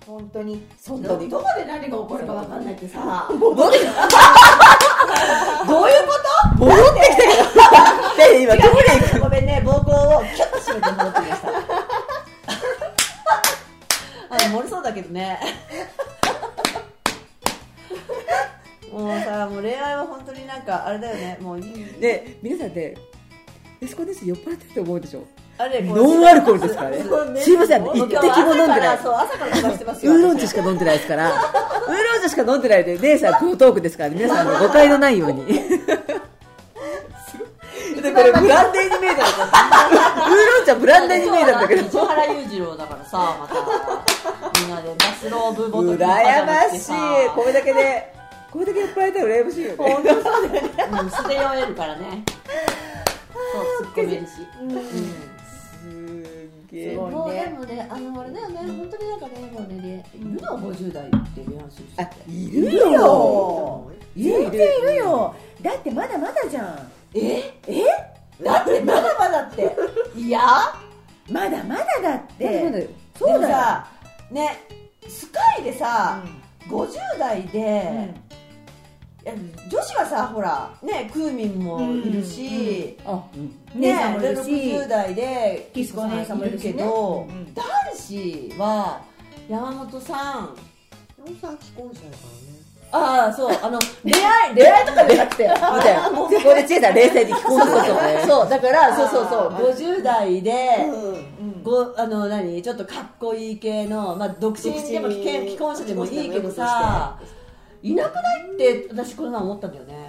Speaker 2: 本当に
Speaker 1: 本当に
Speaker 3: どこで何が起こるか分かんないってさ
Speaker 1: 戻ってきたどういうこと戻ってきたよで今どこに行く
Speaker 3: ごめんね膀胱をキュッと締めて戻ってきましただけどねもうさもう恋愛は本当になんかあれだよねもういい
Speaker 1: で皆さんってエスコです酔っ払ってると思うでしょ
Speaker 3: あれ
Speaker 1: ノンアルコールですからね
Speaker 3: そう
Speaker 1: すいません一滴も飲んでない
Speaker 3: 朝からそう朝から探してますよ
Speaker 1: ウーロン茶しか飲んでないですから、ウーロン茶しか飲んでないで、姉さん、黒トークですから、皆さん、あの誤解のないよ
Speaker 3: [laughs]
Speaker 1: うに。で、これ、ブランデーに見えたの
Speaker 3: [laughs]
Speaker 1: か。ウーロン茶、ブランデーに見えたんだけど。
Speaker 3: 市原裕次郎だからさまたみんなでバスローブボト
Speaker 1: 羨
Speaker 3: ルにパジャマ
Speaker 1: ま
Speaker 3: 着て
Speaker 1: しい
Speaker 3: さ。
Speaker 1: これだけで、これだけ酔っ払えたら羨ましいよね。
Speaker 3: うん捨てられるからねそうすっごい便利
Speaker 1: すげえ。
Speaker 3: もうでもねあのあれだよね本当になんかねもうねいるの50代っていう話して
Speaker 1: あ
Speaker 3: て、
Speaker 1: い
Speaker 2: い
Speaker 1: る
Speaker 2: る
Speaker 1: よ。
Speaker 2: よ
Speaker 1: いる
Speaker 2: 全然いるよだってまだまだじゃん
Speaker 3: だってまだまだっていや
Speaker 2: まだまだ
Speaker 1: ま
Speaker 2: だっ
Speaker 1: だまだ
Speaker 2: てそう
Speaker 3: でも
Speaker 2: だよ
Speaker 3: さねスカイでさ、50代で、いや女子はさほらねクーミンもいるし、
Speaker 1: あ、うん
Speaker 2: 姉
Speaker 3: ね
Speaker 2: さんもい
Speaker 3: で
Speaker 2: るし
Speaker 3: 60代で
Speaker 2: キスコ姉さんもいるしね
Speaker 3: けど、
Speaker 2: うんうん
Speaker 3: 男子は山本さん
Speaker 4: 山本さん既婚者やか
Speaker 3: ああそうあの恋愛
Speaker 1: 恋愛とかじゃなくて、みたいな。ここで、ちえさん、冷静に聞こうとしたからね。
Speaker 3: そうだからそうそうそう50代で、
Speaker 4: うん
Speaker 3: ごあの何ちょっとかっこいい系の、まあ、独身でも危険既婚者でもいいけどさいなくないって私この前思ったんだよね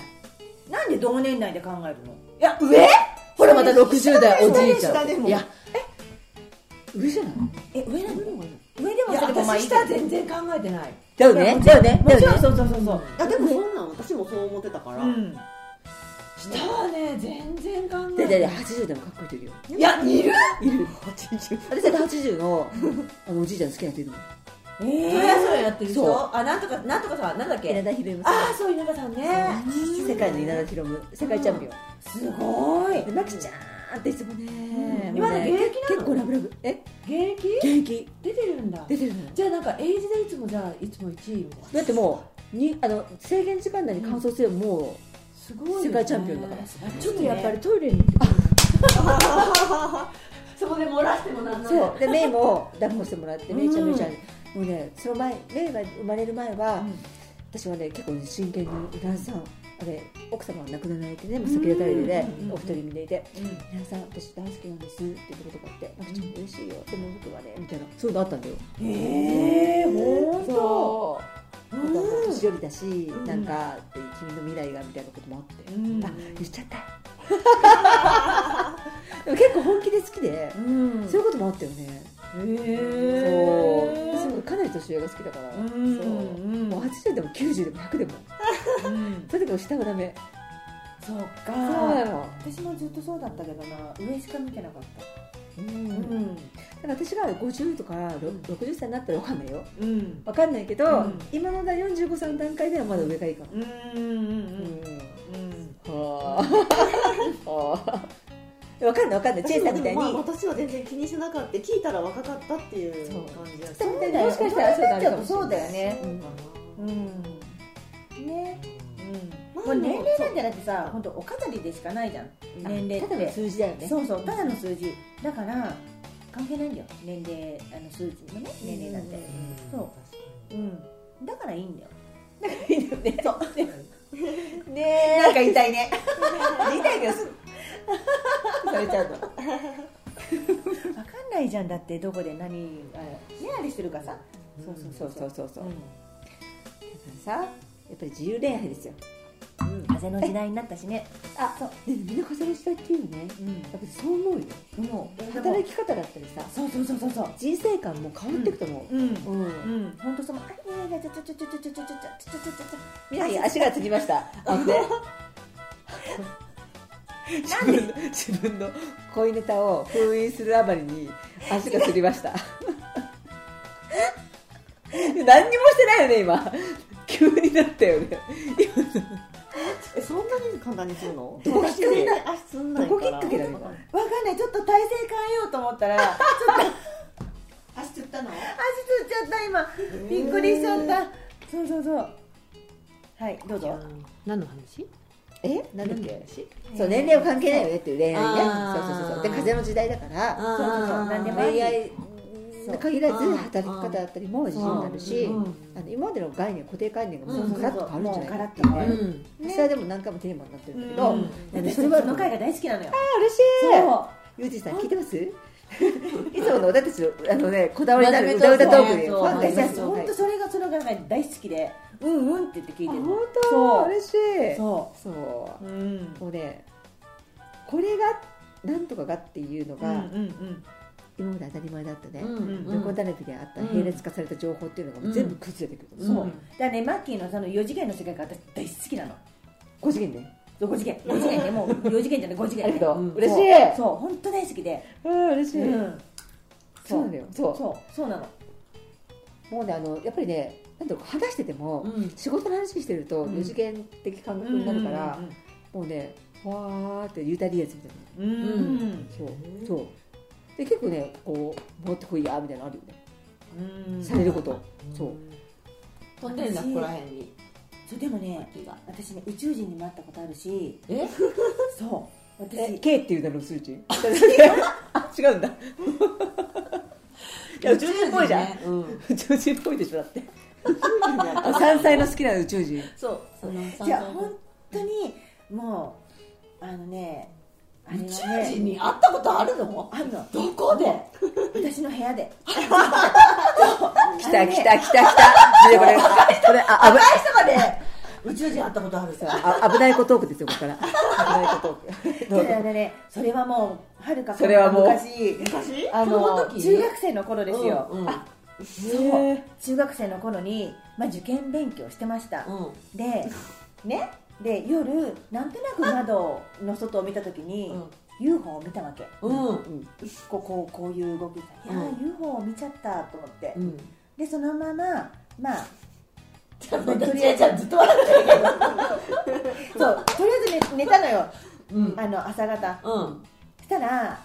Speaker 2: なんで同年代で考えるの
Speaker 3: いや上
Speaker 1: ほら、また60代おじいちゃ
Speaker 4: 下で
Speaker 1: ん。
Speaker 4: も
Speaker 1: いや、え上じゃない
Speaker 2: え上なの上で
Speaker 3: い
Speaker 2: も
Speaker 3: や
Speaker 2: それでもまあい
Speaker 3: 私
Speaker 2: いけど
Speaker 3: 下全然考えてない
Speaker 1: だよね、だよね、だ
Speaker 2: もち
Speaker 1: よ
Speaker 2: ろん
Speaker 1: ね。
Speaker 2: そうそうそうそう
Speaker 4: らねあでもそんなん私もそう思ってたから、
Speaker 2: うん
Speaker 3: 下はね全然考
Speaker 1: で
Speaker 3: えて
Speaker 1: でで
Speaker 3: ない
Speaker 1: 80代もかっこいい人いるよ。
Speaker 3: いやいる
Speaker 1: いる。80。私だって80の、あの、おじいちゃん好きな人いるもん。
Speaker 2: え
Speaker 3: そ
Speaker 2: ー
Speaker 3: れそれやってる
Speaker 1: そ
Speaker 3: 人あなんとかなんとかさんなんだっけ
Speaker 1: 稲田博夢さん。
Speaker 3: ああそう稲葉さんね
Speaker 1: 世界の稲田博夢、世界チャンピオ
Speaker 2: すごい
Speaker 1: ン。で、マキちゃーんっていつもね、
Speaker 3: 今
Speaker 1: も
Speaker 3: ま
Speaker 1: う
Speaker 3: で
Speaker 1: ね
Speaker 3: 現役なの
Speaker 1: 結構ラブラブ。え
Speaker 3: 現役
Speaker 1: 現役
Speaker 3: 出てるんだ
Speaker 1: 出てるのよ
Speaker 3: じゃあなんかエイジでいつもじゃあいつも1位みたいな
Speaker 1: だってもう、にあの制限時間内に完走すればも
Speaker 3: すごいよね
Speaker 1: 世界チャンピオンだからう、ちょっとやっぱりトイレに
Speaker 3: そこで漏らしてもなんなん
Speaker 1: そうでメイも抱っこしてもらってメイちゃん
Speaker 3: うん
Speaker 1: メイちゃんもうねその前メイが生まれる前は、私はね結構真剣に旦那さんあれ奥様が亡くなられてねもうセキュリタリーで、お二人見ていて「皆さん私大好きなんです」って言うことがあって「マキちゃん嬉しいよでも僕はね」みたいなそういうのあったんだよ
Speaker 2: ええ本当
Speaker 1: そうなんか年寄りだし、なんかって君の未来がみたいなこともあって、
Speaker 2: ん
Speaker 1: あ言っちゃった [laughs] でも結構本気で好きで、
Speaker 2: うん
Speaker 1: そういうこともあったよねそう
Speaker 2: え
Speaker 1: 私もかなり年上が好きだから、
Speaker 2: うん
Speaker 1: そう
Speaker 2: うん
Speaker 1: もう80でも90でも100でも
Speaker 2: うん
Speaker 1: とにかく下はダメ
Speaker 2: そっか
Speaker 1: そうなの
Speaker 2: 私もずっとそうだったけどな上しか見てなかった
Speaker 1: うんだか
Speaker 2: ん
Speaker 1: ら私が50とか60歳になったら分かんないよ
Speaker 2: うん
Speaker 1: 分かんないけど、
Speaker 2: うん
Speaker 1: 今のだ45歳の段階ではまだ上がいいかも、
Speaker 2: うんうんうん
Speaker 1: はあ [laughs] はあ分かんない分かんないチェイさんみたいに、
Speaker 4: まあ私は全然気にしなかった聞いたら若かったっていう感じやし
Speaker 1: そうみたいにもしかしたらそうなるかもしれない
Speaker 2: そうだよね
Speaker 1: うん
Speaker 2: うんね
Speaker 4: まあ
Speaker 2: これ年齢なん
Speaker 4: で
Speaker 2: じゃなくてさ本当お飾りでしかないじゃん年齢
Speaker 1: ただの
Speaker 2: って
Speaker 1: 数字だよね
Speaker 2: そうそうただの数字だから関係ないんだよ年齢あの数字のね年齢なんてそうんだからいいんだよ
Speaker 1: [laughs] ねなんか言いたい
Speaker 2: [laughs]
Speaker 1: ね言いたいけどす
Speaker 3: されちゃうの
Speaker 2: 分かんないじゃんだってどこで何がねあれしてるかさそうそ
Speaker 1: そ
Speaker 2: う
Speaker 1: うそうそうそう、
Speaker 2: うん
Speaker 1: さやっぱり自由恋愛ですよ
Speaker 2: 風の時代になったしね
Speaker 1: あそうみんな風の時代っていうのね
Speaker 2: うん
Speaker 1: やっぱりそう思うよ
Speaker 2: もう
Speaker 1: 働き方だったりさ
Speaker 2: そうそうそうそうそう
Speaker 1: 人生観も変わっていくと思
Speaker 2: うん
Speaker 1: ううん、
Speaker 2: うん本当そのあいやいやいやちょちょちょちょちょちょちょちょちょちょちょ
Speaker 1: 皆さん足がつきましたあのね [laughs] 自分の自分の恋ネタを封印するあまりに足がつりま [laughs] した何にもしてないよね今急になったよね
Speaker 4: えそんなに簡単にするの
Speaker 1: どこきっかけだ
Speaker 4: あすん
Speaker 1: ど
Speaker 4: ないか
Speaker 1: こ
Speaker 4: ら
Speaker 1: きっかけだね今
Speaker 2: わかんないちょっと体勢変えようと思ったらちょっと
Speaker 4: 足つったの
Speaker 2: 足つっちゃった今びっくりしちゃったそうそうそうはいどうぞ
Speaker 11: 何の話
Speaker 1: えなんだっけそう年齢は関係ないよねっていう恋愛ね
Speaker 3: あー
Speaker 1: そうそうそうそうで風の時代だから
Speaker 2: そうそうそう何でもあり
Speaker 1: 恋愛に限らず働き方だったりも自由になるし、
Speaker 3: うん
Speaker 1: あの今までの概念固定概念がもうガラッと変わるんじゃないかって
Speaker 2: うんそうそうそうもうガラッと
Speaker 1: ね
Speaker 2: ね
Speaker 1: 実際でも何回もテーマになってるんだけど、
Speaker 2: うん
Speaker 1: あの
Speaker 2: 私
Speaker 1: 人
Speaker 2: そ
Speaker 1: は
Speaker 2: の回が大好きなのよ
Speaker 1: 嬉し
Speaker 2: そう
Speaker 1: いゆうじさん聞いてます [laughs] いつもの私たちのあのねこだわりのある
Speaker 3: 真
Speaker 1: 歌
Speaker 3: 面
Speaker 1: 歌
Speaker 3: 目ト
Speaker 1: ト
Speaker 3: ー
Speaker 1: ー
Speaker 3: ク
Speaker 1: ク
Speaker 3: ね
Speaker 1: にフ
Speaker 3: そう
Speaker 1: ァンがいます
Speaker 2: 私
Speaker 1: よ
Speaker 2: 本当それがその回が大好きでうんうんって言って聞いてる
Speaker 1: 本当
Speaker 2: そう
Speaker 1: 嬉しい
Speaker 2: そ
Speaker 1: そう
Speaker 2: ううん
Speaker 1: もうねこれがなんとかがっていうのが、
Speaker 2: うん
Speaker 1: 今まで当たり前だったね、
Speaker 3: うん
Speaker 1: うん、横だらけであった並列化された情報っていうのがもう全部崩れてくる、
Speaker 2: そうだからねマッキーのその4次元の世界が私大好きなの
Speaker 1: 5次元で、
Speaker 2: 5次元5次元でもう4次元じゃない5次
Speaker 1: あ
Speaker 2: 元
Speaker 1: りが
Speaker 2: で
Speaker 1: とう、
Speaker 2: そう
Speaker 1: 嬉しい
Speaker 2: そう本当大好きで
Speaker 1: うん嬉しい、
Speaker 2: うん
Speaker 1: そうなんだよそう
Speaker 2: そうそうなの
Speaker 1: もうねあのやっぱりねなんだろう話してても、
Speaker 3: うん
Speaker 1: 仕事の話してると
Speaker 2: うん
Speaker 1: 4次元的感覚になるから、もうねわーってユータリアスみたい
Speaker 2: うんうん
Speaker 1: なそうそうで結構ねこう持ってこいやみたいなのあるよね、
Speaker 2: うん
Speaker 1: されること、そう
Speaker 3: 飛んでるんだここら辺に
Speaker 2: そうでもね
Speaker 3: 木が
Speaker 2: 私ね宇宙人にも会ったことあるし
Speaker 3: え
Speaker 2: そう
Speaker 1: え
Speaker 2: 私
Speaker 1: K っていうだろ数
Speaker 12: [laughs]
Speaker 1: 値
Speaker 12: 違うんだいや宇宙人っぽいじゃん、
Speaker 3: ねうん
Speaker 12: 宇宙人っぽいでしょだってあ山菜の好きな宇宙人
Speaker 3: そうその三
Speaker 2: じゃあ
Speaker 3: 角
Speaker 2: 本当にもうあのねあれは
Speaker 3: 宇
Speaker 2: ね
Speaker 3: 宙人に会ったことあるの
Speaker 2: あんの
Speaker 3: どこで
Speaker 2: 私の部屋で
Speaker 12: 来た来た来た来た、ね、これあこれあ危
Speaker 3: 人まで宇宙人会ったことあるさ
Speaker 12: あ危ない子トークですよここから危ない子トーク
Speaker 2: ただねそれはもうはるか
Speaker 12: それはもう
Speaker 2: 昔
Speaker 4: 昔
Speaker 2: あ
Speaker 3: 子供の
Speaker 2: の
Speaker 3: 時
Speaker 2: 中学生の頃ですよ、
Speaker 3: うんうん
Speaker 2: あ
Speaker 12: へー
Speaker 2: 中学生の頃に、まあ、受験勉強してました、でねで夜なんとなく窓の外を見た時に、UFO を見たわけ
Speaker 3: うんうん
Speaker 2: こうこうこういう動きいやー、UFO を見ちゃったと思って、
Speaker 3: うん
Speaker 2: でそのまままあ
Speaker 3: ちょっと待ってちえちゃんずっと笑ってる
Speaker 2: そうとりあえず寝寝たのよ、
Speaker 3: うん
Speaker 2: あの朝方
Speaker 3: うん
Speaker 2: したら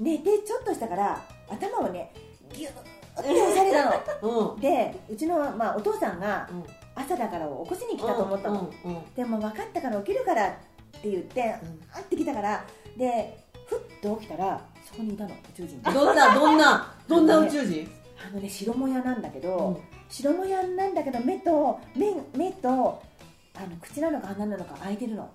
Speaker 2: 寝てちょっとしたから頭をねギューッて押されたの
Speaker 3: [laughs] うん
Speaker 2: でうちの、まあ、お父さんが
Speaker 3: うん
Speaker 2: 朝だからを起こしに来たと思ったの、
Speaker 3: うんうん
Speaker 2: でも分かったから起きるからって言って、あってきたからでふっと起きたらそこにいたの宇宙人が
Speaker 3: どんなどんなどんな宇宙人
Speaker 2: あのね白もやなんだけど、白もやなんだけど目と目目とあの口なのか鼻なのか開いてるの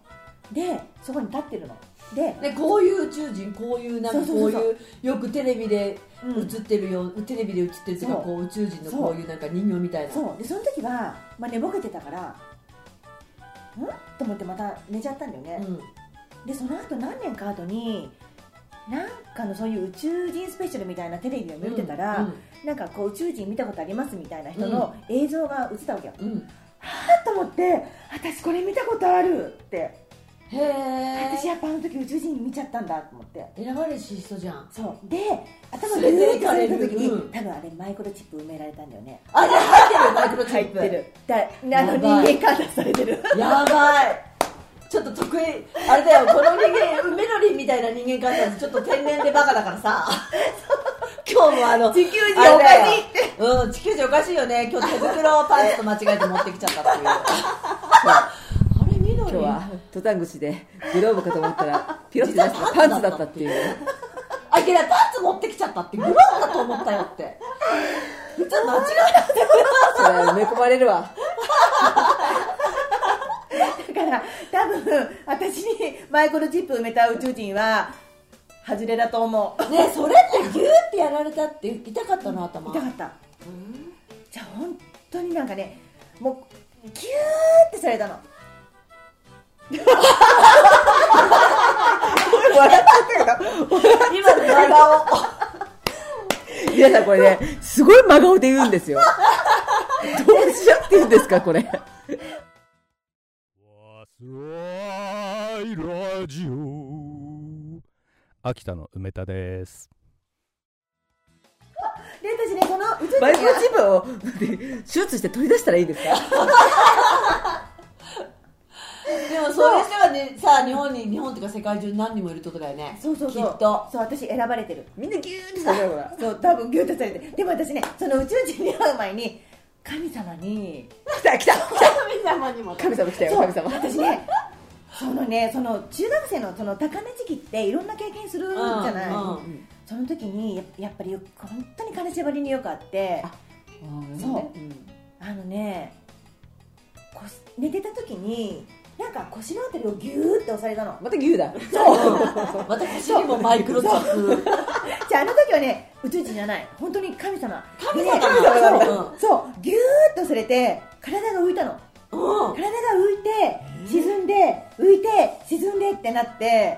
Speaker 2: でそこに立ってるので
Speaker 3: でこういう宇宙人こういうなんかこ
Speaker 2: そううそう
Speaker 3: いうよくテレビで
Speaker 2: うん
Speaker 3: 映ってるよ、テレビで映ってるっていうか
Speaker 2: そう
Speaker 3: こう宇宙人の
Speaker 2: そう
Speaker 3: こういうなんか人形みたいな
Speaker 2: そうでその時は、まあ、寝ぼけてたからんと思ってまた寝ちゃったんだよね、
Speaker 3: うん
Speaker 2: でその後何年か後になんかのそういう宇宙人スペシャルみたいなテレビを見てたら、なんかこう宇宙人見たことありますみたいな人の映像が映ったわけよ、
Speaker 3: うんうん
Speaker 2: はあと思って私これ見たことあるって
Speaker 3: へえ
Speaker 2: 私やっぱあの時宇宙人見ちゃったんだと思って
Speaker 3: 選ばれし人じゃん
Speaker 2: そうで頭
Speaker 3: そ
Speaker 2: ぐ
Speaker 3: れ
Speaker 2: ー
Speaker 3: で
Speaker 2: ってされた時に、
Speaker 3: うん
Speaker 2: 多分あれマイクロチップ埋められたんだよね
Speaker 3: あじゃあ入ってるマイクロチ
Speaker 2: 入っ
Speaker 3: ップ
Speaker 2: てるだあの
Speaker 3: やばい
Speaker 2: 人間観察されてる
Speaker 3: やばいちょっと得意あれだよこの人間メロリンみたいな人間観察ちょっと天然でバカだからさ [laughs] 今日もあの地球人
Speaker 2: おかしい
Speaker 3: いうん地球人おかしいよね今日手袋をパンツと間違えて持ってきちゃった [laughs] っていうあれ緑
Speaker 12: 今日は登山口でグローブかと思ったらピロッて出した [laughs] らパンツだったっていう
Speaker 3: あきらパンツ持ってきちゃったってグローブだと思ったよってちょっと間違
Speaker 12: それは埋め込まれるわ
Speaker 2: だから多分私にマイクロチップ埋めた宇宙人は外れだと思う
Speaker 3: えねえそれってギューってやられたって痛かったの頭
Speaker 2: 痛かった、じゃあ本当になんかねもうギューってされたの
Speaker 3: 今の真顔
Speaker 12: 皆さんこれねすごい真顔で言うんですよどうしちゃって言うんですかこれ
Speaker 7: わすらいラジオ秋田の梅田です
Speaker 2: で私ねこの宇宙人
Speaker 12: マイクロチップを手術して取り出したらいいんですか
Speaker 3: でもそういう人がねさあ日本に日本っていうか世界中に何人もいるってことだよね
Speaker 2: そうそうそう
Speaker 3: きっと
Speaker 2: そう私選ばれてる
Speaker 12: みんなギューってされるわ
Speaker 2: そう多分ギューってされてでも私ねその宇宙人に会う前に神様に
Speaker 12: 来た来た
Speaker 4: 神様にも
Speaker 12: 神様来たよ
Speaker 2: そう
Speaker 12: 神様
Speaker 2: 私ねそのねその中学生のその高値時期っていろんな経験するじゃない、
Speaker 3: うんう
Speaker 2: その時にややっぱりよく本当に金縛りによくあってそうあのねこし寝てた時になんか腰のあたりをギューって押されたの
Speaker 12: また牛だ
Speaker 3: 私にもマイクロチップ
Speaker 2: じゃああの時はね宇宙人じゃない本当に神様神様
Speaker 3: 神様なんだ
Speaker 2: そうそうギューッとそれて体が浮いたの
Speaker 3: うん
Speaker 2: 体が浮いて沈んで浮いて沈んでってなって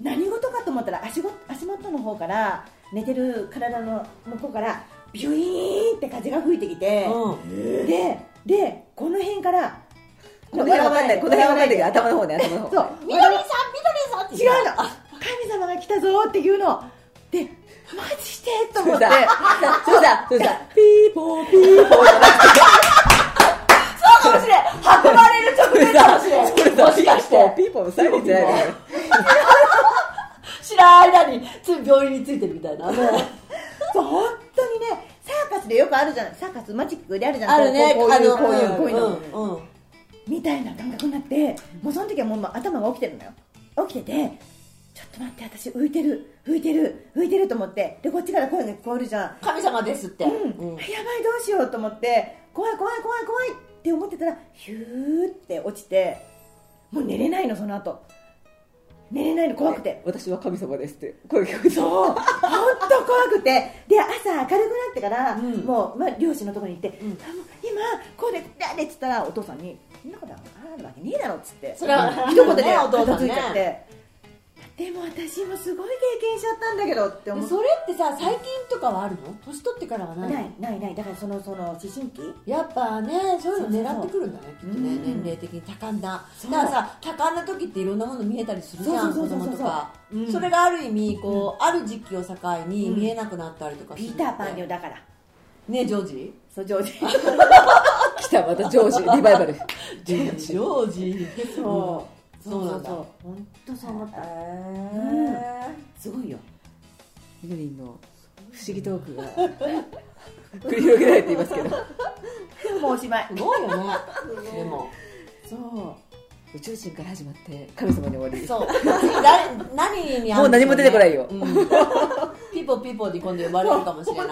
Speaker 2: 何事かと思ったら足ご足元の方から寝てる体の向こうからビュイーンって風が吹いてきて、
Speaker 3: う
Speaker 2: ででこの辺から
Speaker 12: この辺わかんないこの辺わかんないけど頭の方ね頭の
Speaker 2: そ
Speaker 12: 方
Speaker 2: う緑さん緑さん違うの神様が来たぞっていうのでマジでと
Speaker 12: そ
Speaker 2: 思
Speaker 12: う
Speaker 2: って
Speaker 12: だそうだそうだピーポーピーポーじゃなくて
Speaker 3: かもしれん運ばれる直前かもしれん
Speaker 12: それだ
Speaker 3: もしかして
Speaker 12: ピーポーのサイレンじゃないのよ
Speaker 3: 知らん間につい病院についてるみたいな
Speaker 2: そう本当にねサーカスでよくあるじゃないサーカスマジックであるじゃ
Speaker 3: あ
Speaker 2: ない
Speaker 3: るね
Speaker 2: こうこ
Speaker 3: あ
Speaker 2: ういう
Speaker 3: の
Speaker 2: こういうこういうの、
Speaker 3: うんうん
Speaker 2: みたいな感覚になってもうその時はもうもう頭が起きてるのよ起きててちょっと待って私浮いてる浮いてる浮いてると思ってでこっちから声が聞こえるじゃん
Speaker 3: 神様ですって
Speaker 2: うん、やばいどうしようと思って怖い怖い怖い怖いって思ってたらヒューって落ちてもう寝れないのその後寝れないの怖くて
Speaker 12: 私は神様ですって声聞こえた
Speaker 2: そう本当怖くてで朝明るくなってから、もう、まあ、漁師のところに行って、あもう今こうでだれっつったらお父さんにそんなことあるわけねえだろっつって
Speaker 3: それは
Speaker 2: 一言で
Speaker 3: ねお父さ
Speaker 2: 片
Speaker 3: んね
Speaker 2: 付いちゃって、でも私もすごい経験しちゃったんだけどって思
Speaker 3: で
Speaker 2: っ
Speaker 3: それってさ最近とかはあるの年取ってからはな
Speaker 2: て
Speaker 3: いの
Speaker 2: ないないないだからそのその思春期
Speaker 3: やっぱねそういうの狙ってくるんだねきっとね
Speaker 2: うん
Speaker 3: 年齢的に多感な
Speaker 2: そう
Speaker 3: だからさ多感な時っていろんなもの見えたりするじゃん
Speaker 2: そう
Speaker 3: 子
Speaker 2: そうそうそう
Speaker 3: 供とか
Speaker 2: うん
Speaker 3: それがある意味こうある時期を境に見えなくなったりとかす
Speaker 2: ピ
Speaker 3: る
Speaker 2: ーターパンよ
Speaker 3: よ
Speaker 2: だから
Speaker 3: ねジョージ
Speaker 2: そうジョージ
Speaker 12: 来たまたジョージリバイバル
Speaker 3: ジョージジョージ
Speaker 2: そう
Speaker 3: そうなんだ
Speaker 2: 本当そう思
Speaker 3: [laughs]
Speaker 2: ったすごいよ
Speaker 12: みのりんの不思議トークが [laughs] 繰り広げられていますけど
Speaker 2: もうおし [laughs] まい
Speaker 3: すごいよねでも
Speaker 2: そう
Speaker 12: 宇宙人から始まって神様に終わり
Speaker 3: そう誰何に合
Speaker 12: もう何も出てこないよ
Speaker 3: うんピーポーピーポーに今度呼ばれるかもしれない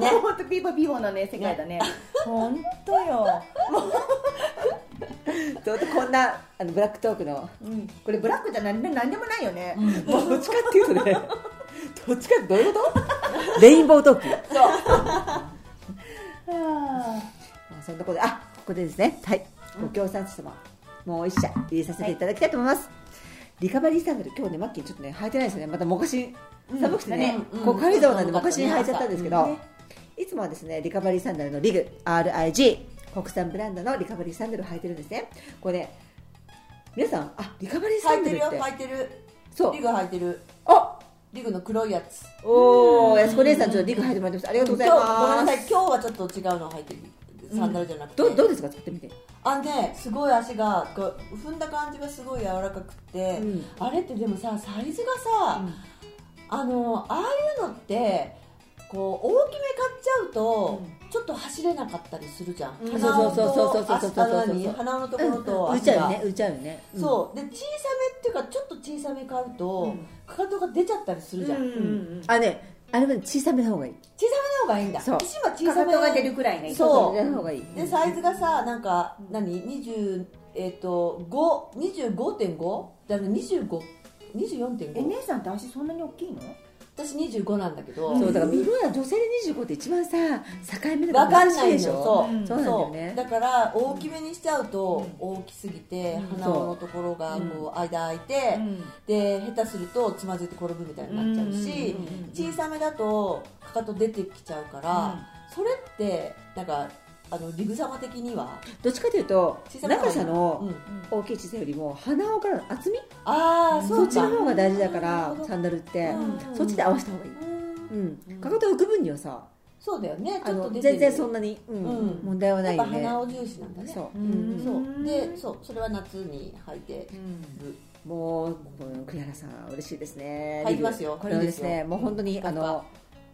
Speaker 3: ね
Speaker 2: 本当ピーボーピーボーのね世界だね本当よ
Speaker 12: ちょっとこんなあのブラックトークの
Speaker 2: うんこれブラックじゃなんなんでもないよね
Speaker 12: もうどっちかっていうとねどっちかってどういうことレインボートーク
Speaker 1: まあそんなことであここでですねはいご協賛様もう一社入れさせていただきたいと思います、リカバリーサンダル今日ねマッキーちょっとね履いてないですよねまたもかし寒くてね、
Speaker 3: うん
Speaker 1: こう軽井沢なんで
Speaker 3: うん
Speaker 1: もかしに履いちゃったんですけど、いつもはですねリカバリーサンダルのリグ RIG 国産ブランドのリカバリーサンダルを履いてるんですねこれね皆さんあリカバリーサ
Speaker 3: 履
Speaker 1: ンダルっ
Speaker 3: いてるよ
Speaker 1: て
Speaker 3: 履いてる
Speaker 1: そう
Speaker 3: リグ履いてる
Speaker 1: あ
Speaker 3: リグの黒いやつ
Speaker 1: おお安子姉さんちょっとリグ履いてもらってますありがとうござい
Speaker 3: 今日ごめん
Speaker 1: ま
Speaker 3: な
Speaker 1: す
Speaker 3: さい今日はちょっと違うの履いてるサンダルじゃなくて、
Speaker 1: どうどうですか使ってみて
Speaker 3: あねすごい足がこう踏んだ感じがすごい柔らかくて、
Speaker 1: うん
Speaker 3: あれってでもさサイズがさ、あのああいうのってこう大きめ買っちゃうと、ちょっと走れなかったりするじゃん、
Speaker 1: ん
Speaker 3: 鼻
Speaker 1: そ
Speaker 3: 緒
Speaker 1: うそうそう
Speaker 3: と
Speaker 1: そうそう
Speaker 3: 足
Speaker 1: そう
Speaker 3: あ
Speaker 1: そうそう
Speaker 3: の何鼻緒のところと
Speaker 1: 浮い
Speaker 3: 足
Speaker 1: ちゃう
Speaker 3: が、
Speaker 1: よね浮いちゃうよねうん
Speaker 3: そうで小さめっていうかちょっと小さめ買うと、かかとが出ちゃったりするじゃん、小さ
Speaker 1: あねあれはね小さめの方がいい
Speaker 3: めの方がいいんだ
Speaker 1: そう
Speaker 3: 石は小
Speaker 2: か
Speaker 3: さ
Speaker 2: か
Speaker 3: め
Speaker 2: とが出るくらいがいい
Speaker 3: そう
Speaker 1: 小さめの方がいい
Speaker 3: でサイズがさなんか何20えっ、と525.5だから25 24.5
Speaker 2: え姉さんって足そんなに大きいの
Speaker 3: 私25なんだけど、
Speaker 1: そうだからみんな女性で25って一番さ境目
Speaker 3: わ
Speaker 1: だ
Speaker 3: かんない
Speaker 1: で
Speaker 3: で
Speaker 1: し
Speaker 3: しょ
Speaker 1: ょ
Speaker 3: そう
Speaker 1: そうなんだよね
Speaker 3: そうだから大きめにしちゃうと大きすぎて、鼻緒のところがこう間空いて、で下手するとつまずいて転ぶみたいになっちゃうし、小さめだとかかと出てきちゃうから、それってなんかあのリグ様的には
Speaker 1: どっちかというと
Speaker 3: 小さめの方が
Speaker 1: 長
Speaker 3: いい
Speaker 1: さ
Speaker 3: う
Speaker 1: の
Speaker 3: ん
Speaker 1: 大きい小さいよりも鼻緒からの厚み
Speaker 3: ああそ
Speaker 1: そうっちの
Speaker 3: か
Speaker 1: 方が大事だか
Speaker 3: な
Speaker 1: ら
Speaker 3: るほど
Speaker 1: サンダルって
Speaker 3: うんうん
Speaker 1: そっちで合わせた方がいいうんかかと浮く分にはさ
Speaker 3: そうだよねち
Speaker 1: あ
Speaker 3: ょっと
Speaker 1: の
Speaker 3: 出てる
Speaker 1: 全然そんなにうん
Speaker 3: うん
Speaker 1: 問題はな
Speaker 3: や
Speaker 1: い
Speaker 3: っ
Speaker 1: よ
Speaker 3: ぱ
Speaker 1: ね
Speaker 3: 鼻を重視なんだね
Speaker 1: そう
Speaker 3: うんそうでそうそれは夏に履いてる
Speaker 1: もうこの栗原さん嬉しいですね
Speaker 3: 入りますよ
Speaker 1: これはです
Speaker 3: いいです
Speaker 1: ね
Speaker 3: よ
Speaker 1: もう本当に
Speaker 3: ん
Speaker 1: あ
Speaker 3: なんか
Speaker 1: の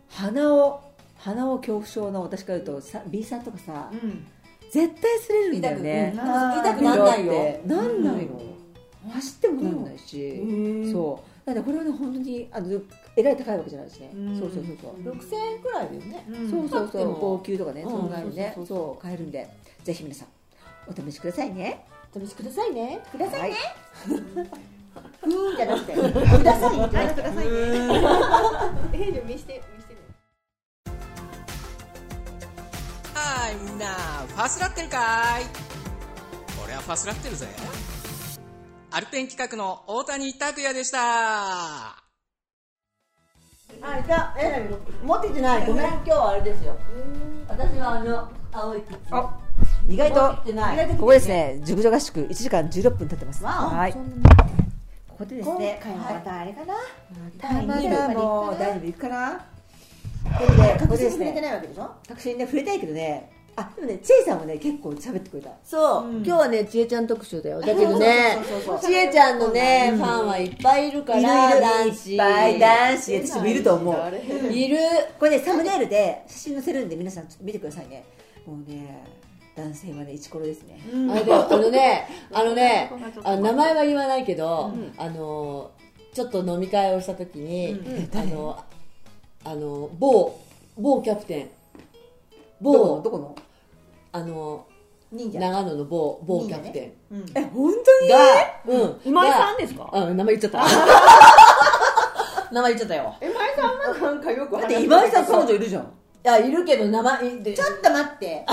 Speaker 1: 鼻を鼻を恐怖症の私から言うとさ B さんとかさ、絶対すれるんだよね
Speaker 3: 痛くうん痛くなんないよ
Speaker 1: なんないの、走ってもなんないし、
Speaker 2: うん
Speaker 1: そうなんでこれはね本当にあのえらい高いわけじゃないですね、
Speaker 2: うん
Speaker 1: そうそうそうそう、
Speaker 3: 6000円くらいだよね
Speaker 1: そうそうそ
Speaker 3: で
Speaker 1: う
Speaker 3: も
Speaker 1: 高級とかね
Speaker 3: うん
Speaker 1: そのぐらいのね
Speaker 3: そうそう
Speaker 1: そう買えるんでぜひ皆さんお試しくださいね
Speaker 3: お試しくださいね
Speaker 1: くださいね、
Speaker 2: うんじゃなくてくださいって
Speaker 4: くださいね。
Speaker 9: はいみんなファスラってるかーい俺はファスラってるぜアルペン企画の大谷拓也でした
Speaker 3: あいたえ持っててないごめん今日はあれですよ私はあの青い靴
Speaker 1: 意外
Speaker 3: 持
Speaker 1: と
Speaker 3: ってない
Speaker 1: ここですね熟女合宿1時間16分経ってます
Speaker 3: わお
Speaker 1: はいここでですね今回またあれかな
Speaker 2: 第
Speaker 1: ま
Speaker 2: 二
Speaker 1: だ
Speaker 2: 部
Speaker 1: もう大丈夫いくかなということでここでです
Speaker 2: 触れ
Speaker 1: ね
Speaker 2: てないわけでしょ
Speaker 1: 確信ね触れたいけどねあでもねチェイさんもね結構喋ってくれた
Speaker 3: そう、今日はねちえちゃん特集 [laughs] だよだけどねちえちゃんのね、ファンはいっぱいいるから男子
Speaker 1: いっぱい男子私もいると思う
Speaker 3: いる
Speaker 1: これねサムネイルで写真載せるんで皆さんちょっと見てくださいねもうね男性はねイチコロですね、
Speaker 3: あれだよあ
Speaker 12: [laughs]
Speaker 3: のねあのねあ名前は言わないけど、あのちょっと飲み会をした時に、あのあの某某キャプテン某
Speaker 1: どこの
Speaker 3: あの
Speaker 2: 忍者
Speaker 3: 長野の某某キャプテ
Speaker 1: え本
Speaker 3: ンが、うん
Speaker 12: 今井さん
Speaker 3: が
Speaker 12: ですか
Speaker 3: うん名前言っちゃった [laughs] 名前言っちゃったよ
Speaker 4: え、前さんはなんかよく話
Speaker 12: だっ
Speaker 4: して
Speaker 12: て
Speaker 4: る
Speaker 12: 今井さん彼女いるじゃん
Speaker 3: いやいるけど名前で
Speaker 2: ちょっと待って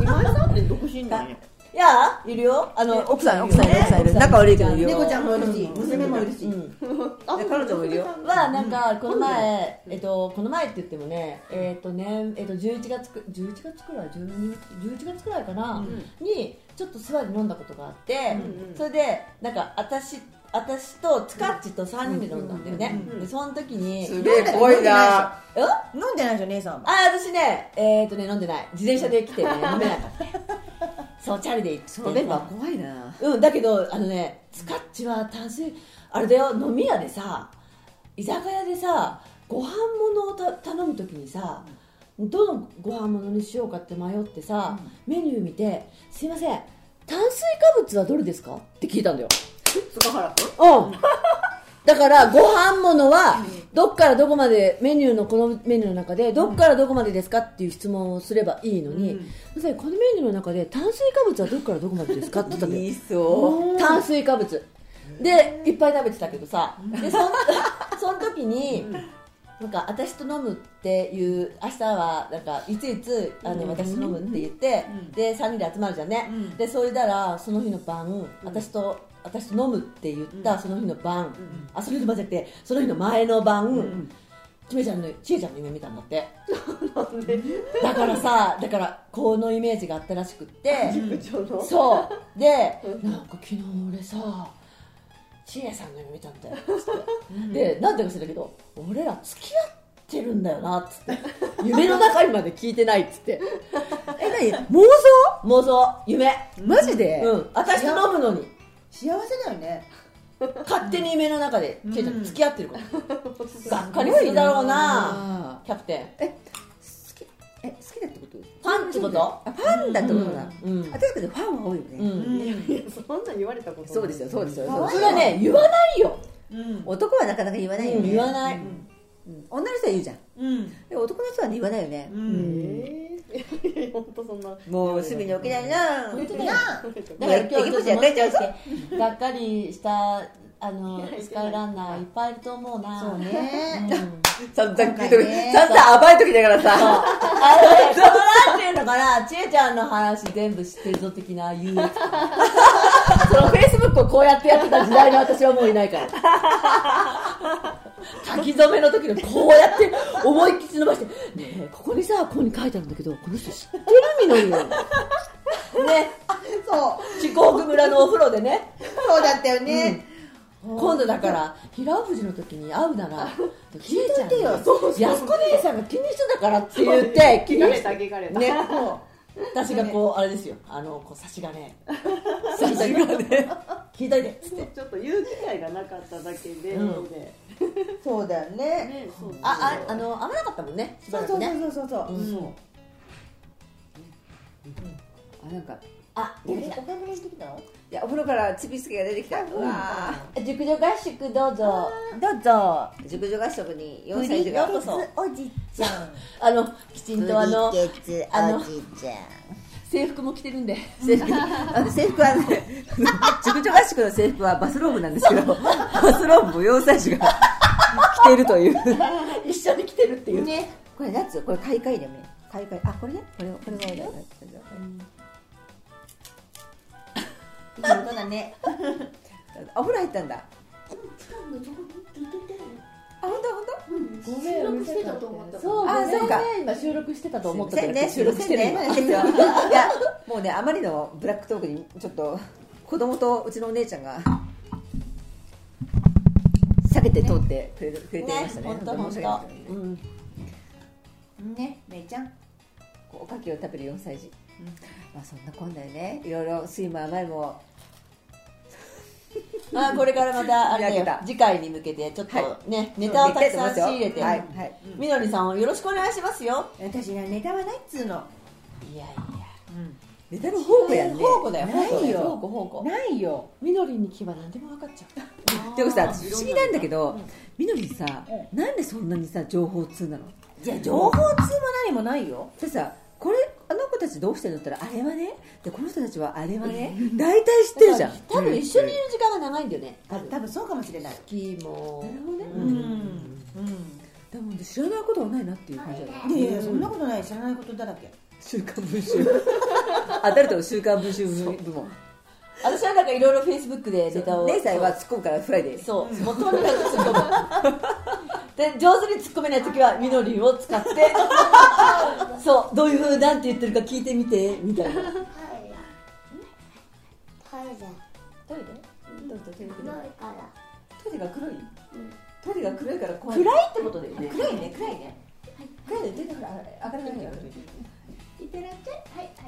Speaker 12: 今井さんって独身だね
Speaker 3: いやいるよあの
Speaker 1: 奥さん奥さんいる
Speaker 3: ね
Speaker 1: 奥さんいる仲悪いけどいるよ
Speaker 2: 猫ちゃんもいるし娘もいるし
Speaker 1: 当彼女もいるよ
Speaker 3: はなんかこの前、えっと、この前って言ってもね、えっとねえっと、11月く11月くらい12 11月くらいかな、にちょっと諏訪で飲んだことがあって、それでなんか私私とつかっちと3人で飲んだんだよね、でその時に
Speaker 12: すげえ怖いな
Speaker 3: えあ
Speaker 2: 飲んでないでしょ姉さんは
Speaker 3: 私ねえっとね飲んでない自転車で来てね飲めなかった [laughs] そうチャリで行って
Speaker 12: それは怖いな
Speaker 3: うん、だけどあのねスカッチは炭水あれだよ飲み屋でさ居酒屋でさご飯物をた頼む時にさどのご飯物にしようかって迷ってさ、メニュー見て「すいません炭水化物はどれですか?」って聞いたんだよ塚原うんだからご飯物はどっからどこまでメニューのこのメニューの中でどっからどこまでですかっていう質問をすればいいのに、なぜこのメニューの中で炭水化物はどっからどこまでですかって言ったんだよ
Speaker 12: いそ
Speaker 3: 炭水化物でいっぱい食べてたけどさでそん [laughs] その時になんか私と飲むっていう明日はなんかいついつあの私と飲むって言ってで3人で集まるじゃんねでそれならその日の晩私と私と飲むって言ったその日の晩あその日の晩じゃなくてその日の前の晩ちめちゃんのちえちゃんの夢見たんだってだからさだからこのイメージがあったらしくってそうでなんか昨日俺さちえさんの夢見たんだよつってでなんでか知らんけど俺ら付き合ってるんだよなっつって夢の中にまで聞いてないっつって
Speaker 1: え何妄
Speaker 3: 妄想夢
Speaker 1: 想マジで、
Speaker 3: うん私と飲むのに
Speaker 2: 幸せだよね
Speaker 3: 勝手に夢の中でちえちゃんと付き合ってるから、がっかりするだろうな
Speaker 12: あ
Speaker 3: キャプテン
Speaker 1: え好きだってこと
Speaker 3: ファンってこと
Speaker 1: あファンだってことだ、
Speaker 3: うん
Speaker 1: あ確かにファンは多いよね、
Speaker 3: うん
Speaker 4: いやそんなん言われたことない
Speaker 1: そうですよそうですよそうで
Speaker 3: そ
Speaker 1: す
Speaker 3: れは
Speaker 1: よ
Speaker 3: ね言わないよ、
Speaker 1: 男はなかなか言わないよ
Speaker 3: うん
Speaker 1: ね、
Speaker 3: 言わない、
Speaker 1: うん女の人は言うじゃん、でも男の人は、ね、言わないよね、
Speaker 4: 本当そんな
Speaker 1: もう趣味に置けないな
Speaker 3: 本
Speaker 1: [laughs]
Speaker 3: 当だよ
Speaker 1: だから今日ちょっと持ってきて
Speaker 3: がっかりしたあのスカイランナーいっぱいいると思うな
Speaker 2: そうね
Speaker 3: うん
Speaker 12: 散々聞いてる
Speaker 2: 今回ね
Speaker 12: 散々暴いときながらさ
Speaker 3: あれね、そうなんていうのかな、ちえちゃんの話全部知ってるぞ的な優越感。 [laughs] そのフェイスブックをこうやってやってた時代の私はもういない [laughs] から。書き初めの時のこうやって思いっきり伸ばして、ねえ、ここにさ、ここに書いてあるんだけど、この人知ってるみのりよ。
Speaker 1: [laughs]
Speaker 3: ね、
Speaker 2: そう
Speaker 3: 四国村のお風呂でね、
Speaker 2: そうだったよね
Speaker 3: [laughs] 今度だから平富士の時に会うなら聞いちゃんに安子姉さんが気にしてたからって言って気にして
Speaker 4: 聞かれた聞かれた
Speaker 3: ねもう私がこうあれですよあのこう差し金差し金 [laughs] 聞いといてっつって
Speaker 4: ちょっと言う機会がなかっただけで、
Speaker 3: うん
Speaker 4: ね
Speaker 2: そうだよね
Speaker 4: そう
Speaker 3: あああの危なかったもんねし
Speaker 2: そ
Speaker 3: ば
Speaker 2: う
Speaker 3: ら
Speaker 2: そ
Speaker 3: く
Speaker 2: う
Speaker 3: ね
Speaker 2: そうそうそう
Speaker 3: うん
Speaker 12: あ
Speaker 1: なんか
Speaker 3: あ出てきた
Speaker 2: お買い物してきたの
Speaker 1: いやお風呂からちびすけが出てきたうわ
Speaker 3: 熟女合宿どうぞ
Speaker 1: ーどうぞ熟女合宿に4歳児が
Speaker 3: ブリッ
Speaker 2: おじちゃん
Speaker 3: あのきちんとあの
Speaker 2: ツ
Speaker 3: あの
Speaker 2: じちゃん
Speaker 3: 制服も着てるんで
Speaker 1: 制服あの制服はね熟女合宿の制服はバスローブなんですけどバスローブを4歳児が着ているという
Speaker 3: 一緒に着てるっていう
Speaker 1: ねこれ夏これ買い替えだよね買い替えあこれねこれこれはこ
Speaker 2: 本当だね
Speaker 1: れお風呂入ったんだあ本当本当
Speaker 13: 収録してたと思った
Speaker 3: そう
Speaker 1: あ
Speaker 3: ごめん
Speaker 1: そうか
Speaker 3: ね今収録してたと思った
Speaker 1: せんね、
Speaker 3: 収録してる今 [laughs]
Speaker 1: せんねいや、もうね、あまりのブラックトークに、ちょっと、子供とうちのお姉ちゃんが、避けて通ってくれ,、くれていましたね。
Speaker 3: ね本当
Speaker 1: 本当に申し訳ないですね
Speaker 3: うん
Speaker 2: ねめいちゃん
Speaker 1: こうおかきを食べる4歳児。まあ、そんなこんなにね、いろいろ、酸いも甘いも、
Speaker 3: [laughs] まあこれからまたあれ
Speaker 1: 見
Speaker 3: だ
Speaker 1: 上げ
Speaker 3: よ
Speaker 1: た
Speaker 3: 次回に向けてちょっ
Speaker 1: は
Speaker 3: とねネタをたくさん仕入れて
Speaker 1: はい、はい。
Speaker 3: みのりさんをよろしくお願いしますよ
Speaker 2: 私なネタはないっつうの
Speaker 3: いやいや
Speaker 1: メタルホームやんね。
Speaker 3: 宝庫だよ宝庫
Speaker 2: な
Speaker 3: だ
Speaker 2: いよ
Speaker 3: よ宝庫宝庫
Speaker 2: ないよ
Speaker 3: みのりに聞けば何でも分かっちゃう
Speaker 1: でもさ、私不思議なんだけど、みのりさ、なんでそんなにさ、情報通なの
Speaker 2: じゃあ情報通も何もないよ
Speaker 1: でさこれあの子たちどうしてるのって言ったらあれはねでこの人たちはあれはね大体知ってるじゃん
Speaker 3: だから多分一緒にいる時間が長いんだよね
Speaker 2: あ多分そうかもしれない
Speaker 3: 月も
Speaker 1: なるほどね
Speaker 2: うんうん
Speaker 1: でも知らないことはないなっていう感じだよ
Speaker 2: いやいやそんなことない知らないことだらけ
Speaker 1: 週刊文春 [laughs] 当たると週刊文春部門
Speaker 3: 私はなんかいろいろフェイスブックでネタを
Speaker 1: 0歳は突っ込むからフライデー
Speaker 3: そうもうとにかく突っ込むで上手に突っ込めない時はみのりんを使って [laughs] そうどういうふうなんて言ってるか聞いてみてみたいな
Speaker 1: ト
Speaker 3: トイレ
Speaker 1: イレが黒いトイレが黒いから怖
Speaker 3: 暗いってことだよね
Speaker 1: 暗いね暗いね暗いね全然明るくないよ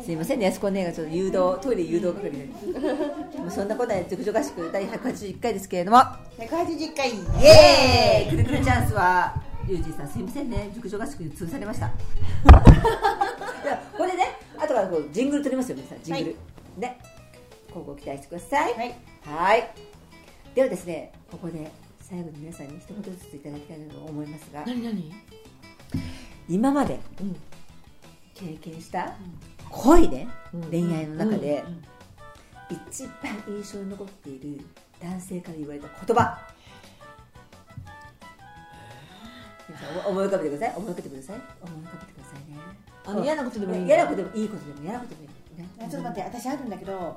Speaker 1: すいませんね、安子姉がちょっと誘導、トイレ誘導係
Speaker 3: [laughs]
Speaker 1: で。もうそんなことで、熟女合宿第181回ですけれども。
Speaker 2: 180回
Speaker 1: イエーイくるくるチャンスはリュウジさんすいませんね熟女合宿に潰されましたいやこれねあとからこうジングル取りますよ皆さんジングル、ねこうご期待してください
Speaker 2: はい
Speaker 1: はーいではですねここで最後に皆さんに一言ずついただきたいなと思いますが
Speaker 3: 何何
Speaker 1: 今まで
Speaker 3: うん
Speaker 1: 経験した恋で、
Speaker 3: うん
Speaker 1: 恋愛の中で
Speaker 3: うん
Speaker 1: 一番印象に残っている男性から言われた言葉皆さんお思い浮かべてください思い浮かべてください思い浮かべてくださいね
Speaker 3: あの嫌なことでもいいの
Speaker 1: 嫌なことでもいいことでも嫌なことでもいいね
Speaker 2: あちょっと待って私あるんだけどなんつっ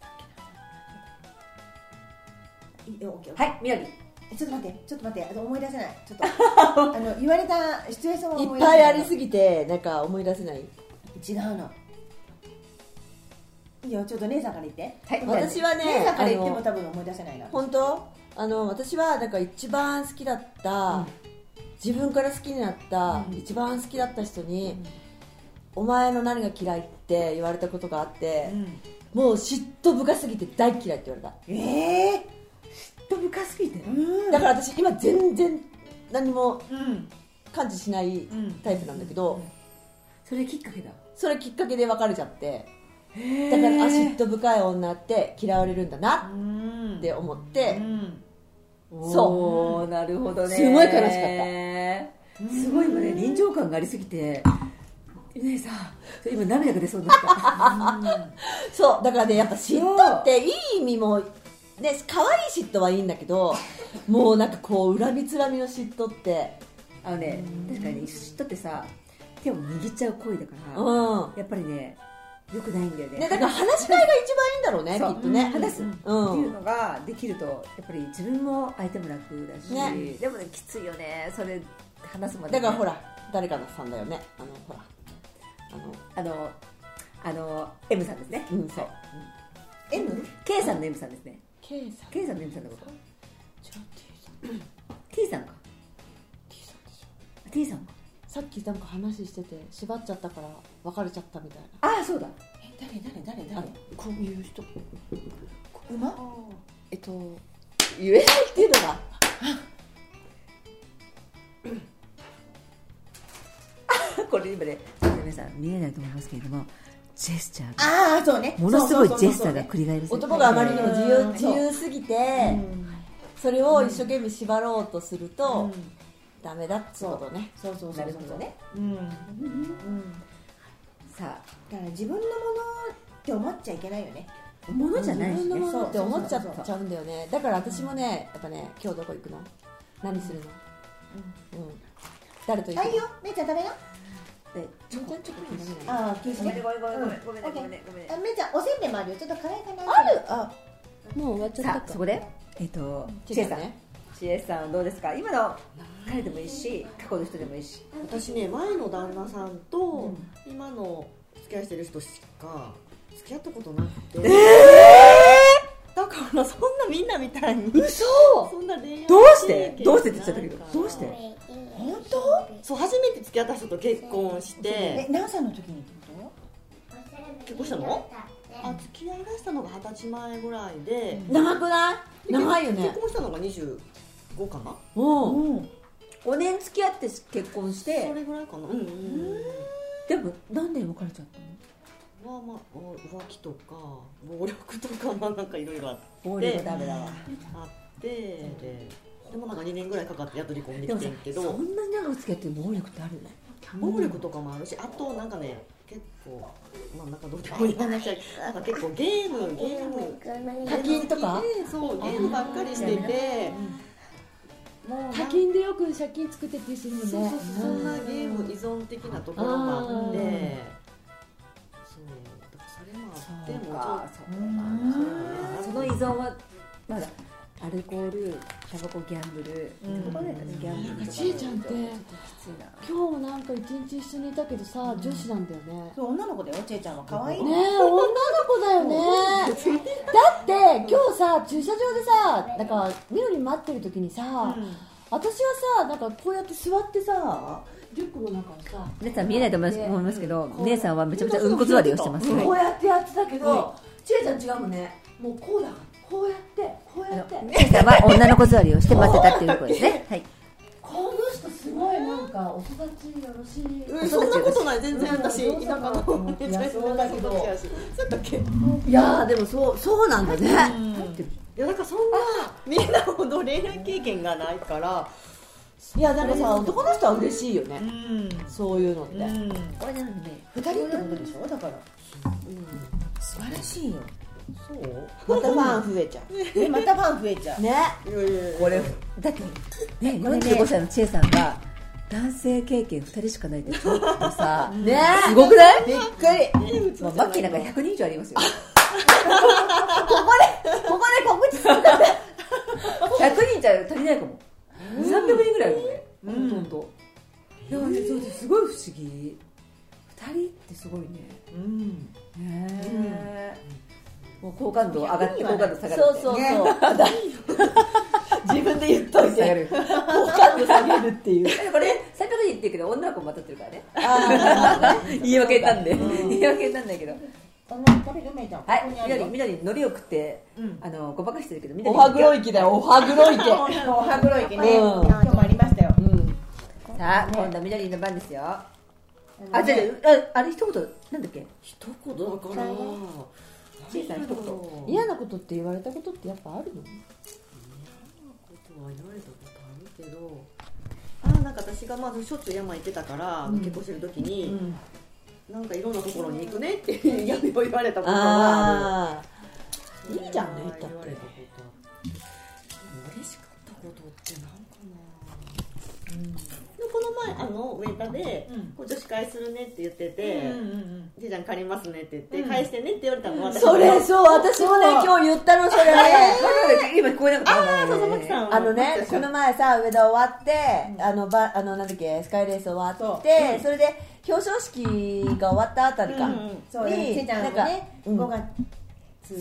Speaker 2: たっけないいよオッケーオッケー
Speaker 1: はいみやぎ
Speaker 2: えちょっと待ってちょっと待ってあの思い出せないちょっ
Speaker 3: [laughs]
Speaker 2: とあの言われたシチュエーションはい思
Speaker 3: っ
Speaker 2: い出
Speaker 3: ぱいありす
Speaker 2: せ
Speaker 3: ぎてなんか思い出せない
Speaker 2: ない違うのいいよちょっと姉さんから言って
Speaker 1: はい
Speaker 3: 私はね
Speaker 2: 姉さんから言って
Speaker 3: あ
Speaker 2: も
Speaker 3: の
Speaker 2: 多分思い出せないな
Speaker 3: 本当あの私はなんか一番好きだった、自分から好きになった、一番好きだった人に、お前の何が嫌いって言われたことがあって、もう嫉妬深すぎて大嫌いって言われた
Speaker 2: ええ
Speaker 1: と深すぎて
Speaker 2: うん
Speaker 3: だから私今全然何も
Speaker 2: うん
Speaker 3: 感知しないタイプなんだけど、
Speaker 1: それきっかけだ
Speaker 3: それきっかけで別れちゃってだからあ嫉妬深い女って嫌われるんだな
Speaker 2: うん
Speaker 3: って思って、
Speaker 1: そうなるほどね
Speaker 3: すごい悲しかった
Speaker 1: ったすごい今ね臨場感がありすぎてねえさ今涙が出そうにな
Speaker 3: [laughs]
Speaker 1: った
Speaker 3: そうだからねやっぱ嫉妬っていい意味もね可愛い嫉妬はいいんだけ
Speaker 1: [laughs]
Speaker 3: どもうなんかこう恨みつらみの嫉妬って
Speaker 1: あのね確かに嫉妬ってさ手を握っちゃう行為だから、
Speaker 3: うん
Speaker 1: やっぱりねよくないんだよね
Speaker 3: ねだから話し合いが一番いいんだろうねき
Speaker 1: そう
Speaker 3: っとね
Speaker 1: 話すって
Speaker 3: うん
Speaker 1: いうのができるとやっぱり自分も相手も楽だし、
Speaker 3: ね
Speaker 1: でもねきついよねそれ話すまで、
Speaker 3: だからほら誰かのさんだよねあのほらあの
Speaker 1: あのあの M さんですね
Speaker 3: うんそう
Speaker 1: M? K さんの M さんですね
Speaker 3: K さん
Speaker 1: K さんの M さんのこと
Speaker 3: じゃあ T さん
Speaker 1: T さんか
Speaker 3: T さんでしょ
Speaker 1: T さんか
Speaker 3: さっきなんか話してて縛っちゃったから別れちゃったみたいな
Speaker 1: ああそうだ
Speaker 2: 誰誰誰
Speaker 3: あ
Speaker 2: 誰
Speaker 3: こういう人
Speaker 2: 馬
Speaker 3: えっと言えないっていうのが
Speaker 1: これ今ねちょっと皆さん見えないと思いますけれども
Speaker 12: ジェスチャーが
Speaker 2: ああそうね
Speaker 12: ものすごい
Speaker 2: そう
Speaker 12: ジ
Speaker 2: そ
Speaker 12: ェスチ
Speaker 2: うそうそ
Speaker 12: ャ
Speaker 2: う
Speaker 12: ーが繰り返す
Speaker 3: 男があまりにも自由
Speaker 2: うん
Speaker 3: 自由すぎてそれを一生懸命縛ろうとするとダメだっつうことね
Speaker 2: そうそうそ
Speaker 1: な
Speaker 2: う
Speaker 1: るほどね
Speaker 2: うん
Speaker 1: さあ
Speaker 2: だから自分のものって思っちゃいけないよね
Speaker 12: ものじゃないし
Speaker 3: 自分
Speaker 12: ね
Speaker 3: のものって思っち
Speaker 2: そ
Speaker 3: ゃ
Speaker 2: うそうそう
Speaker 3: っちゃうんだよねだから私もねやっぱね今日どこ行くの何するのうん誰と行
Speaker 2: あ
Speaker 3: く
Speaker 2: いいよめいちゃん食べな
Speaker 12: でちょこちょこにしない
Speaker 2: ああ禁止ね
Speaker 12: ごめんごめんごめんごめ
Speaker 2: ごめん
Speaker 12: ねごめん
Speaker 2: あめいちゃんおせんべいもあるよちょっと可愛いかなあるあ
Speaker 3: もう終わっちゃった
Speaker 1: さ
Speaker 3: か
Speaker 1: あそこでえっと
Speaker 3: ち
Speaker 1: 知恵
Speaker 3: ょっ
Speaker 1: さ
Speaker 3: と
Speaker 1: ん
Speaker 3: ね
Speaker 1: 知恵さんはどうですか今の彼でもいいし過去の人でもいいし
Speaker 4: 私ね前の旦那さんと今の付き合いしてる人しか付き合ったことなくて、だからそんなみんなみたいに嘘そんな恋愛
Speaker 12: どうしてどうしてって言っちゃったけ
Speaker 4: 経
Speaker 12: ど
Speaker 4: 験ないから
Speaker 12: どうして
Speaker 2: 本当
Speaker 4: そう初めて付き合った人と結婚して
Speaker 2: え何歳の時にってこ
Speaker 4: 結婚したのあ付き合いがしたのが二十歳前ぐらいで、
Speaker 3: 長くない長いよ
Speaker 4: 結
Speaker 3: ね
Speaker 4: 婚したのが25かな
Speaker 3: うん
Speaker 1: 5年付き合って結婚し
Speaker 4: そ
Speaker 1: て
Speaker 4: れぐらいかなうんうんうん
Speaker 1: でも何年別れちゃったの
Speaker 4: まあまあお浮気とか暴力とかまあなんかいろいろあって
Speaker 1: 暴力ダメだわ
Speaker 4: あってででもなんか2年ぐらいかかってやっと離婚で
Speaker 1: で
Speaker 4: き
Speaker 1: もさ
Speaker 4: てんけ
Speaker 1: そ
Speaker 4: ど
Speaker 1: んなに長く付き合って暴力ってあるね
Speaker 4: 暴力とかもあるしあとなんかね結構まあなんかどうでもいい話やけどなんか結構ゲームゲーム
Speaker 3: 課金とか
Speaker 4: でそうゲームばっかりしててもうなん
Speaker 6: 課金でよく借金作ってっていう人いるもん
Speaker 4: そう
Speaker 6: ね
Speaker 4: そうそうそんなゲーム依存的なところもあってそうだからそれもあってもうちょっと
Speaker 1: そうその依存はまだアルコールタバコギャンブルタバコねギャンブルとか
Speaker 6: ちいちゃんって
Speaker 1: ちょっときついな
Speaker 6: 今日もなんか一日一緒にいたけどさ女子なんだよね
Speaker 2: とそう女の子だよちえちゃんは可愛い
Speaker 6: ねえ女の子だ [laughs] よねだって今日さ駐車場でさなんかみのりん待ってる時にさ、私はさなんかこうやって座ってさリュックの中をさ
Speaker 1: 皆さん見えないと思います思いますけど姉さんはめちゃくちゃうんこ座りをしてます
Speaker 3: こ
Speaker 1: は
Speaker 3: うやってやってたけどちえちゃん違うもんねもうこうだこうやってこうやって
Speaker 1: い姉さんは女の子座りをして待ってたっていうことですねはい
Speaker 6: この人すごいなんかお育ちよろしい
Speaker 4: うんそんなことない全然私田舎の方めっちゃ田舎の方やしそうだっけ
Speaker 12: いやーでもそうそうなんだね
Speaker 4: いやだからそんなみんなほど恋愛経験がないから
Speaker 3: いやなんかさ男の人は嬉しいよねそういうのって
Speaker 1: これなのでね
Speaker 2: 二人ってことでしょだから
Speaker 3: 素晴らしいよ
Speaker 4: そう
Speaker 3: またファン増えちゃ
Speaker 2: でまたファン増えちゃう
Speaker 3: うね
Speaker 4: いやいやいや
Speaker 12: これ
Speaker 1: だってね45歳の千恵さんが男性経験2人しかないってちょっとさ
Speaker 3: ね
Speaker 1: すごくない
Speaker 3: びっくり
Speaker 1: まあマッキーなんか100人以上あります
Speaker 3: [laughs]
Speaker 1: よ
Speaker 3: ここで告知するんだって
Speaker 1: 100人じゃ足りないかも300人ぐらいあるよねほとんどでもねそうですすごい不思議2人ってすごいねねえもう好感度上がって好感度下がるみ
Speaker 3: そう
Speaker 1: たいな
Speaker 3: そうそう、
Speaker 1: ね
Speaker 3: [laughs] 自分で言っとい
Speaker 1: 下が
Speaker 3: て
Speaker 1: る
Speaker 3: 好感度下げるっていう
Speaker 1: これ300人って言うけど女の子も当たってるからね
Speaker 3: [laughs] あ
Speaker 1: 言い訳になんで言い訳になんないけど
Speaker 2: あの食べるめいちゃん
Speaker 1: は
Speaker 2: ここに
Speaker 1: い
Speaker 2: あ
Speaker 1: みのり
Speaker 2: るよ
Speaker 1: みのり海苔を食ってあのごまかしてるけどみ
Speaker 3: ー
Speaker 1: の
Speaker 3: お
Speaker 1: り
Speaker 3: はぐろいきだよおはぐろいき
Speaker 2: [laughs] お歯黒いけね
Speaker 3: うん
Speaker 2: 今日もありましたよ
Speaker 1: さあ今度みのりの番ですよあじゃああれ一言なんだっけ
Speaker 4: 一言だから
Speaker 1: ちいさん一言
Speaker 6: 嫌なことって言われたことってやっぱあるの
Speaker 4: ことは言われたことあるけどあーなんか私がまずしょっちゅう山行ってたから、結婚してる時に、なんかいろんなところに行く
Speaker 3: [laughs]
Speaker 4: ねって嫌味を言われたことは
Speaker 3: あ
Speaker 4: ある
Speaker 3: ーいいじゃんね言ったっ
Speaker 4: 言わ
Speaker 3: て
Speaker 4: れたことは嬉しかったことってなんかな、でこの前あの上田で、こう女子会するねって言ってて、じいちゃん借りますねって言って、返してねって言われたのは私
Speaker 3: それそう私もね今日言ったのそれ
Speaker 1: 今聞こえなかった
Speaker 4: あそうそうマキさん
Speaker 3: あのね、この前さ、上田終わって、あの、ば、あの、なんだっけ、スカイレース終わって、それで、表彰式が終わったあたりか。
Speaker 2: そうねちえちゃん
Speaker 3: な
Speaker 2: も
Speaker 3: んか
Speaker 2: ね
Speaker 3: うん
Speaker 2: 5月の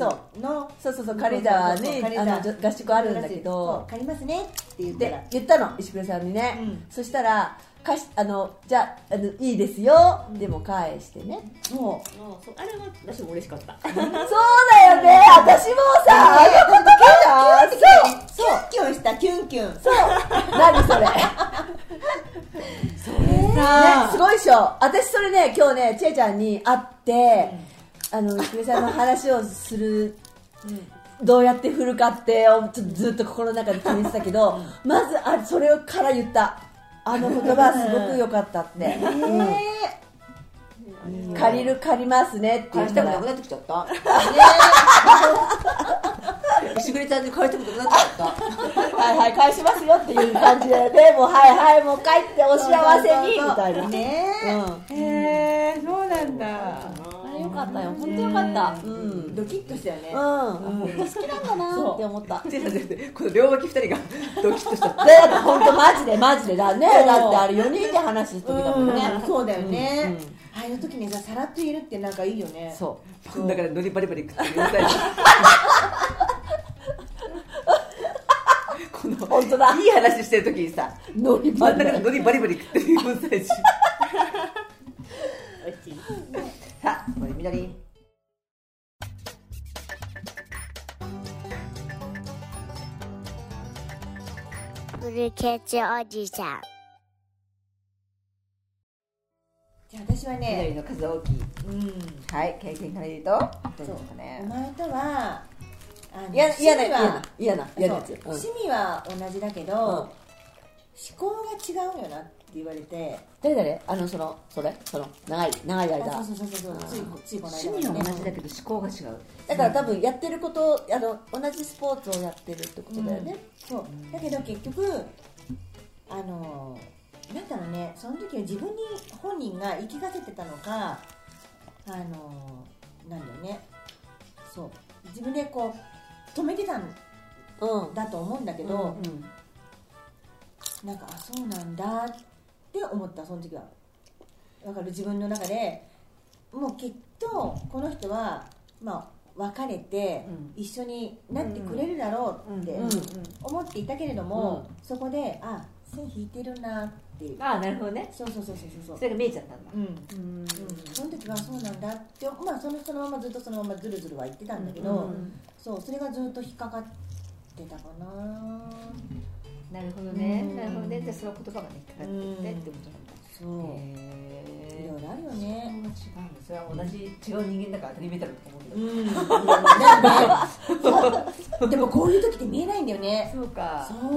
Speaker 3: そうそうそう、軽井沢
Speaker 2: そうそう
Speaker 3: に、
Speaker 2: 軽井
Speaker 3: あ
Speaker 2: 沢
Speaker 3: の、じょ合宿あるんだけど
Speaker 2: そう、借りますねって言った
Speaker 3: で
Speaker 2: ら、
Speaker 3: 言ったの、石倉さんにね。そしたら、かし、あの、じゃあ、あの、いいですよ、でも返してね。
Speaker 2: もう
Speaker 4: あそうあれは私も嬉しかった
Speaker 3: そうだよね、私もさ、あのことかそう
Speaker 2: キュンキュンしたキュンキュン
Speaker 3: そう何それそれ
Speaker 2: ね、すごいでしょ私それね今日ねちえちゃんに会って、あの娘さんの話をする、どうやって振るかってをちょっとずっと心の中で気にしてたけど、まずあそれから言ったあの言葉すごく良かったって、うん借りる借りますねって言
Speaker 1: 返
Speaker 2: っ
Speaker 1: したたく
Speaker 2: ら
Speaker 1: なくなってきちゃ [laughs] った。ねえ。しぐれちゃんに返したくなくなってきちゃった。
Speaker 2: はいはい返しますよっていう感じでねもうはいはいもう帰ってお幸せにみたいなね
Speaker 3: へえそうなんだ
Speaker 14: あよかったよ本当よかったうん、うん
Speaker 3: ドキッとしたよね
Speaker 2: うん
Speaker 14: 本当好きなんだなって思った
Speaker 1: ちえちゃんじゃなくてこの両脇二人がドキッとした。
Speaker 2: でだって本当マジでマジでだねだってあれ4人で話す時だもんね
Speaker 3: ねそうだよねああいう時にささらっと言えるってなんかいいよね
Speaker 1: そう。だからのりバリバリ食ってみたい。この
Speaker 2: 本当だ
Speaker 1: いい話してる時にさ、
Speaker 2: ノリ
Speaker 1: 真
Speaker 2: バ
Speaker 1: ん
Speaker 2: リ
Speaker 1: 中でのりバリバリ食ってる4歳児。さあ、これみのりん。
Speaker 15: ブルーケツおじさん
Speaker 3: じゃあ私は
Speaker 1: みの
Speaker 3: ね
Speaker 1: りの数大きい。
Speaker 3: うん
Speaker 1: はい、経験から言うと。どうですか
Speaker 3: お
Speaker 1: ね。
Speaker 3: 前とはあの
Speaker 2: 嫌な嫌な
Speaker 3: 趣味
Speaker 2: 嫌
Speaker 3: は
Speaker 2: な嫌な嫌なやつ
Speaker 3: そう趣味は同じだけど、思考が違うよなって言われて
Speaker 2: 誰誰あのそのそれその長い長い
Speaker 3: あ
Speaker 2: 間
Speaker 3: そうそうそうそうついついこの間
Speaker 1: 趣味は同じだけど思考が違う。
Speaker 2: だから多分やってることあの同じスポーツをやってるってことだよね
Speaker 3: そうだけど結局あのなんだろうねその時は自分に本人が言い聞かせてたのかあのなんだよねそう自分でこう止めてたん
Speaker 2: うん
Speaker 3: だと思うんだけど、なんかあそうなんだって思ったその時はだから自分の中でもうきっとこの人はまあ別れて一緒になってくれるだろうって思っていたけれども、そこであ線引いてるなっていう
Speaker 1: ああ、なるほどね。
Speaker 3: そうそうそうそうそう
Speaker 1: それが見えちゃったんだ。
Speaker 3: うん、うん、その時はそうなんだって、まあ、そのそのままずっとそのままずるずるは言ってたんだけど、そうそれがずっと引っかかってたかな
Speaker 1: なるほど
Speaker 3: うん
Speaker 1: じゃあその言葉がね、引っか
Speaker 3: うん
Speaker 1: ことなんだ。
Speaker 3: そう、い
Speaker 1: へ
Speaker 3: ろいろあるよ
Speaker 1: え。
Speaker 3: ね
Speaker 1: 違うんそれは同じ違う人間だから当たり前だろうと思うんだけど。
Speaker 3: うん、なんねそうでもこういう時って見えないんだよね
Speaker 1: そうか
Speaker 3: そ。う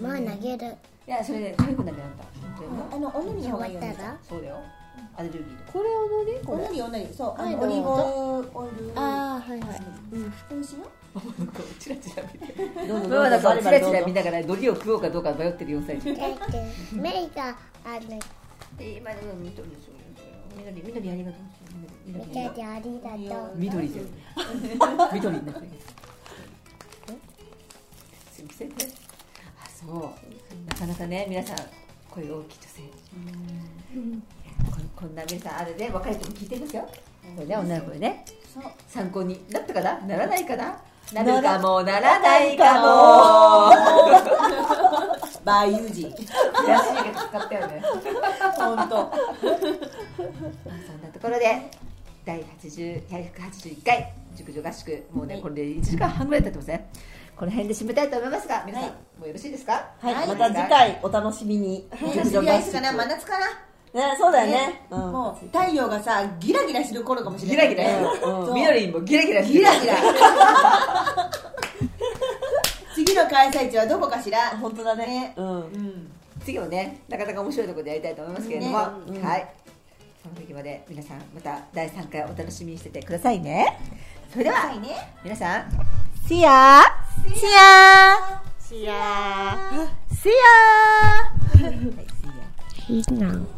Speaker 15: もう投げる
Speaker 1: いや、それね、体力なくなった。
Speaker 3: あの女にの
Speaker 15: 終
Speaker 3: 方
Speaker 15: わ
Speaker 3: がいいよ
Speaker 15: った
Speaker 3: ね
Speaker 15: ら
Speaker 1: そうだよ。アレルギーとか。
Speaker 14: これ踊りこれ
Speaker 3: 女に女にそうあ
Speaker 14: はい
Speaker 3: の
Speaker 14: ど
Speaker 3: オ
Speaker 14: う
Speaker 3: リーブオイル
Speaker 14: ああはいはい
Speaker 3: 美味しいよ
Speaker 1: こうチラチラ見て。
Speaker 2: どうぞ
Speaker 1: ママなん
Speaker 2: どう
Speaker 1: か
Speaker 2: ぞ
Speaker 1: チラチラ見ながら、海苔を食おうかどうか迷ってる4歳児。
Speaker 15: だって目がある
Speaker 1: 今の見とるでしょ。みのり、みのりありがとう。みの
Speaker 15: み
Speaker 1: り
Speaker 15: たいでありがとう
Speaker 1: 緑 [laughs] じゃん。緑になってる。すいませんね。あ、そう。なかなかね、皆さん、声大きい女性。ここんな皆さん、あれで、若い人も聞いてますよ。これね、女の子でね。参考になったかな、ならないかな。なるかも、ならないかも。
Speaker 2: バイユージ
Speaker 1: 悔しいが使ったよね。本当。そんなところで第80 181回熟女合宿もうね、これで1時間半ぐらい経ってますね。この辺で締めたいと思いますが皆さん、もうよろしいですか。
Speaker 2: はいまた次。回お楽しみに
Speaker 3: 夏ぐらいですかな真夏かな
Speaker 2: ねそうだよねうん
Speaker 3: もう太陽がさギラギラする頃かもしれ
Speaker 1: ギ
Speaker 3: な
Speaker 1: ラ
Speaker 3: い
Speaker 1: ギラ。
Speaker 3: そう
Speaker 1: みのりんもギラギラしてる。
Speaker 3: ギラギラ次の開催地はどこかしら本当だね
Speaker 2: うん
Speaker 3: うん
Speaker 1: 次もねなかなか面白いところでやりたいと思いますけれども、はい。その時まで皆さんまた第3回お楽しみにしててくださいね。それでは、皆さん See ya! See ya! See ya! See ya!
Speaker 15: いいな